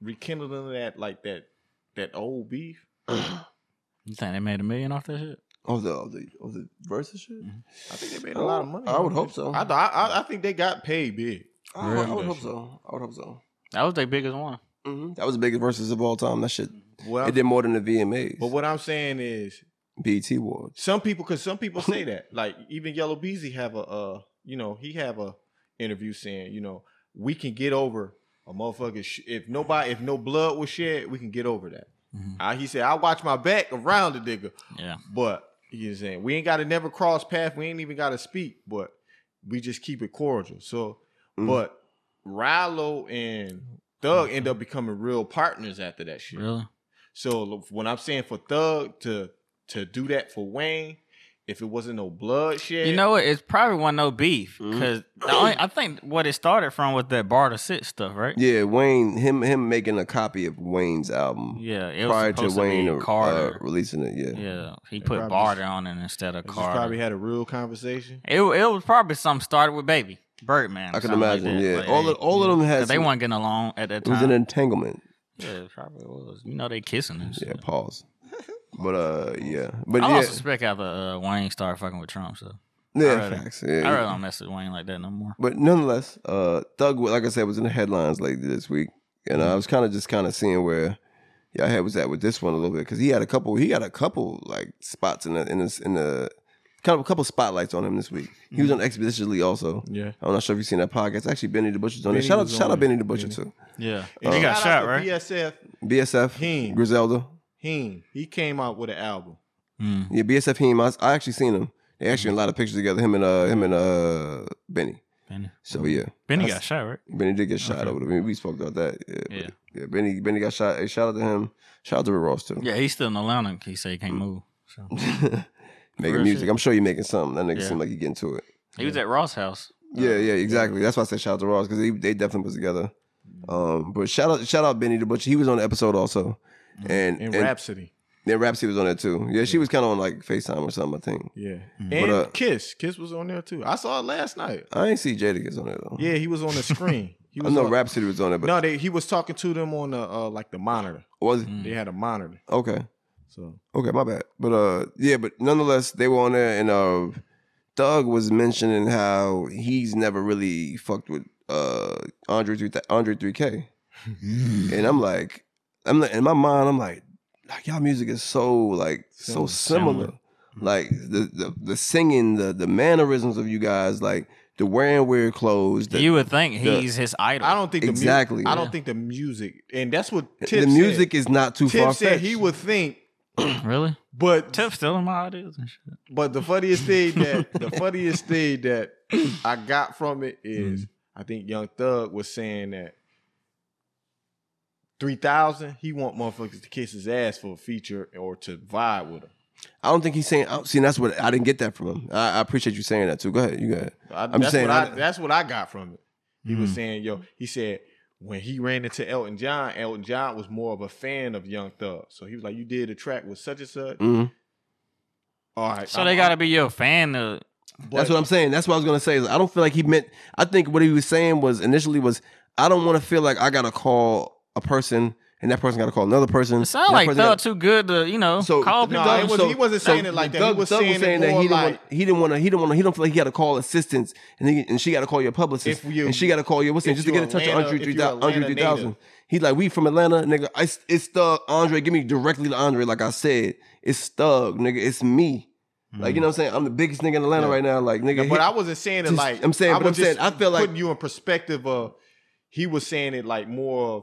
Speaker 2: rekindling that like that that old beef?
Speaker 3: You think they made a million off that shit?
Speaker 1: of Oh, the of the of the versus shit.
Speaker 2: Mm-hmm.
Speaker 1: Oh,
Speaker 2: I think they made a lot of money.
Speaker 1: I would
Speaker 2: on
Speaker 1: hope
Speaker 2: it.
Speaker 1: so.
Speaker 2: I, th- I I I think they got paid big.
Speaker 1: I, would- I
Speaker 2: Really?
Speaker 1: would hope so. I would hope so.
Speaker 3: That was their biggest one.
Speaker 1: Mhm. That was the biggest versus of all time. That shit. It
Speaker 2: What I'm,
Speaker 1: did more than the VMAs.
Speaker 2: but what I'm saying is
Speaker 1: BT E Awards.
Speaker 2: some people, because some people say that, like even Yellow Beezy have a, uh, you know, he have a interview saying, you know, we can get over a motherfucker sh- if nobody, if no blood was shed, we can get over that.
Speaker 3: Mhm.
Speaker 2: Uh, he said, I watch my back around the nigga,
Speaker 3: Yeah.
Speaker 2: but you know, what I'm saying we ain't got to never cross path. We ain't even got to speak, but we just keep it cordial. So,
Speaker 1: Mhm.
Speaker 2: but Rallo and Thug end up becoming real partners after that shit.
Speaker 3: Really?
Speaker 2: So lo- when I'm saying for Thug to to do that for Wayne, if it wasn't no bloodshed,
Speaker 3: You know what? It's probably wasn't no beef
Speaker 1: Mhm.
Speaker 3: because I think what it started from was that bar to sit stuff, right?
Speaker 1: Yeah, Wayne, him, him making a copy of Wayne's album
Speaker 3: Yeah, it was
Speaker 1: prior to
Speaker 3: supposed to
Speaker 1: Wayne
Speaker 3: be
Speaker 1: uh,
Speaker 3: Carter.
Speaker 1: releasing it. Yeah,
Speaker 3: yeah, he
Speaker 2: They
Speaker 3: put
Speaker 2: probably
Speaker 3: Barter
Speaker 2: just-
Speaker 3: on it instead of
Speaker 2: they just
Speaker 3: Carter.
Speaker 2: probably had a real conversation.
Speaker 3: it, it was probably something started with Baby Birdman. or
Speaker 1: I can
Speaker 3: something like
Speaker 1: imagine.
Speaker 3: that.
Speaker 1: yeah,
Speaker 3: Like,
Speaker 1: all
Speaker 3: hey,
Speaker 1: of, all of them
Speaker 3: yeah,
Speaker 1: had.
Speaker 3: 'cause they
Speaker 1: some-
Speaker 3: weren't getting along at that
Speaker 1: It was an
Speaker 3: time.
Speaker 1: entanglement.
Speaker 3: yeah, it probably was. You know, they kissing and
Speaker 1: Yeah,
Speaker 3: shit.
Speaker 1: pause. But uh, yeah, but
Speaker 3: I
Speaker 1: yeah,
Speaker 3: don't suspect after uh, Wayne started fucking with Trump, so
Speaker 1: yeah,
Speaker 3: I really-
Speaker 1: facts. Yeah,
Speaker 3: I really
Speaker 1: yeah.
Speaker 3: don't mess with Wayne like that no more.
Speaker 1: But nonetheless, uh, Thug, like I said, was in the headlines late this week, and I was kind of just kind of seeing where y'all head was at with this one a little bit because he had a couple, he had a couple like spots in the in the, in the kind of a couple spotlights on him this week. He was on expeditiously also.
Speaker 2: Yeah,
Speaker 1: I'm not sure if you've seen that podcast. Actually, Benny the Butcher's on it.
Speaker 2: Benny
Speaker 1: Shout out,
Speaker 2: was
Speaker 1: shout
Speaker 2: on
Speaker 1: out
Speaker 2: it.
Speaker 1: Benny the Butcher
Speaker 2: Benny.
Speaker 1: too.
Speaker 3: Yeah,
Speaker 2: And
Speaker 1: Uh,
Speaker 3: he got
Speaker 2: Uh, shout out
Speaker 3: shot,
Speaker 2: to
Speaker 3: right?
Speaker 2: BSF
Speaker 1: BSF,
Speaker 2: Heen.
Speaker 1: Griselda.
Speaker 2: Heen, he came out with an album.
Speaker 3: Mm.
Speaker 1: Yeah, BSF Heen. I, I actually seen him. They actually in a lot of pictures together. Him and uh him and uh Benny.
Speaker 3: Benny,
Speaker 1: So yeah,
Speaker 3: Benny
Speaker 1: That's-
Speaker 3: got shot, right?
Speaker 1: Benny did get shot
Speaker 3: Okay.
Speaker 1: over. The, we- we spoke about that. Yeah, but-
Speaker 3: Yeah.
Speaker 1: yeah. Benny Benny got shot. Hey, shout out to him. Shout out to Rick Ross too.
Speaker 3: Yeah, he's still in Atlanta. He said he can't move. So.
Speaker 1: making
Speaker 3: Real
Speaker 1: music.
Speaker 3: shit.
Speaker 1: I'm sure you're making something. That nigga
Speaker 3: Yeah.
Speaker 1: seemed like he getting to it.
Speaker 3: He was at Ross' house.
Speaker 1: Yeah, yeah, exactly. That's why I said shout out to Ross because they, they definitely put together. Um, but shout out shout out Benny the Butcher. He was on the episode also, and
Speaker 2: And,
Speaker 1: and-
Speaker 2: Rhapsody.
Speaker 1: Then Rapsy was on there too. Yeah, she was kind of on like FaceTime or something, I think.
Speaker 2: Yeah.
Speaker 3: Mm.
Speaker 2: And
Speaker 1: But, uh,
Speaker 2: Kiss. Kiss was on there too. I saw it last night.
Speaker 1: I ain't see Jadakiss on there though.
Speaker 2: Yeah, he was on the screen. He
Speaker 1: I
Speaker 2: was
Speaker 1: know
Speaker 2: on-
Speaker 1: Rhapsody was on there, but
Speaker 2: No, they, he was talking to them on the uh, like the monitor.
Speaker 1: was
Speaker 3: Mm.
Speaker 2: They had a monitor.
Speaker 1: okay,
Speaker 2: So
Speaker 1: okay, my bad. But uh, yeah, but nonetheless, they were on there, and uh, Doug was mentioning how he's never really fucked with uh Andre three Andre three K,
Speaker 3: Mm.
Speaker 1: and I'm like, I'm like, in my mind, I'm like, like y'all music is so like so
Speaker 2: Similar. Mm-hmm.
Speaker 1: similar.
Speaker 3: Similar.
Speaker 1: Like the, the the singing, the the mannerisms of you guys, like the wearing weird clothes, the
Speaker 3: you would think
Speaker 1: the-
Speaker 3: he's his idol.
Speaker 2: I don't think the mu-
Speaker 1: Exactly.
Speaker 2: I don't
Speaker 3: Yeah.
Speaker 2: think the music, and that's what Tip
Speaker 1: the music
Speaker 2: Said.
Speaker 1: is not too
Speaker 2: Tip
Speaker 1: far
Speaker 2: said
Speaker 1: fetched.
Speaker 2: he would think,
Speaker 3: really.
Speaker 2: but
Speaker 3: Tip still in my ideas and shit.
Speaker 2: but the funniest thing that the funniest thing that I got from it is
Speaker 1: Mm.
Speaker 2: I think Young Thug was saying that three thousand he want motherfuckers to kiss his ass for a feature or to vibe with him.
Speaker 1: I don't think he's saying. I, see, that's what I didn't get that from him. I, I appreciate you saying that too. Go ahead, you go ahead.
Speaker 2: I,
Speaker 1: I'm
Speaker 2: that's
Speaker 1: saying
Speaker 2: what I,
Speaker 1: I- Mm-hmm.
Speaker 2: that's what I got from it. He was
Speaker 3: Mm.
Speaker 2: saying, yo, he said when he ran into Elton John, Elton John was more of a fan of Young Thug. So he was like, You did a track with such and such.
Speaker 1: Mhm.
Speaker 2: All right.
Speaker 3: So they gotta be your fan. To,
Speaker 1: That's what I'm saying. That's what I was gonna say. Is I don't feel like he meant. I think what he was saying was initially was I don't want to feel like I gotta call a person and that person gotta call another person.
Speaker 3: it sound
Speaker 1: and that
Speaker 3: like
Speaker 1: person
Speaker 3: Thug
Speaker 1: gotta-
Speaker 3: too good to you know
Speaker 1: So
Speaker 3: call
Speaker 2: No,
Speaker 3: people.
Speaker 2: it was- he wasn't saying it like that. He was saying it
Speaker 1: he
Speaker 2: more
Speaker 1: didn't want,
Speaker 2: like-
Speaker 1: he didn't want to. He didn't want to. He don't feel like he got to call assistance, and he, and she got to call your publicist,
Speaker 2: If you-
Speaker 1: and she got to call your what's it
Speaker 2: if
Speaker 1: just to
Speaker 2: you
Speaker 1: get in touch with
Speaker 2: Atlanta-
Speaker 1: Andre
Speaker 2: if
Speaker 1: three
Speaker 2: you
Speaker 1: thou- Andre
Speaker 2: Atlanta
Speaker 1: three thousand.
Speaker 2: native.
Speaker 1: He's like, we from Atlanta, nigga. I, it's Thug Andre. Give me directly to Andre, like I said. It's Thug, nigga. It's me. Like you know what I'm saying? I'm the biggest nigga in Atlanta
Speaker 2: Mm. Yeah.
Speaker 1: right now. Like nigga,
Speaker 2: but
Speaker 1: he-
Speaker 2: I wasn't saying it
Speaker 1: Just-
Speaker 2: like
Speaker 1: I'm saying,
Speaker 2: I
Speaker 1: but I'm
Speaker 2: was just
Speaker 1: saying, I feel like-
Speaker 2: putting you in perspective of he was saying it like more of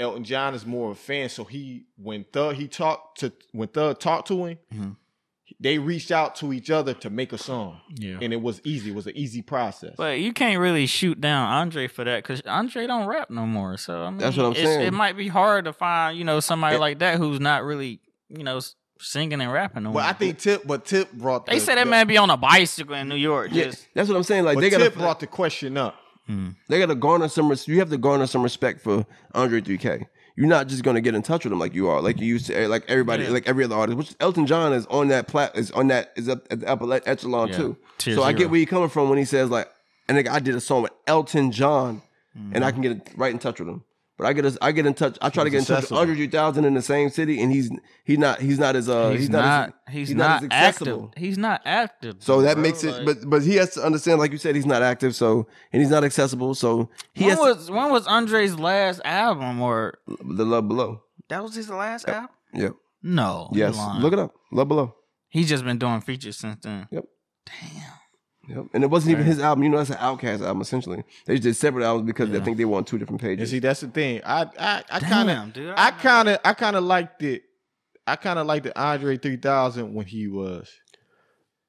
Speaker 2: Elton John is more of a fan. So he when Thug he talked to when Thug talked to him,
Speaker 1: Mm-hmm.
Speaker 3: Mhm.
Speaker 2: they reached out to each other to make a song.
Speaker 3: yeah.
Speaker 2: And it was easy. It was an easy process.
Speaker 3: But you can't really shoot down Andre for that because Andre don't rap no more. So I mean,
Speaker 1: That's what I'm
Speaker 3: it's-
Speaker 1: saying.
Speaker 3: It might be hard to find you know somebody
Speaker 1: It-
Speaker 3: like that who's not really you know s- singing and rapping no more.
Speaker 2: But I think Tip, but Tip brought.
Speaker 3: they
Speaker 2: the-
Speaker 3: said that
Speaker 2: the-
Speaker 3: man be on a bicycle in New York.
Speaker 1: yeah,
Speaker 3: Just
Speaker 1: that's what I'm saying. Like
Speaker 2: But
Speaker 1: they gotta
Speaker 2: Tip brought the question up.
Speaker 1: they gotta garner some. Res- you have to garner some respect for Andre 3K. You're not just gonna get in touch with him like you are, like you used to, eh, like everybody,
Speaker 3: Yeah.
Speaker 1: like every other artist. Which Elton John is on that plat, is on that, is up at the upper le- echelon
Speaker 3: Yeah.
Speaker 1: too.
Speaker 3: Tier
Speaker 1: so I
Speaker 3: zero.
Speaker 1: get where you're coming
Speaker 3: Mm-hmm.
Speaker 1: from when he says like, and nigga, I did a song with Elton John, and I can get right in touch with him. But I get us, I get in touch. I try to get in touch with
Speaker 2: accessible.
Speaker 1: Andre 3000 in the same city, and he's he's not he's not as uh
Speaker 3: he's,
Speaker 1: as-
Speaker 3: not. he's, not,
Speaker 1: as
Speaker 3: active. He's not active.
Speaker 1: So that
Speaker 3: bro.
Speaker 1: makes it,
Speaker 3: Like,
Speaker 1: but but he has to understand, like you said, he's not active, so and he's not accessible, so he
Speaker 3: when
Speaker 1: has to-
Speaker 3: was when was Andre's last album or
Speaker 1: the love below.
Speaker 3: that was his last album?
Speaker 1: Yeah.
Speaker 3: No. Oh, you
Speaker 1: Yes.
Speaker 3: lying.
Speaker 1: Look it up. Love below.
Speaker 3: He's just been doing features since then.
Speaker 1: Yep.
Speaker 3: Damn.
Speaker 1: Yep. And it wasn't even his album. You know, that's an Outcast album essentially. They just did separate albums because
Speaker 3: Yeah.
Speaker 1: I think they were on two different
Speaker 2: And
Speaker 1: pages.
Speaker 2: see, that's the thing. I I, I
Speaker 3: Damn,
Speaker 2: kind of
Speaker 3: dude.
Speaker 2: I kind of I kind of liked it. I kind of liked the Andre 3000 when he was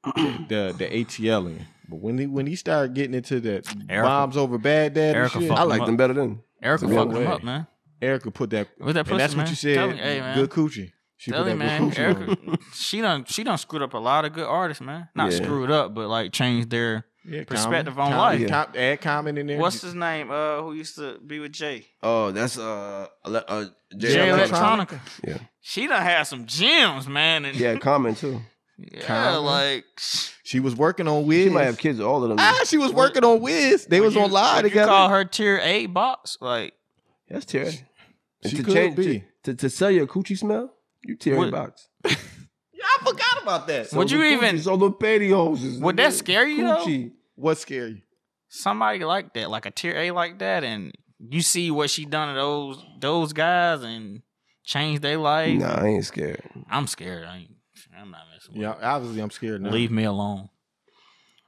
Speaker 2: the the ATLian. But when he when he started getting into that
Speaker 3: Erica.
Speaker 2: bombs over Baghdad,
Speaker 3: Erica
Speaker 2: and shit,
Speaker 3: fucked
Speaker 1: I liked them better then.
Speaker 3: Erica
Speaker 1: No
Speaker 3: fucked him
Speaker 2: way.
Speaker 3: up, man.
Speaker 2: Erica put that.
Speaker 3: With that pussy,
Speaker 2: and that's
Speaker 3: man.
Speaker 2: what you said.
Speaker 3: Tell me- hey, man.
Speaker 2: Good coochie. She
Speaker 3: Tell
Speaker 2: put
Speaker 3: me,
Speaker 2: that
Speaker 3: man,
Speaker 2: good coochie. on
Speaker 3: Erica, she done she done screwed up a lot of good artists, man. Not
Speaker 1: Yeah.
Speaker 3: screwed up, but like changed their.
Speaker 2: Yeah,
Speaker 3: Perspective
Speaker 2: comment,
Speaker 3: on
Speaker 2: comment,
Speaker 1: life.
Speaker 2: com- add comment in there.
Speaker 3: What's his name? Uh, who used to be with Jay?
Speaker 1: Oh, that's uh, ele- uh
Speaker 3: Jay,
Speaker 2: Jay Electronica.
Speaker 3: Electronica.
Speaker 1: Yeah.
Speaker 3: She done had some gems, man, and
Speaker 1: Yeah, Common too.
Speaker 3: yeah,
Speaker 2: Common.
Speaker 3: like
Speaker 2: She was working on
Speaker 1: He
Speaker 2: Wiz.
Speaker 1: might have kids with all of them.
Speaker 2: Ah, she was working on Wiz. They was
Speaker 3: you-
Speaker 2: on live
Speaker 3: would You call
Speaker 2: together.
Speaker 3: her tier eight box, like
Speaker 1: That's Terry. And
Speaker 2: She
Speaker 1: to
Speaker 2: could
Speaker 1: change,
Speaker 2: be.
Speaker 1: To, to, to sell your coochie smell, you Terry
Speaker 3: What-
Speaker 1: box.
Speaker 2: Yeah, I forgot about that.
Speaker 3: Would you even-
Speaker 1: All the pantyhoses.
Speaker 3: Would that scare you, though?
Speaker 1: Coochie.
Speaker 2: What's scary?
Speaker 3: somebody like that, like a tier eight like that, and you see what she done to those those guys and changed their life.
Speaker 1: Nah, I ain't scared.
Speaker 3: I'm scared. I ain't, I'm not messing with.
Speaker 2: Yeah, obviously I'm scared now.
Speaker 3: Leave me alone.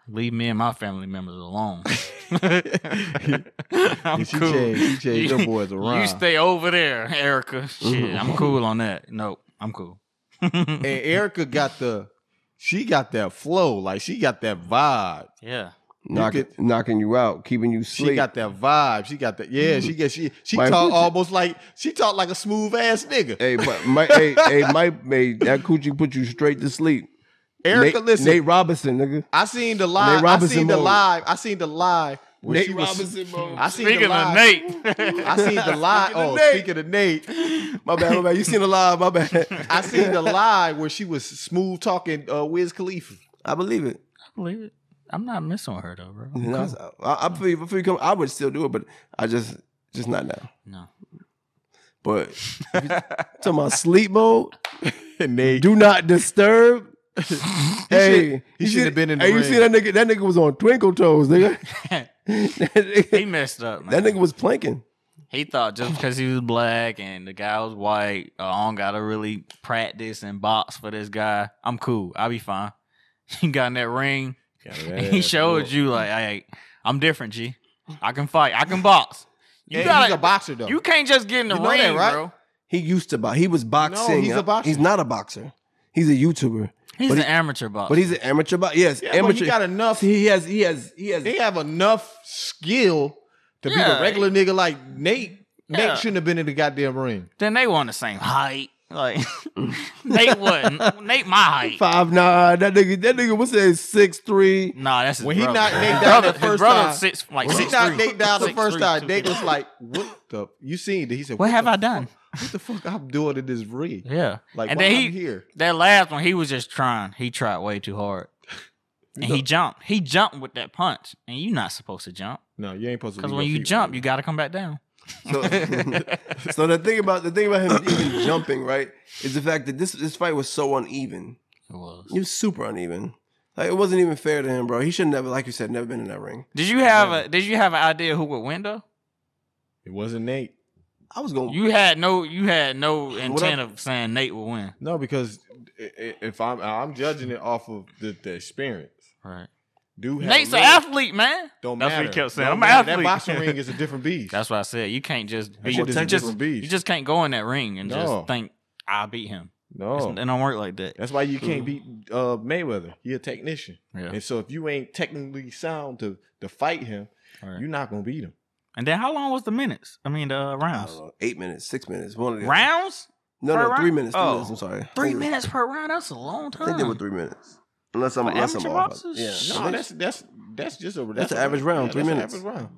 Speaker 3: Leave me and my family members alone. I'm
Speaker 2: Yeah, she
Speaker 3: cool.
Speaker 2: changed. She changed. Your
Speaker 3: You-
Speaker 2: boys around.
Speaker 3: You stay over there, Erica. Shit,
Speaker 2: Mm-hmm.
Speaker 3: I'm cool on that. Nope, I'm cool.
Speaker 2: and Erica got the, she got that flow. Like she got that vibe.
Speaker 3: yeah.
Speaker 1: Knock,
Speaker 2: could-
Speaker 1: knocking you out, keeping you
Speaker 2: She
Speaker 1: sleep.
Speaker 2: got that vibe. She got that.
Speaker 3: Mm.
Speaker 2: Yeah, she get she she
Speaker 1: My
Speaker 2: talk
Speaker 1: bitch-
Speaker 2: almost like she talk like a smooth ass nigga.
Speaker 1: Hey, but my, hey, hey, my, hey, that coochie put you straight to sleep.
Speaker 2: Erica,
Speaker 1: Nate,
Speaker 2: listen.
Speaker 1: Nate Robinson, nigga.
Speaker 2: I seen the live. I
Speaker 1: Robinson
Speaker 2: seen the
Speaker 1: mode.
Speaker 2: live. I seen the live. where she
Speaker 1: Nate
Speaker 2: was-
Speaker 1: Robinson, bro.
Speaker 2: I seen the
Speaker 3: Speaking
Speaker 2: live.
Speaker 3: of Nate,
Speaker 2: I seen the live.
Speaker 1: Speaking of
Speaker 2: Oh,
Speaker 1: Nate.
Speaker 2: speaking of Nate,
Speaker 1: My bad, my bad. You seen the live, my bad.
Speaker 2: I seen the live where she was smooth talking uh, Wiz Khalifa.
Speaker 1: I believe it.
Speaker 3: believe it. I'm not messing with her though, bro.
Speaker 1: You know, I, I feel, you- I feel you come, I would still do it, but I just, just not now.
Speaker 3: No.
Speaker 1: But to my sleep mode,
Speaker 2: Nate,
Speaker 1: do not disturb. hey,
Speaker 2: he
Speaker 1: you
Speaker 2: shouldn't
Speaker 1: see-
Speaker 2: have been in the
Speaker 1: Hey, you
Speaker 2: ring.
Speaker 1: see that nigga? That nigga was on twinkle toes, nigga. that,
Speaker 3: he
Speaker 1: nigga
Speaker 3: messed up, man.
Speaker 1: that nigga was planking.
Speaker 3: He thought just because he was black and the guy was white, uh, I don't gotta really practice and box for this guy. I'm cool. I'll be fine. He got in that ring. he showed you like, hey, I'm different, G. I can fight. I can box. You
Speaker 2: You he's a
Speaker 3: gotta.
Speaker 2: boxer though.
Speaker 3: You can't just get in the
Speaker 2: You know
Speaker 3: ring,
Speaker 2: that, right?
Speaker 3: bro.
Speaker 1: He used to box. He was boxing. uh,
Speaker 2: he's a boxer.
Speaker 1: He's not a boxer. He's a YouTuber,
Speaker 3: He's
Speaker 1: But
Speaker 3: an
Speaker 1: he-
Speaker 3: amateur boxer.
Speaker 1: but he's an amateur boxer. Yes,
Speaker 2: yeah,
Speaker 1: amateur.
Speaker 2: but he got enough.
Speaker 1: he has. He has. He has.
Speaker 2: They have enough skill to be
Speaker 3: Yeah.
Speaker 2: a regular nigga like Nate.
Speaker 3: Yeah.
Speaker 2: Nate shouldn't have been in the goddamn ring.
Speaker 3: then they want the same height. Like Nate wasn't. Nate my height.
Speaker 1: Five nine. That nigga. That nigga was saying six three.
Speaker 3: Nah, that's his
Speaker 2: When he
Speaker 3: brother.
Speaker 2: knocked Nate
Speaker 3: his
Speaker 2: down
Speaker 3: brother,
Speaker 2: the
Speaker 3: his
Speaker 2: first
Speaker 3: brother
Speaker 2: time-
Speaker 3: six like
Speaker 2: When he
Speaker 3: six
Speaker 2: knocked
Speaker 3: three.
Speaker 2: Nate down the
Speaker 3: Six
Speaker 2: first
Speaker 3: three,
Speaker 2: time,
Speaker 3: two
Speaker 2: Nate was
Speaker 3: fifty.
Speaker 2: like, "What the? You seen it?" He said,
Speaker 3: "What have
Speaker 2: the
Speaker 3: I done?"
Speaker 2: fuck- What the fuck I'm doing in this ring?
Speaker 3: Yeah.
Speaker 2: Like,
Speaker 3: and
Speaker 2: why
Speaker 3: then
Speaker 2: I'm
Speaker 3: he
Speaker 2: here?
Speaker 3: that last one, he was just trying. He tried way too hard. And he jumped. He jumped with that punch. And you're not supposed to jump.
Speaker 2: No, you ain't supposed to.
Speaker 3: Because
Speaker 2: leave
Speaker 3: when
Speaker 2: your
Speaker 3: you
Speaker 2: feet
Speaker 3: jump,
Speaker 2: wide.
Speaker 3: you gotta come back down.
Speaker 1: So, so the thing about the thing about him even jumping right is the fact that this this fight was so uneven.
Speaker 3: It was.
Speaker 1: It was super uneven. Like it wasn't even fair to him, bro. He should never, like you said, never been in that ring.
Speaker 3: Did you have a did you have an idea who would win though?
Speaker 2: it wasn't Nate.
Speaker 1: I was going. to
Speaker 3: You had no you had no intent
Speaker 1: I-
Speaker 3: of saying Nate would win.
Speaker 2: No, because i- i- if I'm I'm judging it off of the, the experience.
Speaker 3: Right.
Speaker 2: Dude, had
Speaker 3: Nate's
Speaker 2: a
Speaker 3: an
Speaker 2: little-
Speaker 3: athlete, man.
Speaker 2: Don't
Speaker 3: That's
Speaker 2: matter.
Speaker 3: what he kept saying.
Speaker 2: Don't
Speaker 3: I'm an
Speaker 2: matter.
Speaker 3: athlete.
Speaker 2: That boxing ring is a different beast.
Speaker 3: That's what I said. You can't just
Speaker 2: That
Speaker 3: be
Speaker 2: shit is
Speaker 3: you
Speaker 2: a
Speaker 3: just,
Speaker 2: different beast.
Speaker 3: you just can't go in that ring and
Speaker 2: No.
Speaker 3: just think I beat him.
Speaker 2: no.
Speaker 3: It don't work like that.
Speaker 2: That's why you can't beat uh, Mayweather. He a technician,
Speaker 3: Yeah.
Speaker 2: and so if you ain't technically sound to to fight him,
Speaker 3: Right.
Speaker 2: you're not gonna beat him.
Speaker 3: And then how long was the minutes? I mean the uh,
Speaker 1: I
Speaker 3: rounds.
Speaker 1: don't know, eight minutes, six minutes, one of the
Speaker 3: Rounds?
Speaker 1: No,
Speaker 3: per
Speaker 1: no, three
Speaker 3: round?
Speaker 1: minutes. Three
Speaker 3: Oh.
Speaker 1: minutes. I'm sorry.
Speaker 3: Three
Speaker 1: minutes.
Speaker 3: minutes per round? That's a long time.
Speaker 1: I think they were three minutes. Unless I'm,
Speaker 3: For
Speaker 1: unless I'm
Speaker 3: amateur
Speaker 1: off.
Speaker 3: boxers?
Speaker 1: Yeah.
Speaker 3: No,
Speaker 1: I
Speaker 2: No,
Speaker 1: think-
Speaker 2: that's that's that's just a
Speaker 1: That's an average round, three
Speaker 2: that's
Speaker 1: minutes.
Speaker 2: an average round.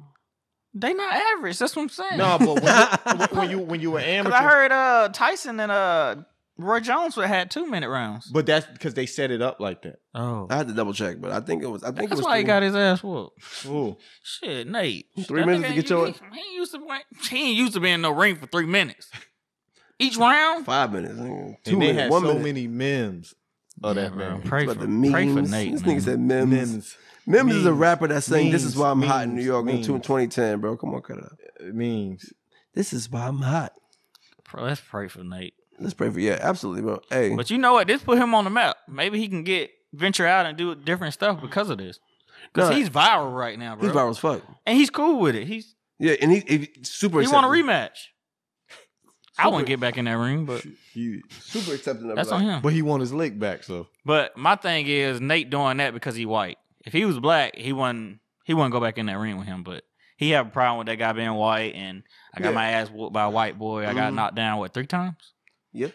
Speaker 3: They not average. That's what I'm saying.
Speaker 2: No, but when you, when you when you were
Speaker 3: Cause
Speaker 2: amateur,
Speaker 3: I heard uh Tyson and uh Roy Jones would have had two minute rounds.
Speaker 2: But that's because they set it up like that.
Speaker 3: Oh,
Speaker 1: I had to double check, but I think it was. I think
Speaker 3: that's
Speaker 1: it was
Speaker 3: why he
Speaker 1: three-
Speaker 3: got his ass whooped.
Speaker 2: Ooh.
Speaker 3: Shit, Nate.
Speaker 1: Three
Speaker 3: That
Speaker 1: minutes
Speaker 3: nigga
Speaker 1: to get your-
Speaker 3: ain't- He ain't used to. He ain't used to be in no ring for three minutes. Each round.
Speaker 1: five minutes, nigga. two
Speaker 2: and they
Speaker 1: minutes,
Speaker 2: had
Speaker 1: one
Speaker 2: so
Speaker 1: minute.
Speaker 2: many memes of that man.
Speaker 3: Pray for,
Speaker 1: But the memes.
Speaker 3: pray for Nate.
Speaker 1: this
Speaker 3: man.
Speaker 1: nigga said memes. memes.
Speaker 2: Memes.
Speaker 1: is a
Speaker 2: Memes.
Speaker 1: rapper that sang "This is why I'm hot in New
Speaker 2: Memes.
Speaker 1: York" in
Speaker 2: Memes.
Speaker 1: 2010, bro. Come on, cut it up.
Speaker 2: uh, Memes.
Speaker 1: This is why I'm hot.
Speaker 3: Bro, let's pray for Nate.
Speaker 1: Let's pray for yeah, absolutely, bro. Hey,
Speaker 3: But you know what? This put him on the map. Maybe he can get venture out and do different stuff because of this. Because
Speaker 1: No.
Speaker 3: he's viral right now, bro.
Speaker 1: he's viral as fuck.
Speaker 3: And he's cool with it. He's
Speaker 1: Yeah, and he, he super.
Speaker 3: he want a
Speaker 1: accepting.
Speaker 3: rematch. I wouldn't get back in that ring, but
Speaker 2: He-
Speaker 1: Super accepting. Of
Speaker 3: that's
Speaker 1: like,
Speaker 3: on him.
Speaker 2: but he won his lick back, so
Speaker 3: But my thing is Nate doing that because he white. If he was black, he wouldn't he wouldn't go back in that ring with him. But he have a problem with that guy being white, and I got
Speaker 1: Yeah.
Speaker 3: my ass whooped by a white boy. I got
Speaker 1: Mhm.
Speaker 3: knocked down what three times.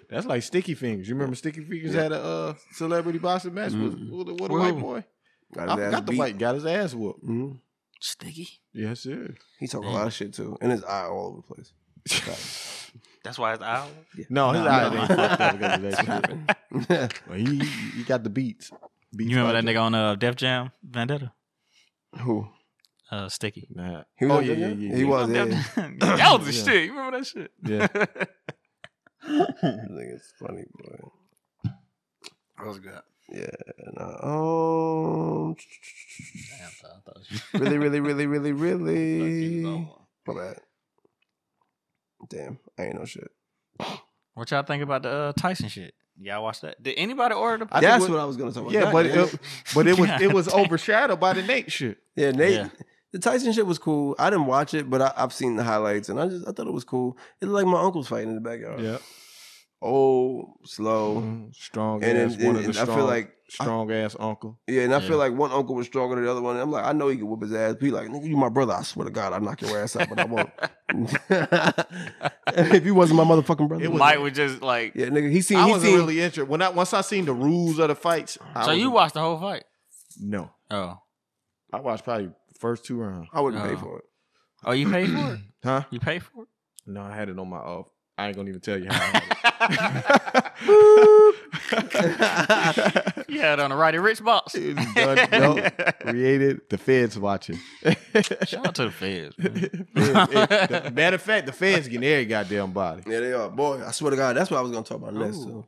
Speaker 2: that's like Sticky Fingers. You remember Sticky Fingers
Speaker 1: Yeah.
Speaker 2: had a uh, celebrity boxing match
Speaker 1: Mhm.
Speaker 2: with, with, with a
Speaker 3: Whoa.
Speaker 2: white boy.
Speaker 1: Got
Speaker 2: I
Speaker 1: his ass
Speaker 2: forgot the
Speaker 1: beat.
Speaker 2: white got his ass whooped.
Speaker 1: Mhm.
Speaker 3: Sticky.
Speaker 2: Yes, sir.
Speaker 1: He talk
Speaker 3: Damn.
Speaker 1: a lot of shit too, and his eye all over the place.
Speaker 3: That's why it's out.
Speaker 2: No, his
Speaker 3: Nah,
Speaker 2: eyes
Speaker 3: nah.
Speaker 2: ain't fucked up because of that
Speaker 1: That's
Speaker 2: shit.
Speaker 1: happened. yeah,
Speaker 2: But he he got the beats. beats
Speaker 3: You remember that
Speaker 2: Project.
Speaker 3: nigga on uh, Def Jam Vendetta?
Speaker 1: who?
Speaker 3: Uh, Sticky.
Speaker 2: Nah.
Speaker 1: He was
Speaker 2: oh
Speaker 1: on
Speaker 2: yeah,
Speaker 1: that
Speaker 2: yeah,
Speaker 1: guy?
Speaker 2: yeah,
Speaker 1: He
Speaker 2: yeah.
Speaker 1: was. Yeah, yeah.
Speaker 3: that was the
Speaker 2: Yeah.
Speaker 3: shit. You remember that shit?
Speaker 2: Yeah.
Speaker 1: I think it's funny, boy.
Speaker 3: that was good.
Speaker 1: Yeah. Nah. Um. Really, really, really, really, really. My bad. Damn, I ain't no shit.
Speaker 3: What y'all think about the uh, Tyson shit? Y'all watch that? Did anybody order the?
Speaker 2: I think
Speaker 1: That's
Speaker 2: what-
Speaker 1: what I was gonna talk about.
Speaker 2: Yeah,
Speaker 1: God
Speaker 2: but
Speaker 1: damn
Speaker 2: it, but it was it was overshadowed by the Nate shit.
Speaker 1: Yeah, Nate.
Speaker 3: Yeah.
Speaker 1: The Tyson shit was cool. I didn't watch it, but I, I've seen the highlights, and I just I thought it was cool. It looked like my uncle's fighting in the backyard. Oh, slow.
Speaker 2: Mhm. strong
Speaker 1: And
Speaker 2: ass.
Speaker 1: then-
Speaker 2: one
Speaker 1: and-
Speaker 2: of the
Speaker 1: and I
Speaker 2: strong,
Speaker 1: feel like
Speaker 2: strong ass uncle.
Speaker 1: Yeah, and I
Speaker 3: Yeah.
Speaker 1: feel like one uncle was stronger than the other one. I'm like, I know he can whip his ass. But he like, nigga, you my brother. I swear to God, I'll knock your ass out, but I won't. if you wasn't my motherfucking brother,
Speaker 2: It was-
Speaker 3: Mike was just like.
Speaker 1: yeah, nigga, he seen.
Speaker 2: I
Speaker 1: He
Speaker 2: wasn't
Speaker 1: seen
Speaker 2: really interested when I once I seen the rules of the fights. I
Speaker 3: So
Speaker 2: was-
Speaker 3: you watched the whole fight?
Speaker 2: no?
Speaker 3: Oh,
Speaker 2: I watched probably the first two rounds.
Speaker 1: I wouldn't pay
Speaker 3: Oh.
Speaker 1: for it.
Speaker 3: oh, you paid for it?
Speaker 2: Huh?
Speaker 3: You paid for it?
Speaker 2: No, I had it on my off. I ain't gonna even tell you how. I had it.
Speaker 3: You had it on the righty rich box.
Speaker 2: It was done. Nope. Created the feds watching.
Speaker 3: Shout out to the feds. man.
Speaker 2: matter of fact, eh, the feds getting every goddamn body.
Speaker 1: Yeah, they are. Boy, I swear to God, that's what I was gonna talk about next.
Speaker 3: Ooh.
Speaker 1: So.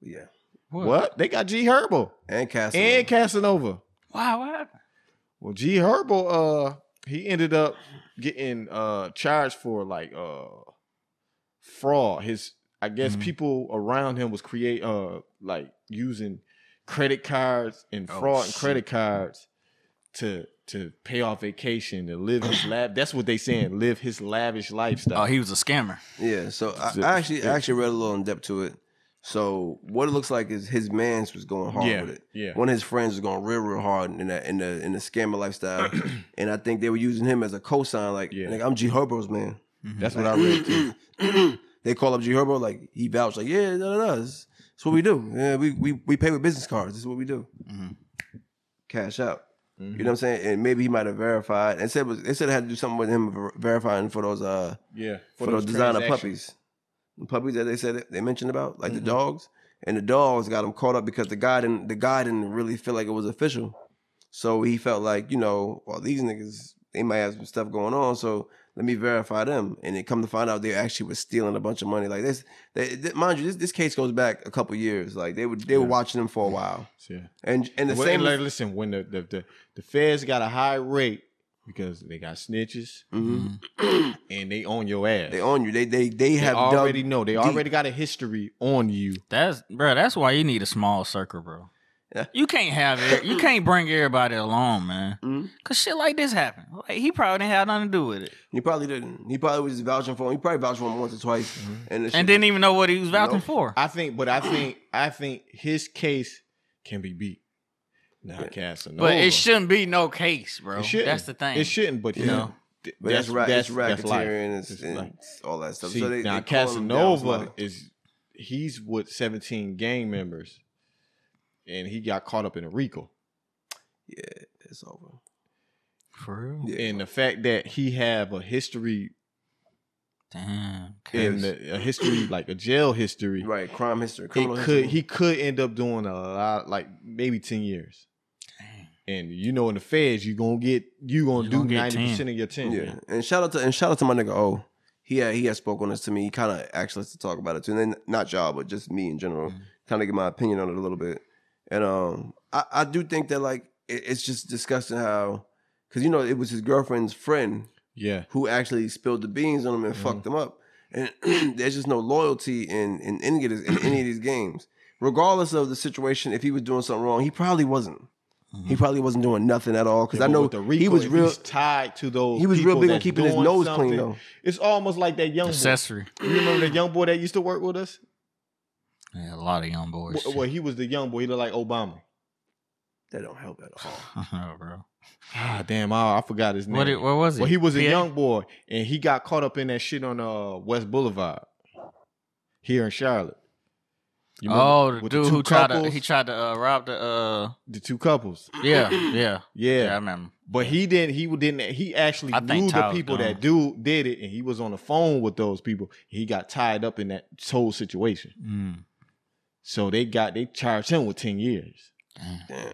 Speaker 1: But Yeah,
Speaker 2: What? They got G Herbo
Speaker 1: and Castle.
Speaker 2: and Casanova.
Speaker 3: Why? What happened?
Speaker 2: Well, G Herbo, uh, he ended up getting uh charged for like uh fraud. His I guess
Speaker 3: Mhm.
Speaker 2: people around him was create uh like using credit cards and
Speaker 3: Oh,
Speaker 2: fraud and
Speaker 3: shit.
Speaker 2: credit cards to to pay off vacation to live his lab. That's what they saying. Live his lavish lifestyle.
Speaker 3: Oh, he was a scammer.
Speaker 1: yeah, so I,
Speaker 2: Zip,
Speaker 1: I actually
Speaker 2: zip.
Speaker 1: I actually read a little in depth to it. So what it looks like is his man's was going hard
Speaker 2: yeah,
Speaker 1: with it.
Speaker 2: yeah.
Speaker 1: One of his friends was going real, real hard in the in the in the scammer lifestyle, and I think they were using him as a cosign. Like,
Speaker 2: Yeah.
Speaker 1: nigga, I'm G Herbo's man.
Speaker 2: That's what I
Speaker 1: Like,
Speaker 2: read too.
Speaker 1: they call up G Herbo, like he vouched, like yeah, no, no, no, that's what we do. Yeah, we we we pay with business cards. This is what we do.
Speaker 3: Mhm.
Speaker 1: Cash out.
Speaker 2: Mhm.
Speaker 1: You know what I'm saying? And maybe he might have verified. And said it was, they said it had to do something with him ver- verifying for those uh
Speaker 2: Yeah,
Speaker 1: for, those, designer
Speaker 2: transactions.
Speaker 1: puppies, the puppies that they said that they mentioned about, like
Speaker 2: Mm-hmm.
Speaker 1: the dogs, and the dogs got him caught up because the guy didn't the guy didn't really feel like it was official, so he felt like you know, well these niggas they might have some stuff going on, so let me verify them, and it come to find out they actually was stealing a bunch of money like this. They, th- mind you, this, this case goes back a couple years. Like they were they were
Speaker 2: Yeah.
Speaker 1: watching them for a while,
Speaker 2: Yeah.
Speaker 1: and and the
Speaker 2: Well,
Speaker 1: same.
Speaker 2: and like, listen, when the, the the the feds got a high rate because they got snitches
Speaker 3: Mm-hmm.
Speaker 1: Mhm.
Speaker 2: and they own your ass.
Speaker 1: They own you. They they they
Speaker 2: mm-hmm. They
Speaker 1: have dug-
Speaker 2: already know. They
Speaker 1: deep.
Speaker 2: already got a history on you.
Speaker 3: That's bro. That's why you need a small circle, bro.
Speaker 1: Yeah.
Speaker 3: You can't have it. You can't bring everybody along, man.
Speaker 2: Mm-hmm.
Speaker 1: Mhm.
Speaker 3: Cause shit like this happened. Like he probably didn't have nothing to do with it,
Speaker 1: He probably didn't. He probably was just vouching for him. He probably vouched for him once or twice,
Speaker 2: Mm-hmm.
Speaker 1: and, the
Speaker 3: and
Speaker 1: shit-
Speaker 3: didn't even know what he was vouching
Speaker 1: Nope.
Speaker 3: for.
Speaker 2: I think, but I think, I think his case can be beat. Not
Speaker 1: Yeah.
Speaker 2: Casanova.
Speaker 3: but it shouldn't be no case, bro.
Speaker 2: It shouldn't.
Speaker 3: That's the thing.
Speaker 2: It shouldn't. But
Speaker 1: Yeah.
Speaker 2: you know, th-
Speaker 1: But that's, ra- that's,
Speaker 2: life.
Speaker 1: racketeering
Speaker 2: It's
Speaker 1: and,
Speaker 2: life.
Speaker 1: and all that stuff.
Speaker 2: See,
Speaker 1: so they,
Speaker 2: now
Speaker 1: they call him down
Speaker 2: Casanova
Speaker 1: somebody.
Speaker 2: is he's with seventeen gang members, and he got caught up in a RICO.
Speaker 1: Yeah, it's over.
Speaker 3: For real.
Speaker 1: Yeah.
Speaker 2: and the fact that he have a history
Speaker 3: Damn.
Speaker 2: in
Speaker 1: Yes.
Speaker 2: the, a history like a jail history.
Speaker 1: Right, crime history,
Speaker 2: It
Speaker 1: criminal
Speaker 2: could
Speaker 1: history.
Speaker 2: he could end up doing a lot like maybe ten years. And you know in the feds you gonna get you gonna
Speaker 3: You
Speaker 2: do
Speaker 3: gonna get
Speaker 2: ninety percent of your ten.
Speaker 1: Yeah, and shout out to and shout out to my nigga. Oh, he had, he had spoke on this to me. He kind of asked us to talk about it too, and then not y'all, but just me in general.
Speaker 2: Mm-hmm.
Speaker 3: Mhm.
Speaker 1: Kind of get my opinion on it a little bit, and um, I, I do think that like it, it's just disgusting how, because you know it was his girlfriend's friend
Speaker 2: Yeah.
Speaker 1: who actually spilled the beans on him and
Speaker 2: Mhm.
Speaker 1: fucked him up, and there's just no loyalty in in any of this, in any of these games. Regardless of the situation, if he was doing something wrong, he probably wasn't.
Speaker 3: Mm-hmm.
Speaker 1: He probably wasn't doing nothing at all because I
Speaker 2: Mm-hmm. But
Speaker 1: know
Speaker 2: with the
Speaker 1: he
Speaker 2: RICO,
Speaker 1: was
Speaker 2: if
Speaker 1: real.
Speaker 2: he's tied to those.
Speaker 1: He was real
Speaker 2: people
Speaker 1: big on
Speaker 2: that's
Speaker 1: keeping his
Speaker 2: doing
Speaker 1: nose
Speaker 2: something.
Speaker 1: clean though.
Speaker 2: It's almost like that young boy.
Speaker 3: Accessory.
Speaker 2: You remember the young boy that used to work with us?
Speaker 3: Yeah, a lot of young boys.
Speaker 2: Well, well, he was the young boy. He looked like Obama.
Speaker 1: That don't help at all.
Speaker 3: Oh, bro.
Speaker 2: Ah, damn! I, I forgot his name.
Speaker 3: What, it, what was it?
Speaker 2: well, he was a
Speaker 3: Yeah.
Speaker 2: young boy, and he got caught up in that shit on uh, West Boulevard here in Charlotte. You remember?
Speaker 3: Oh, the
Speaker 2: With
Speaker 3: dude
Speaker 2: two
Speaker 3: who tried to
Speaker 2: couples,
Speaker 3: he tried to uh, rob the uh
Speaker 2: the two couples.
Speaker 3: yeah yeah
Speaker 2: Yeah,
Speaker 3: yeah I remember.
Speaker 2: but he didn't. He didn't. He actually
Speaker 3: I think
Speaker 2: knew the
Speaker 3: Tyler
Speaker 2: people
Speaker 3: Dunn.
Speaker 2: that do did it, and he was on the phone with those people. He got tied up in that whole situation,
Speaker 3: Mm,
Speaker 2: so they got they charged him with ten years.
Speaker 3: damn.
Speaker 1: Damn.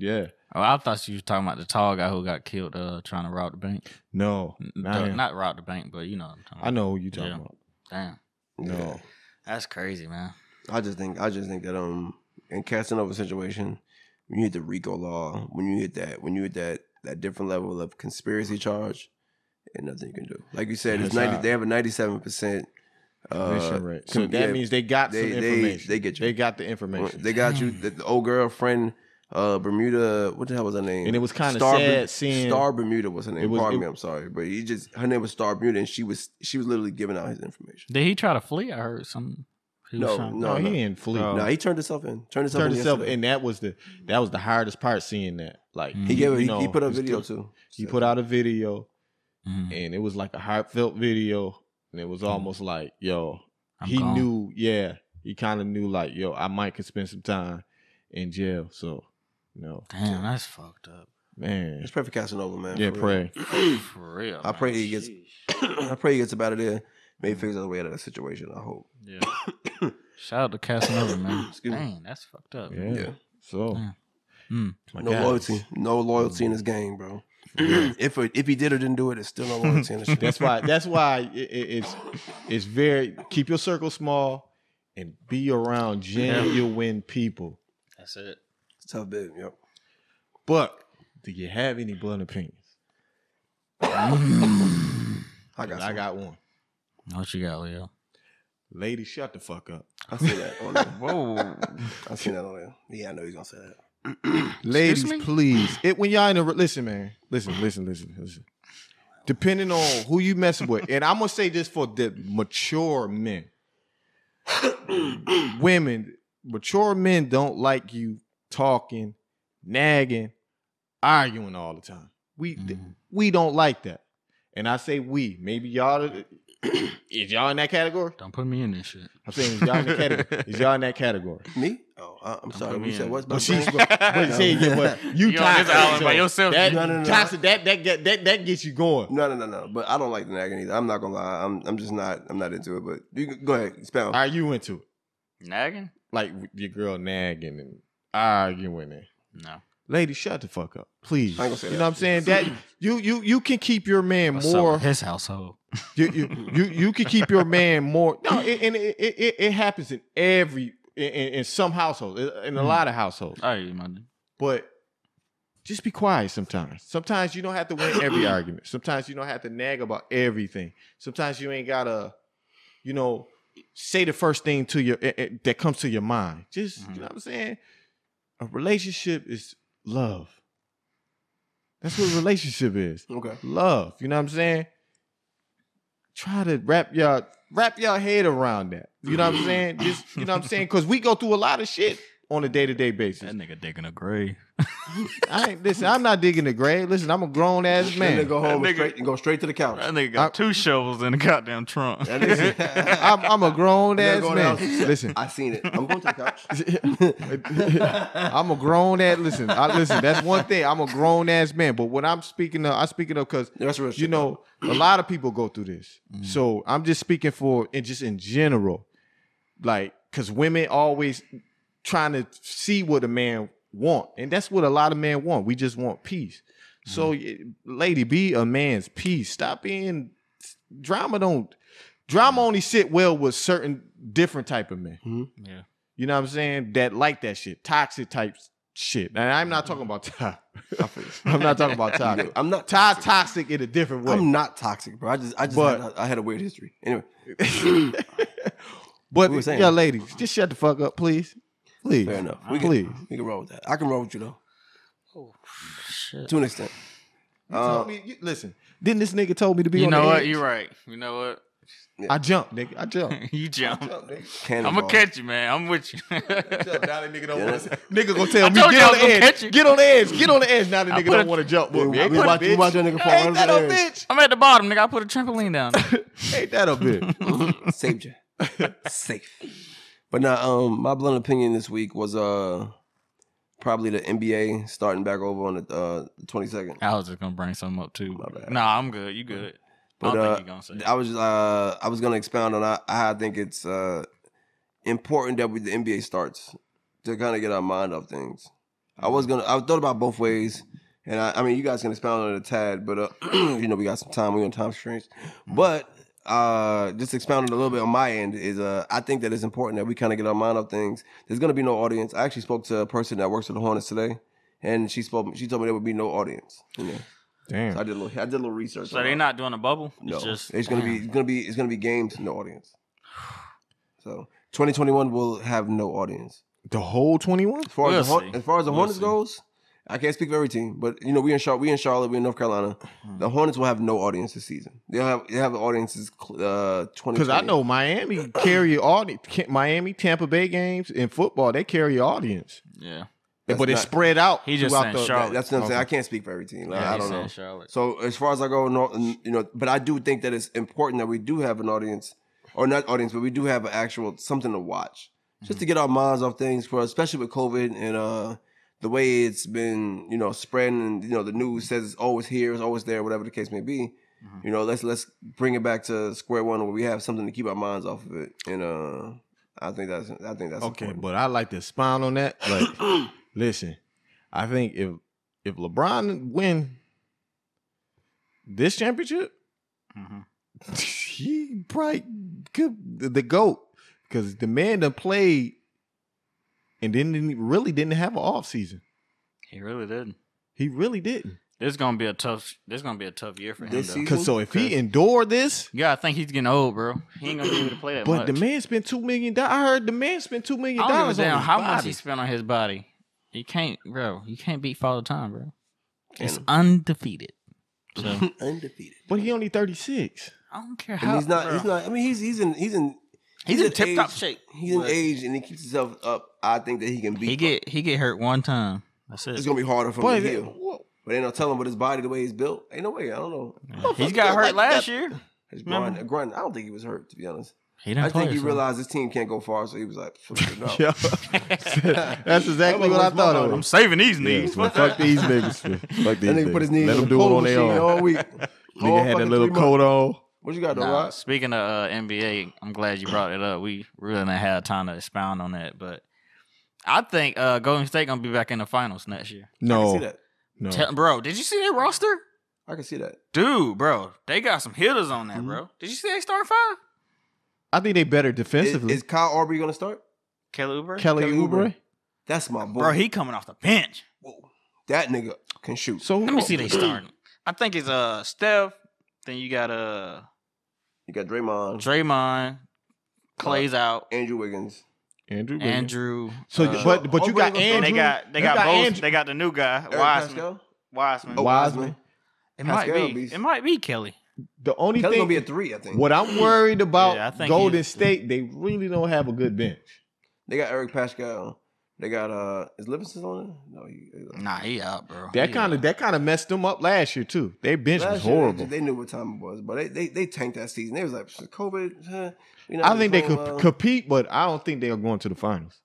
Speaker 2: Yeah,
Speaker 3: Oh, I thought you was talking about the tall guy who got killed uh trying to rob the bank.
Speaker 2: no, not
Speaker 3: Not,
Speaker 2: him.
Speaker 3: not rob the bank, but you know. What I'm talking
Speaker 2: I know who you talking
Speaker 3: Yeah.
Speaker 2: about.
Speaker 3: Damn,
Speaker 2: No,
Speaker 3: that's crazy, man.
Speaker 1: I just think I just think that um in Casanova situation, when you hit the RICO law, when you hit that, when you hit that that different level of conspiracy charge, and nothing you can do. Like you said, it's
Speaker 2: That's
Speaker 1: ninety.
Speaker 2: right.
Speaker 1: They have a ninety-seven percent.
Speaker 2: commission
Speaker 1: Uh,
Speaker 2: rate. So
Speaker 1: com-
Speaker 2: that
Speaker 1: yeah,
Speaker 2: means they got
Speaker 1: they-
Speaker 2: some
Speaker 1: they-
Speaker 2: information.
Speaker 1: they get you.
Speaker 2: They got the information.
Speaker 1: they got you. The, the old girlfriend, uh, Bermuda. What the hell was her name?
Speaker 2: and it was kind of
Speaker 1: Star
Speaker 2: sad
Speaker 1: Berm-
Speaker 2: seeing
Speaker 1: Star Bermuda was her name.
Speaker 2: It was-
Speaker 1: Pardon
Speaker 2: it-
Speaker 1: me, I'm sorry, but he just her name was Star Bermuda, and she was she was literally giving out his information.
Speaker 3: Did he try to flee? I heard some. He
Speaker 1: No,
Speaker 3: trying-
Speaker 2: No,
Speaker 1: No,
Speaker 2: he
Speaker 1: no.
Speaker 2: didn't flee.
Speaker 1: No, he turned himself in. Turned
Speaker 2: he
Speaker 1: himself
Speaker 2: turned
Speaker 1: in.
Speaker 2: himself,
Speaker 1: yesterday.
Speaker 2: and that was the that was the hardest part. Seeing that, like
Speaker 3: Mm.
Speaker 1: He gave.
Speaker 2: you
Speaker 1: It, he,
Speaker 2: know,
Speaker 1: he put a
Speaker 2: it's
Speaker 1: video
Speaker 2: still-
Speaker 1: too.
Speaker 2: He put out a video,
Speaker 3: Mm,
Speaker 2: and it was like a heartfelt video, and it was
Speaker 1: Mm.
Speaker 2: almost like, yo,
Speaker 3: I'm
Speaker 2: he
Speaker 3: gone.
Speaker 2: knew, yeah, he kind of knew, like, yo, I might could spend some time in jail. So, you know,
Speaker 3: Damn, that's fucked up.
Speaker 2: man,
Speaker 1: Let's pray for Casanova, man.
Speaker 2: yeah,
Speaker 1: for real.
Speaker 2: pray.
Speaker 3: For real.
Speaker 1: I
Speaker 3: man.
Speaker 1: pray he gets. I pray he gets about it there. Maybe figures out a way out of the situation. I hope.
Speaker 3: Yeah. Shout out to Casanova, man.
Speaker 1: Excuse me.
Speaker 3: Dang, that's fucked up.
Speaker 2: Yeah.
Speaker 1: Yeah.
Speaker 2: So,
Speaker 3: Yeah. Mm.
Speaker 2: my
Speaker 1: No
Speaker 2: guys. Mm.
Speaker 1: loyalty. No loyalty in this game, bro. if if he did or didn't do it, it's still no loyalty in this shit.
Speaker 2: That's why. That's why it, it, it's it's very keep your circle small and be around genuine people.
Speaker 3: That's it.
Speaker 1: It's a tough bit. Yep.
Speaker 2: But do you have any blunt opinions?
Speaker 1: I got.
Speaker 2: 'Cause
Speaker 1: some.
Speaker 2: I got one.
Speaker 3: What you got, Leo?
Speaker 2: Lady, shut the fuck up.
Speaker 1: I see that on there.
Speaker 3: Whoa.
Speaker 1: I see that on there. Yeah, I know he's gonna say that.
Speaker 2: Ladies,
Speaker 3: me?
Speaker 2: please. It when y'all in a re- listen, man. Listen, listen, listen, listen. Depending on who you messing with, and I'm gonna say this for the mature men, women, mature men don't like you talking, nagging, arguing all the time. We th-
Speaker 3: Mhm.
Speaker 2: we don't like that, and I say we. Maybe y'all uh, is y'all in that category.
Speaker 3: Don't put me in this shit.
Speaker 2: I'm saying is y'all in that category. Is y'all in that category?
Speaker 1: Me? Oh, I, I'm sorry.
Speaker 3: putting
Speaker 1: We
Speaker 3: me
Speaker 1: said
Speaker 3: in.
Speaker 1: what's
Speaker 2: But
Speaker 1: my
Speaker 2: she's
Speaker 1: friend?
Speaker 2: but, but see,
Speaker 1: No.
Speaker 2: but you,
Speaker 3: You on this
Speaker 2: toxic,
Speaker 3: island by
Speaker 2: so
Speaker 3: yourself,
Speaker 2: That,
Speaker 1: No, no, no.
Speaker 2: toxic, that that get that that gets you going.
Speaker 1: No, no, no, no. But I don't like the nagging either. I'm not gonna lie. I'm I'm just not. I'm not into it. But you can- go ahead. Expound.
Speaker 2: Are you into it?
Speaker 3: Nagging?
Speaker 2: Like your girl nagging and arguing and
Speaker 3: No.
Speaker 2: lady, shut the fuck up, please.
Speaker 1: I ain't gonna say
Speaker 2: you
Speaker 1: that.
Speaker 2: know what I'm saying? That you you you can keep your man
Speaker 3: What's up
Speaker 2: more.
Speaker 3: with his household.
Speaker 2: You, you you you can keep your man more. No, it, and it, it it- it happens in every in, in in some households, in in a
Speaker 3: Hmm.
Speaker 2: lot of households.
Speaker 3: All right, man.
Speaker 2: But just be quiet sometimes. Sometimes you don't have to win every argument. Sometimes you don't have to nag about everything. Sometimes you ain't gotta, you know, say the first thing to your eh, eh, that comes to your mind. Just you know what I'm saying. A relationship is love. That's what a relationship is.
Speaker 1: Okay.
Speaker 2: Love. You know what I'm saying? Try to wrap your wrap your head around that. You know what I'm saying? Just you know what I'm saying? Cause we go through a lot of shit on a day to day basis.
Speaker 3: That nigga digging a grave.
Speaker 2: I ain't, listen, I'm not digging the grave. Listen, I'm a grown ass
Speaker 1: Then they
Speaker 2: man.
Speaker 1: go home
Speaker 3: That
Speaker 1: and,
Speaker 3: nigga-
Speaker 1: straight, and go straight to the couch.
Speaker 3: That nigga got two shovels in the goddamn trunk.
Speaker 1: That is-
Speaker 2: I'm, I'm a grown
Speaker 1: They're
Speaker 2: ass
Speaker 1: going
Speaker 2: man.
Speaker 1: out.
Speaker 2: Listen,
Speaker 1: I seen it. I'm going to the couch.
Speaker 2: I'm a grown ass. Listen, I, listen. That's one thing. I'm a grown ass man. But what I'm speaking of, I'm speaking of because
Speaker 1: That's real shit.
Speaker 2: you know a lot of people go through this. So I'm just speaking for and just in general, like because women always trying to see what a man want, and that's what a lot of men want. We just want peace. So, y- lady, be a man's peace. Stop being drama. Don't drama only sit well with certain different type of men.
Speaker 3: Yeah.
Speaker 2: You know what I'm saying? That like that shit, toxic type shit. And I'm not talking about Todd. I'm not talking about Todd.
Speaker 1: I'm not
Speaker 2: Todd's toxic in a different way.
Speaker 1: I'm not toxic, bro. I just I just
Speaker 2: But-
Speaker 1: had, I had a weird history. Anyway,
Speaker 2: but
Speaker 1: we were saying-
Speaker 2: yeah, ladies, just shut the fuck up, please, please,
Speaker 1: fair enough. We can,
Speaker 2: please.
Speaker 1: we can roll with that. I can roll with you though,
Speaker 3: Oh, Shit.
Speaker 1: to an extent.
Speaker 2: You told me, you- listen, then Uh, this nigga told me to be.
Speaker 3: You
Speaker 2: on
Speaker 3: know
Speaker 2: the
Speaker 3: what?
Speaker 2: edge.
Speaker 3: You're right. You know what?
Speaker 2: I jumped, nigga. I jumped.
Speaker 3: you jump. I'm
Speaker 1: Cannonball.
Speaker 3: gonna catch you, man. I'm with you. I
Speaker 2: now that nigga don't
Speaker 1: Yeah.
Speaker 2: want to. Nigga gonna tell
Speaker 3: I
Speaker 2: me
Speaker 3: told you
Speaker 2: get
Speaker 3: I
Speaker 2: on
Speaker 3: was
Speaker 2: the
Speaker 3: gonna
Speaker 2: edge.
Speaker 3: catch you.
Speaker 2: Get on the edge. Get on the edge. Now the
Speaker 3: I
Speaker 2: nigga
Speaker 3: put
Speaker 2: don't
Speaker 3: a-
Speaker 2: want to jump
Speaker 1: Yeah,
Speaker 2: with me. Ain't
Speaker 1: we
Speaker 2: that a
Speaker 1: watch, we
Speaker 2: bitch?
Speaker 1: watch that nigga fall.
Speaker 2: Ain't
Speaker 1: under
Speaker 2: that a
Speaker 1: the air.
Speaker 2: bitch?
Speaker 3: I'm at the bottom, nigga. I put a trampoline down. there.
Speaker 2: Ain't that a bitch?
Speaker 1: Saved you. Safe. But now, um, my blunt opinion this week was uh probably the NBA starting back over on the uh twenty second.
Speaker 3: I was just gonna bring something up too.
Speaker 1: My bad.
Speaker 3: Nah, I'm good. You good? I
Speaker 1: But
Speaker 3: don't
Speaker 1: uh,
Speaker 3: think you gonna say. it.
Speaker 1: I was uh I was gonna expound on I- how I think it's uh important that we, the NBA starts to kind of get our mind off things. I was gonna I thought about both ways, and I, I mean you guys can expound on it a tad, but uh, you know we got some time we on time constraints, but. Uh, just expounding a little bit on my end is uh, I think that it's important that we kind of get our mind off things. There's gonna be no audience. I actually spoke to a person that works at the Hornets today, and she spoke. She told me there would be no audience. You know,
Speaker 2: Damn.
Speaker 1: so I did a little. I did a little research.
Speaker 3: so
Speaker 1: on
Speaker 3: they're
Speaker 1: it.
Speaker 3: not doing a bubble.
Speaker 1: No,
Speaker 3: It's just
Speaker 1: gonna be
Speaker 3: damn.
Speaker 1: it's gonna be it's gonna be games no audience. So 2021 will have no audience.
Speaker 2: The whole 21?
Speaker 1: As far as the
Speaker 3: We'll
Speaker 1: Hor-
Speaker 3: see.
Speaker 1: as far as the
Speaker 3: We'll
Speaker 1: Hornets
Speaker 3: see.
Speaker 1: goes, I can't speak for every team, but you know we in Charlotte, we in Charlotte, we in North Carolina.
Speaker 3: Mm-hmm.
Speaker 1: The Hornets will have no audience this season. They'll have they have the audiences uh 20.
Speaker 2: Because I know Miami carry audience. Miami, Tampa Bay games in football, they carry audience,
Speaker 3: yeah.
Speaker 1: That's
Speaker 2: but it's
Speaker 1: not-
Speaker 2: spread out.
Speaker 3: He just
Speaker 2: throughout
Speaker 3: saying
Speaker 2: the,
Speaker 3: Charlotte.
Speaker 1: that's what I'm saying.
Speaker 2: Okay.
Speaker 1: I can't speak for every team. Like,
Speaker 3: Yeah,
Speaker 1: I
Speaker 3: he's
Speaker 1: don't
Speaker 3: saying
Speaker 1: know.
Speaker 3: Charlotte.
Speaker 1: So as far as I go, no, n- you know, but I do think that it's important that we do have an audience, or not audience, but we do have an actual something to watch,
Speaker 2: Mm-hmm.
Speaker 1: just to get our minds off things. For especially with COVID and uh, the way it's been, you know, spreading. And, you know, the news says it's always here, it's always there, whatever the case may be.
Speaker 2: Mm-hmm.
Speaker 1: You know, let's let's bring it back to square one where we have something to keep our minds off of it. And uh, I think that's I think that's
Speaker 2: Okay,
Speaker 1: important.
Speaker 2: but I like to expound on that. Like, listen, I think if if LeBron win this championship,
Speaker 3: Mhm.
Speaker 2: he probably could the, the goat because the man that played and didn't really didn't have an off season.
Speaker 3: He really did.
Speaker 2: He really didn't.
Speaker 3: This is gonna be a tough. This is gonna be a tough year for him.
Speaker 1: This
Speaker 3: Though.
Speaker 1: season?
Speaker 2: Cause so if he
Speaker 1: Okay.
Speaker 2: endured this,
Speaker 3: Yeah, I think he's getting old, bro. He ain't gonna be able to play that
Speaker 2: but
Speaker 3: much.
Speaker 2: the man spent two million. do- I heard the man spent two million
Speaker 3: I don't
Speaker 2: dollars
Speaker 3: give a
Speaker 2: on
Speaker 3: damn
Speaker 2: his
Speaker 3: how much
Speaker 2: body.
Speaker 3: he spent on his body. You can't, bro. You can't beat Father Time, bro. It's
Speaker 1: Can't.
Speaker 3: undefeated. So
Speaker 1: undefeated.
Speaker 2: But he only thirty six.
Speaker 3: I don't care
Speaker 1: And
Speaker 3: how
Speaker 1: he's not.
Speaker 3: bro.
Speaker 1: He's not. I mean, he's he's in he's in
Speaker 3: He's in
Speaker 1: an
Speaker 3: tip-top
Speaker 1: age-
Speaker 3: shape.
Speaker 1: He's in
Speaker 3: But-
Speaker 1: age and he keeps himself up. I think that he can beat.
Speaker 3: He get he get hurt one time. That's it.
Speaker 1: It's gonna be harder for
Speaker 2: But
Speaker 1: him to heal. But ain't no telling with his body the way he's built. Ain't no way. I don't know.
Speaker 3: He's got hurt last year.
Speaker 1: His
Speaker 3: Remember?
Speaker 1: grind, grind. I don't think he was hurt to be honest.
Speaker 3: He didn't
Speaker 1: I
Speaker 3: play.
Speaker 1: think he
Speaker 3: so.
Speaker 1: realized his team can't go far, so he was like, "Fuck it, no."
Speaker 2: Yeah. That's exactly what I thought of.
Speaker 3: I'm saving these
Speaker 2: Yeah,
Speaker 3: knees.
Speaker 2: well,
Speaker 3: Fuck
Speaker 2: fuck
Speaker 3: that.
Speaker 2: these niggas. man. Fuck these
Speaker 1: That
Speaker 2: niggas.
Speaker 1: nigga put his knees
Speaker 2: Let
Speaker 1: in
Speaker 2: them
Speaker 1: the
Speaker 2: do it
Speaker 1: pole
Speaker 2: on their
Speaker 1: machine
Speaker 2: own.
Speaker 1: all week.
Speaker 2: Nigga had that little coat on.
Speaker 1: What you got, though?
Speaker 3: Nah,
Speaker 1: Nah.
Speaker 3: speaking of uh, NBA, I'm glad you brought it up. We really didn't have time to expound on that, but I think uh, Golden State gonna be back in the finals next year.
Speaker 1: I can see
Speaker 2: No,
Speaker 1: that.
Speaker 2: no.
Speaker 3: Tell, bro, did you see their roster?
Speaker 1: I can see that.
Speaker 3: Dude, bro, they got some hitters on that, bro. Did you see they start five?
Speaker 2: I think they better
Speaker 1: Is,
Speaker 2: defensively.
Speaker 1: is Kyle Aubrey gonna start?
Speaker 3: Kelly Oubre,
Speaker 2: Kelly
Speaker 1: Kelly
Speaker 2: Oubre.
Speaker 1: Oubre. That's my boy.
Speaker 3: bro, he coming off the bench.
Speaker 1: that nigga can shoot.
Speaker 2: So
Speaker 3: Let me see they starting. I think it's uh Steph. Then you got uh
Speaker 1: you got Draymond,
Speaker 3: Draymond, Clay's out,
Speaker 1: Andrew Wiggins.
Speaker 2: Andrew. Wiggins.
Speaker 3: Andrew.
Speaker 2: So,
Speaker 3: uh,
Speaker 2: but but you
Speaker 1: Oubre
Speaker 2: got
Speaker 1: was-
Speaker 3: and
Speaker 2: Andrew.
Speaker 3: they got they
Speaker 2: you
Speaker 3: got, both.
Speaker 2: Andrew-
Speaker 3: They got the new guy
Speaker 1: Eric
Speaker 3: Wiseman.
Speaker 1: Pascal?
Speaker 3: Wiseman.
Speaker 1: Oh,
Speaker 2: Wiseman.
Speaker 3: It might
Speaker 1: Pascal
Speaker 3: be.
Speaker 1: beast.
Speaker 3: It might be Kelly.
Speaker 2: The only
Speaker 1: Kelly's
Speaker 2: thing.
Speaker 1: gonna be a three, I think.
Speaker 2: what I'm worried about
Speaker 3: Yeah, I think
Speaker 2: Golden
Speaker 3: he's-
Speaker 2: State, they really don't have a good bench.
Speaker 1: They got Eric Pascal. They got uh, is Livingston on it? No, he.
Speaker 3: Nah, he out, bro.
Speaker 2: That
Speaker 3: He
Speaker 2: kind of
Speaker 3: out.
Speaker 2: that kind of messed them up last year too. Their bench was
Speaker 1: Last year,
Speaker 2: horrible.
Speaker 1: They, knew what time it was, but they they, they tanked that season. They was like COVID. Huh, we not
Speaker 2: I think they
Speaker 1: playing
Speaker 2: could
Speaker 1: well.
Speaker 2: compete, but I don't think they are going to the finals.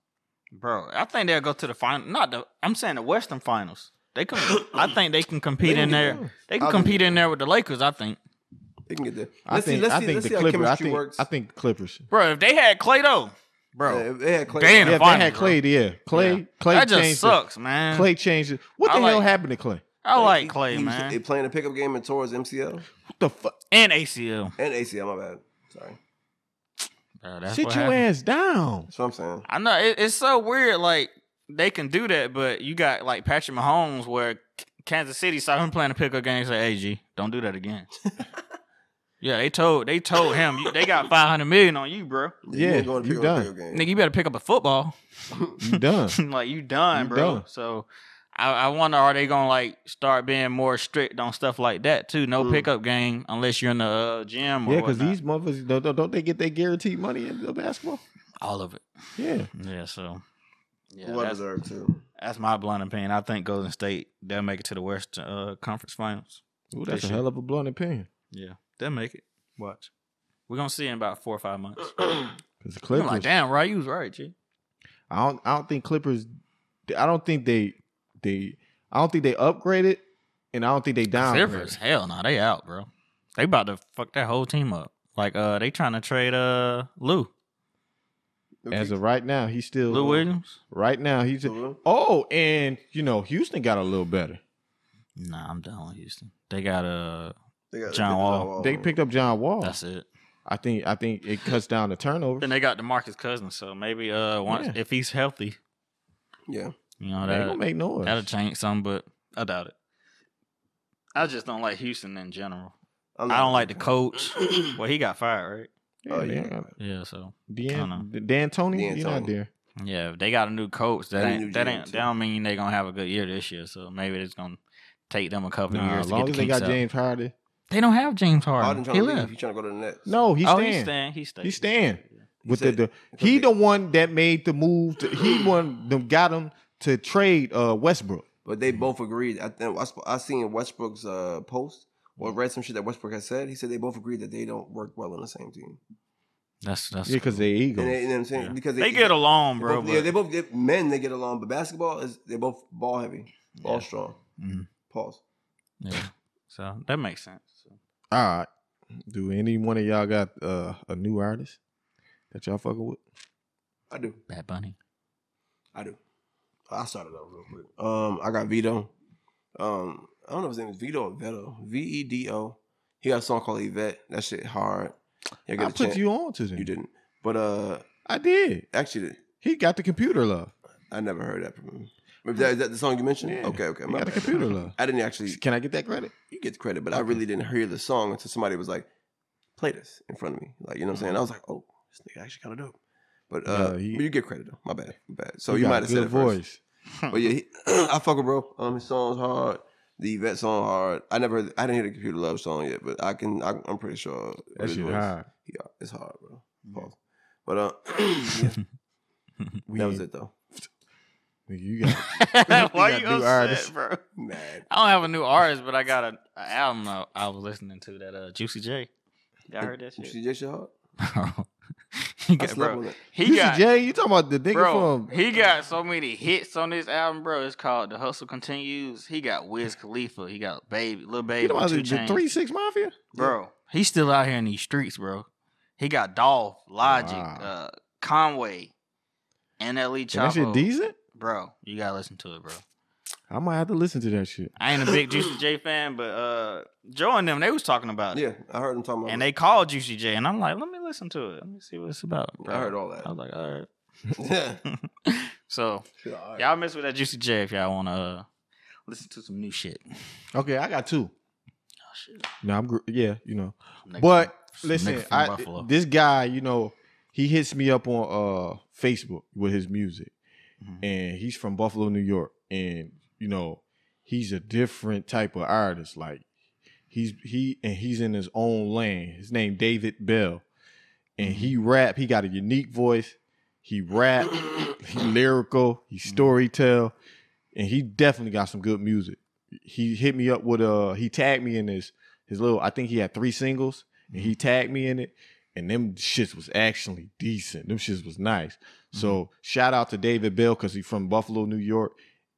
Speaker 3: bro. I think they'll go to the final. Not the. I'm saying the Western Finals. They can. I think they can compete in there. They can
Speaker 1: I think-
Speaker 3: compete in there with the Lakers. I think,
Speaker 1: They can get there.
Speaker 2: I
Speaker 1: Let's
Speaker 2: think
Speaker 1: see. Let's
Speaker 2: I
Speaker 1: see.
Speaker 2: think
Speaker 1: Let's
Speaker 2: the
Speaker 1: see how
Speaker 2: Clippers. I
Speaker 1: chemistry
Speaker 2: think
Speaker 1: works.
Speaker 2: I think Clippers.
Speaker 3: bro. If they had Clay though, bro,
Speaker 1: Yeah, if they had Clay-
Speaker 3: Damn. In the
Speaker 2: Yeah,
Speaker 3: finals,
Speaker 2: they had Clay. Yeah, Clay.
Speaker 3: Yeah.
Speaker 2: Clay
Speaker 3: that just
Speaker 2: changed
Speaker 3: sucks,
Speaker 2: The,
Speaker 3: man.
Speaker 2: Clay changed. it. What
Speaker 3: I
Speaker 2: the hell
Speaker 3: like-
Speaker 2: happened to Clay?
Speaker 3: I like
Speaker 1: he-
Speaker 3: Clay,
Speaker 1: he was- They
Speaker 3: man,
Speaker 1: playing a pickup game and towards MCL
Speaker 2: What the fuck?
Speaker 3: and ACL.
Speaker 1: and ACL. My bad. Sorry.
Speaker 3: Bro, that's
Speaker 2: Sit
Speaker 3: what
Speaker 2: your
Speaker 3: happened.
Speaker 2: ass down.
Speaker 1: That's what I'm saying.
Speaker 3: I know it, it's so weird. Like they can do that, but you got like Patrick Mahomes, where K- Kansas City saw him playing a pickup game. and Say, "Hey, G, don't do that again." yeah, they told they told him you- they got five hundred million on you, bro.
Speaker 2: Yeah,
Speaker 1: ain't going to
Speaker 2: you
Speaker 1: pick up
Speaker 2: done.
Speaker 1: a pickup
Speaker 3: Nigga,
Speaker 1: game.
Speaker 3: you better pick up a football.
Speaker 2: You done.
Speaker 3: like you done,
Speaker 2: You
Speaker 3: bro.
Speaker 2: done.
Speaker 3: So. I, I wonder are they gonna like start being more strict on stuff like that too? No
Speaker 1: Mm.
Speaker 3: pickup game unless you're in the uh, gym. Or
Speaker 2: yeah, because
Speaker 3: whatnot.
Speaker 2: these motherfuckers don't, don't- don't they get their guaranteed money in the basketball?
Speaker 3: all of it.
Speaker 2: Yeah.
Speaker 3: Yeah, so yeah,
Speaker 1: well
Speaker 3: that's-
Speaker 1: deserved too.
Speaker 3: That's my blunt opinion. I think Golden State they'll make it to the West uh, Conference Finals.
Speaker 2: Ooh,
Speaker 3: They
Speaker 2: that's a
Speaker 3: should.
Speaker 2: hell of a blunt opinion.
Speaker 3: Yeah, they'll make it. Watch. We're gonna see in about four or five months.
Speaker 2: Because the Uh, Clippers,
Speaker 3: I'm like, damn, right? You was right, G.
Speaker 2: I don't I don't think Clippers I don't think they they I don't think they upgraded and I don't think they downgraded.
Speaker 3: Clippers, hell no, they out, bro. They about to fuck that whole team up. Like, uh, they trying to trade uh Lou,
Speaker 2: As of right now, he's
Speaker 3: Lou
Speaker 2: still
Speaker 3: Williams.
Speaker 2: right now he's
Speaker 1: Mhm.
Speaker 2: Oh, and you know, Houston got a little better.
Speaker 3: Nah, I'm done with Houston. They got uh,
Speaker 1: They got- they
Speaker 3: John
Speaker 1: got
Speaker 3: Wall.
Speaker 2: They picked up John Wall.
Speaker 3: that's it.
Speaker 2: I think I think it cuts down the turnover.
Speaker 3: Then they got Demarcus Cousins. So maybe uh, once
Speaker 2: Yeah.
Speaker 3: if he's healthy,
Speaker 1: Yeah.
Speaker 3: you know
Speaker 2: They
Speaker 3: that
Speaker 2: gonna make noise.
Speaker 3: That'll change some, but I doubt it. I just don't like Houston in general.
Speaker 1: I'm
Speaker 3: I
Speaker 1: not-
Speaker 3: don't like the coach. well, he got fired, right?
Speaker 2: yeah,
Speaker 1: Oh,
Speaker 2: they
Speaker 1: yeah.
Speaker 2: got-
Speaker 3: Yeah, so
Speaker 2: Dan, Dan Tony, you're not
Speaker 1: D'Antoni.
Speaker 2: there.
Speaker 3: yeah, if they got a new coach, that
Speaker 1: And a
Speaker 3: ain't
Speaker 1: new
Speaker 3: that
Speaker 1: GM
Speaker 3: ain't
Speaker 1: too.
Speaker 3: that don't mean they're gonna have a good year this year. So maybe it's gonna take them a couple of
Speaker 2: Nah,
Speaker 3: years
Speaker 2: as
Speaker 3: to get
Speaker 2: long
Speaker 3: the
Speaker 2: as they
Speaker 3: kinks
Speaker 2: got
Speaker 3: out.
Speaker 2: James Harden.
Speaker 3: They don't have James
Speaker 1: Harden
Speaker 3: Harden.
Speaker 1: trying
Speaker 3: He
Speaker 1: to leave. He
Speaker 3: left.
Speaker 1: trying to go to the Nets.
Speaker 2: No, he's
Speaker 3: oh,
Speaker 2: staying.
Speaker 3: he's staying. He's staying.
Speaker 2: He's staying.
Speaker 1: He
Speaker 2: With
Speaker 1: said-
Speaker 2: the, the
Speaker 1: because
Speaker 2: he
Speaker 1: they-
Speaker 2: the one that made the move. To, he one them got him to trade uh Westbrook.
Speaker 1: But
Speaker 3: Mm-hmm.
Speaker 1: they both agreed. I think I, sp- I seen Westbrook's uh, post or
Speaker 3: Mm-hmm.
Speaker 1: read some shit that Westbrook had said. He said they both agreed that they don't work well on the same team.
Speaker 3: That's that's.
Speaker 2: Yeah, because they
Speaker 1: And they,
Speaker 2: ego.
Speaker 1: you know what I'm saying?
Speaker 3: Yeah.
Speaker 1: Because
Speaker 3: they,
Speaker 1: they, e,
Speaker 3: get along,
Speaker 1: they
Speaker 3: bro.
Speaker 1: both- yeah,
Speaker 3: but-
Speaker 1: they both get men. They get along, but basketball is they both ball heavy, ball
Speaker 3: Yeah.
Speaker 1: strong.
Speaker 3: Mhm.
Speaker 1: Pause.
Speaker 3: yeah. So that makes sense.
Speaker 2: All right. Do any one of y'all got uh, a new artist that y'all fucking with?
Speaker 1: I do.
Speaker 3: Bad Bunny.
Speaker 1: I do. I started out real quick. Um, I got Vito. Um, I don't know if his name is Vito or Veto. V E D O. He got a song called Yvette. That shit hard. You'll get
Speaker 2: I
Speaker 1: a
Speaker 2: put
Speaker 1: chance.
Speaker 2: you on to them.
Speaker 1: You didn't. But uh,
Speaker 2: I did.
Speaker 1: actually,
Speaker 2: He got the computer love.
Speaker 1: I never heard that from him. Is that, is that the song you mentioned?
Speaker 2: Yeah.
Speaker 1: Okay, okay.
Speaker 2: He
Speaker 1: My
Speaker 2: got the
Speaker 1: bad.
Speaker 2: computer love.
Speaker 1: I didn't actually.
Speaker 2: Can I get that credit?
Speaker 1: You get the credit, but I
Speaker 2: Okay.
Speaker 1: really didn't hear the song until somebody was like, "Play this" in front of me. Like you know what I'm saying? I was like, "Oh, this nigga actually kind of dope." But uh,
Speaker 2: Nah, Mm-hmm. he-
Speaker 1: but you get credit though. My bad, my bad. So
Speaker 2: He
Speaker 1: you
Speaker 2: got
Speaker 1: might
Speaker 2: a
Speaker 1: have
Speaker 2: good
Speaker 1: said it first.
Speaker 2: voice.
Speaker 1: But yeah, he, I fuck with bro. Um, his song's hard. The Yvette song hard. I never, heard, I didn't hear the Computer Love song yet, but I can. I, I'm pretty sure
Speaker 2: That
Speaker 1: his
Speaker 2: shit
Speaker 1: voice-
Speaker 2: hard.
Speaker 1: Yeah, it's hard, bro. Pause. But uh, yeah,
Speaker 2: We
Speaker 1: that was
Speaker 2: ain't-
Speaker 1: it though.
Speaker 2: nigga, You got
Speaker 3: Why
Speaker 2: got
Speaker 3: you
Speaker 2: new
Speaker 3: upset,
Speaker 2: artists.
Speaker 3: bro?
Speaker 1: Mad.
Speaker 3: I don't have a new artist, but I got an album I, I was listening to that uh, Juicy J. Y'all heard that
Speaker 1: You
Speaker 3: shit?
Speaker 1: see that shit hard?
Speaker 3: he
Speaker 1: I
Speaker 3: got,
Speaker 1: slept
Speaker 3: bro,
Speaker 1: on it.
Speaker 3: he
Speaker 2: Juicy
Speaker 3: got,
Speaker 2: J. You talking about the nigga
Speaker 3: bro,
Speaker 2: from?
Speaker 3: he got so many hits on this album, bro. It's called The Hustle Continues. He got Wiz Khalifa. He got Baby, Lil
Speaker 2: You
Speaker 3: Baby,
Speaker 2: talking about
Speaker 3: Two
Speaker 2: the,
Speaker 3: Chainz.
Speaker 2: three six mafia?
Speaker 3: bro. He's still out here in these streets, bro. He got Dolph, Logic,
Speaker 2: Wow.
Speaker 3: uh, Conway, NLE
Speaker 2: And that shit
Speaker 3: Chapo.
Speaker 2: decent.
Speaker 3: bro, you gotta listen to it, bro.
Speaker 2: I might have to listen to that shit.
Speaker 3: I ain't a big Juicy J fan, but uh, Joe and them, they was talking about it.
Speaker 1: Yeah, I heard him talking about.
Speaker 3: And
Speaker 1: it.
Speaker 3: they called Juicy J, and I'm like, let me listen to it. Let me see what it's about. Bro.
Speaker 1: I heard all
Speaker 3: I was like, all right.
Speaker 1: that.
Speaker 3: So
Speaker 1: Shit, all right.
Speaker 3: y'all mess with that Juicy J if y'all want to uh, listen to some new shit. Oh,
Speaker 2: Okay, I got two.
Speaker 3: shit.
Speaker 2: No, I'm gr- yeah, you know.
Speaker 3: Nigga
Speaker 2: But
Speaker 3: from-
Speaker 2: listen,
Speaker 3: nigga from
Speaker 2: I,
Speaker 3: Buffalo.
Speaker 2: this guy, you know, he hits me up on uh Facebook with his music,
Speaker 3: Mhm.
Speaker 2: and he's from Buffalo, New York, and you know, he's a different type of artist. Like he's he and he's in his
Speaker 3: Mm-hmm.
Speaker 2: own lane. His name David Bell, and he rap. He got a unique voice. He rap, he lyrical, he storytell, and he definitely got some good music. He hit me up with uh he tagged me in his his little I think he had three singles and he tagged me in it and them shits was actually decent. Them shits was nice. So shout out to David Bell because he's from Buffalo, New York,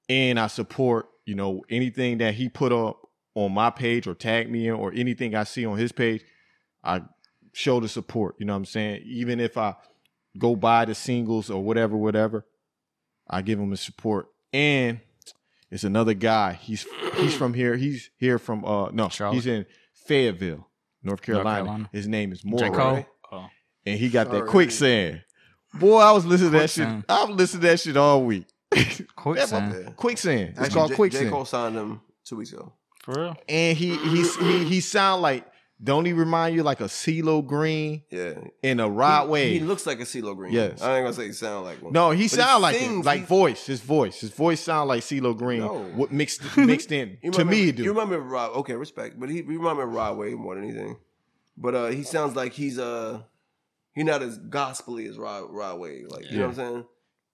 Speaker 2: and I support you know anything that he put up on my page or tag me in or anything I see on his page. I show the support. You know what I'm saying? Even if I go buy the singles or whatever, whatever, I give him the support. And it's another guy. He's he's from here. He's here from uh no,
Speaker 3: Charlotte.
Speaker 2: he's in Fayetteville, North Carolina.
Speaker 3: Carolina.
Speaker 2: His name is
Speaker 3: J.
Speaker 2: Moro
Speaker 3: Cole. Oh.
Speaker 2: and he got that
Speaker 1: Sorry.
Speaker 2: quicksand. Boy, I was listening to that shit.
Speaker 3: Quicksand.
Speaker 2: I was listening to that shit all week.
Speaker 3: Quicksand.
Speaker 2: Quicksand. It's
Speaker 1: Actually,
Speaker 2: called
Speaker 1: J-
Speaker 2: quicksand.
Speaker 1: J. Cole signed him two weeks ago.
Speaker 3: For real?
Speaker 2: And he he he he sound like don't he remind you like a CeeLo Green
Speaker 1: Yeah,
Speaker 2: in a Rod Wave?
Speaker 1: He looks like a CeeLo Green.
Speaker 2: Yes.
Speaker 1: I ain't gonna say he sound like one.
Speaker 2: no, he
Speaker 1: But he
Speaker 2: sound like
Speaker 1: sings,
Speaker 2: it. like
Speaker 1: he-
Speaker 2: voice, his voice, his voice sound like CeeLo Green.
Speaker 1: No.
Speaker 2: What mixed mixed in
Speaker 1: You
Speaker 2: to
Speaker 1: remember-
Speaker 2: me,
Speaker 1: You
Speaker 2: dude?
Speaker 1: remember Rob? Okay, respect, but he you remember Rod Wave more than anything. But uh, he sounds like he's uh, he not as gospelly as Rod, Rod Wave. Like you know
Speaker 2: Yeah.
Speaker 1: what I'm saying?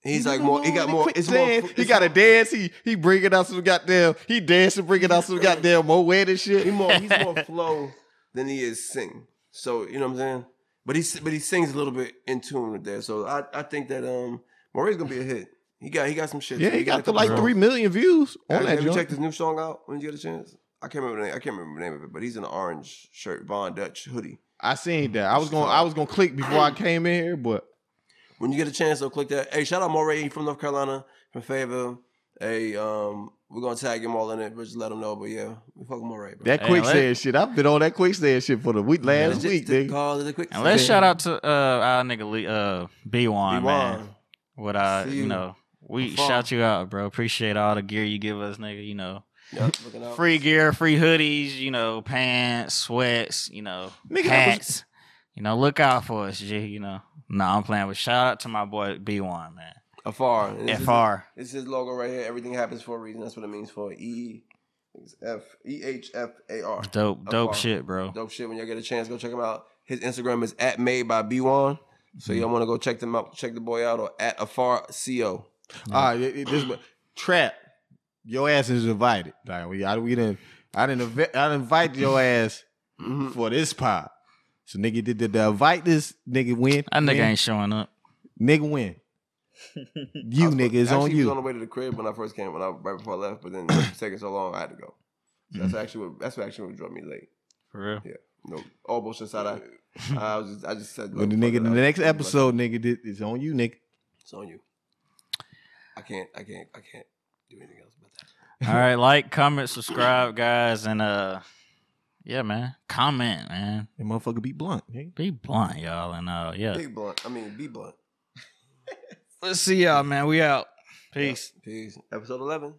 Speaker 1: He's like more. He got more. It's more.
Speaker 2: Quicksand.
Speaker 1: it's
Speaker 2: He got
Speaker 1: more-
Speaker 2: to dance. He he bringing out some goddamn. He dancing, bringing out some goddamn Moet and shit.
Speaker 1: He more. He's more flow than he is sing. So you know what I'm saying? But he but he sings a little bit in tune with that. So I, I think that um, Maury's gonna be a hit. He got he got some shit.
Speaker 2: Yeah,
Speaker 1: too.
Speaker 2: he got to
Speaker 1: a couple
Speaker 2: like
Speaker 1: songs.
Speaker 2: three million views on
Speaker 1: have,
Speaker 2: that
Speaker 1: have you
Speaker 2: joint.
Speaker 1: checked his new song out when you get a chance? I can't remember the name. I can't remember the name of it, but he's in an orange shirt, Von Dutch hoodie.
Speaker 2: I seen that. I was gonna I was gonna click before I came in here, but
Speaker 1: When you get a chance, though, click that. Hey, shout out Moray from North Carolina, from Fayetteville. Hey, um, we're gonna tag him all in it, but just let him know. But yeah, we fuck Moray, bro.
Speaker 2: that
Speaker 3: Hey,
Speaker 2: quicksand
Speaker 3: let-
Speaker 2: shit. I've been on that quicksand shit for the week last
Speaker 1: Just-
Speaker 2: week,
Speaker 1: just
Speaker 2: nigga.
Speaker 1: Call it a quick.
Speaker 3: And let's
Speaker 1: Yeah.
Speaker 3: shout out to uh, our nigga Lee, uh, B1, man.
Speaker 1: B-Wan.
Speaker 3: What I,
Speaker 1: See
Speaker 3: you
Speaker 1: you.
Speaker 3: know, we
Speaker 1: Fall.
Speaker 3: shout you out, bro. Appreciate all the gear you give us, nigga. You know,
Speaker 1: Yup, looking out.
Speaker 3: free gear, free hoodies, you know, pants, sweats, you know,
Speaker 2: Nigga, that was-
Speaker 3: hats. You know, look out for us, G. You know, nah, I'm playing. But shout out to my boy B1, man.
Speaker 1: Afar. This is-
Speaker 3: FR.
Speaker 1: This is his logo right here. Everything happens for a reason. That's what it means for E it's F E H F A R.
Speaker 3: Dope, dope
Speaker 1: Afar.
Speaker 3: shit, bro.
Speaker 1: Dope shit. When y'all get a chance, go check him out. His Instagram is at made by B1. So
Speaker 2: Mm-hmm.
Speaker 1: y'all want to go check them out, check the boy out, or at Afar Co.
Speaker 2: Ah, it- it- this trap. Your ass is invited. Like we I, we didn't I didn't inv- I didn't invite your ass
Speaker 1: Mhm.
Speaker 2: for this pod. So nigga did the, the invite this nigga win.
Speaker 3: That nigga
Speaker 2: win,
Speaker 3: ain't showing up.
Speaker 2: nigga win.
Speaker 1: I
Speaker 2: You
Speaker 1: was-
Speaker 2: nigga is
Speaker 1: actually,
Speaker 2: on
Speaker 1: he was
Speaker 2: you.
Speaker 1: on the way to the crib when I first came, when I right before I left, but then it was taking so long, I had to go. So
Speaker 2: Mm-hmm.
Speaker 1: that's actually what that's what actually what drove me late.
Speaker 3: For real.
Speaker 1: No, all bullshit aside, I, I was just I just said
Speaker 2: When the
Speaker 1: look, fuck
Speaker 2: nigga
Speaker 1: it,
Speaker 2: the
Speaker 1: I-
Speaker 2: next
Speaker 1: I'm like,
Speaker 2: episode, nigga did it's on you, nigga.
Speaker 1: It's on you. I can't. I can't. I can't do anything else about that.
Speaker 3: All right, like, comment, subscribe, guys, and uh, yeah, man. Comment, man.
Speaker 2: And motherfucker be blunt, nigga.
Speaker 3: Be blunt, y'all, and uh, yeah.
Speaker 1: Big blunt. I mean, be blunt.
Speaker 3: Let's see y'all, man. We out.
Speaker 1: Peace. Episode eleven.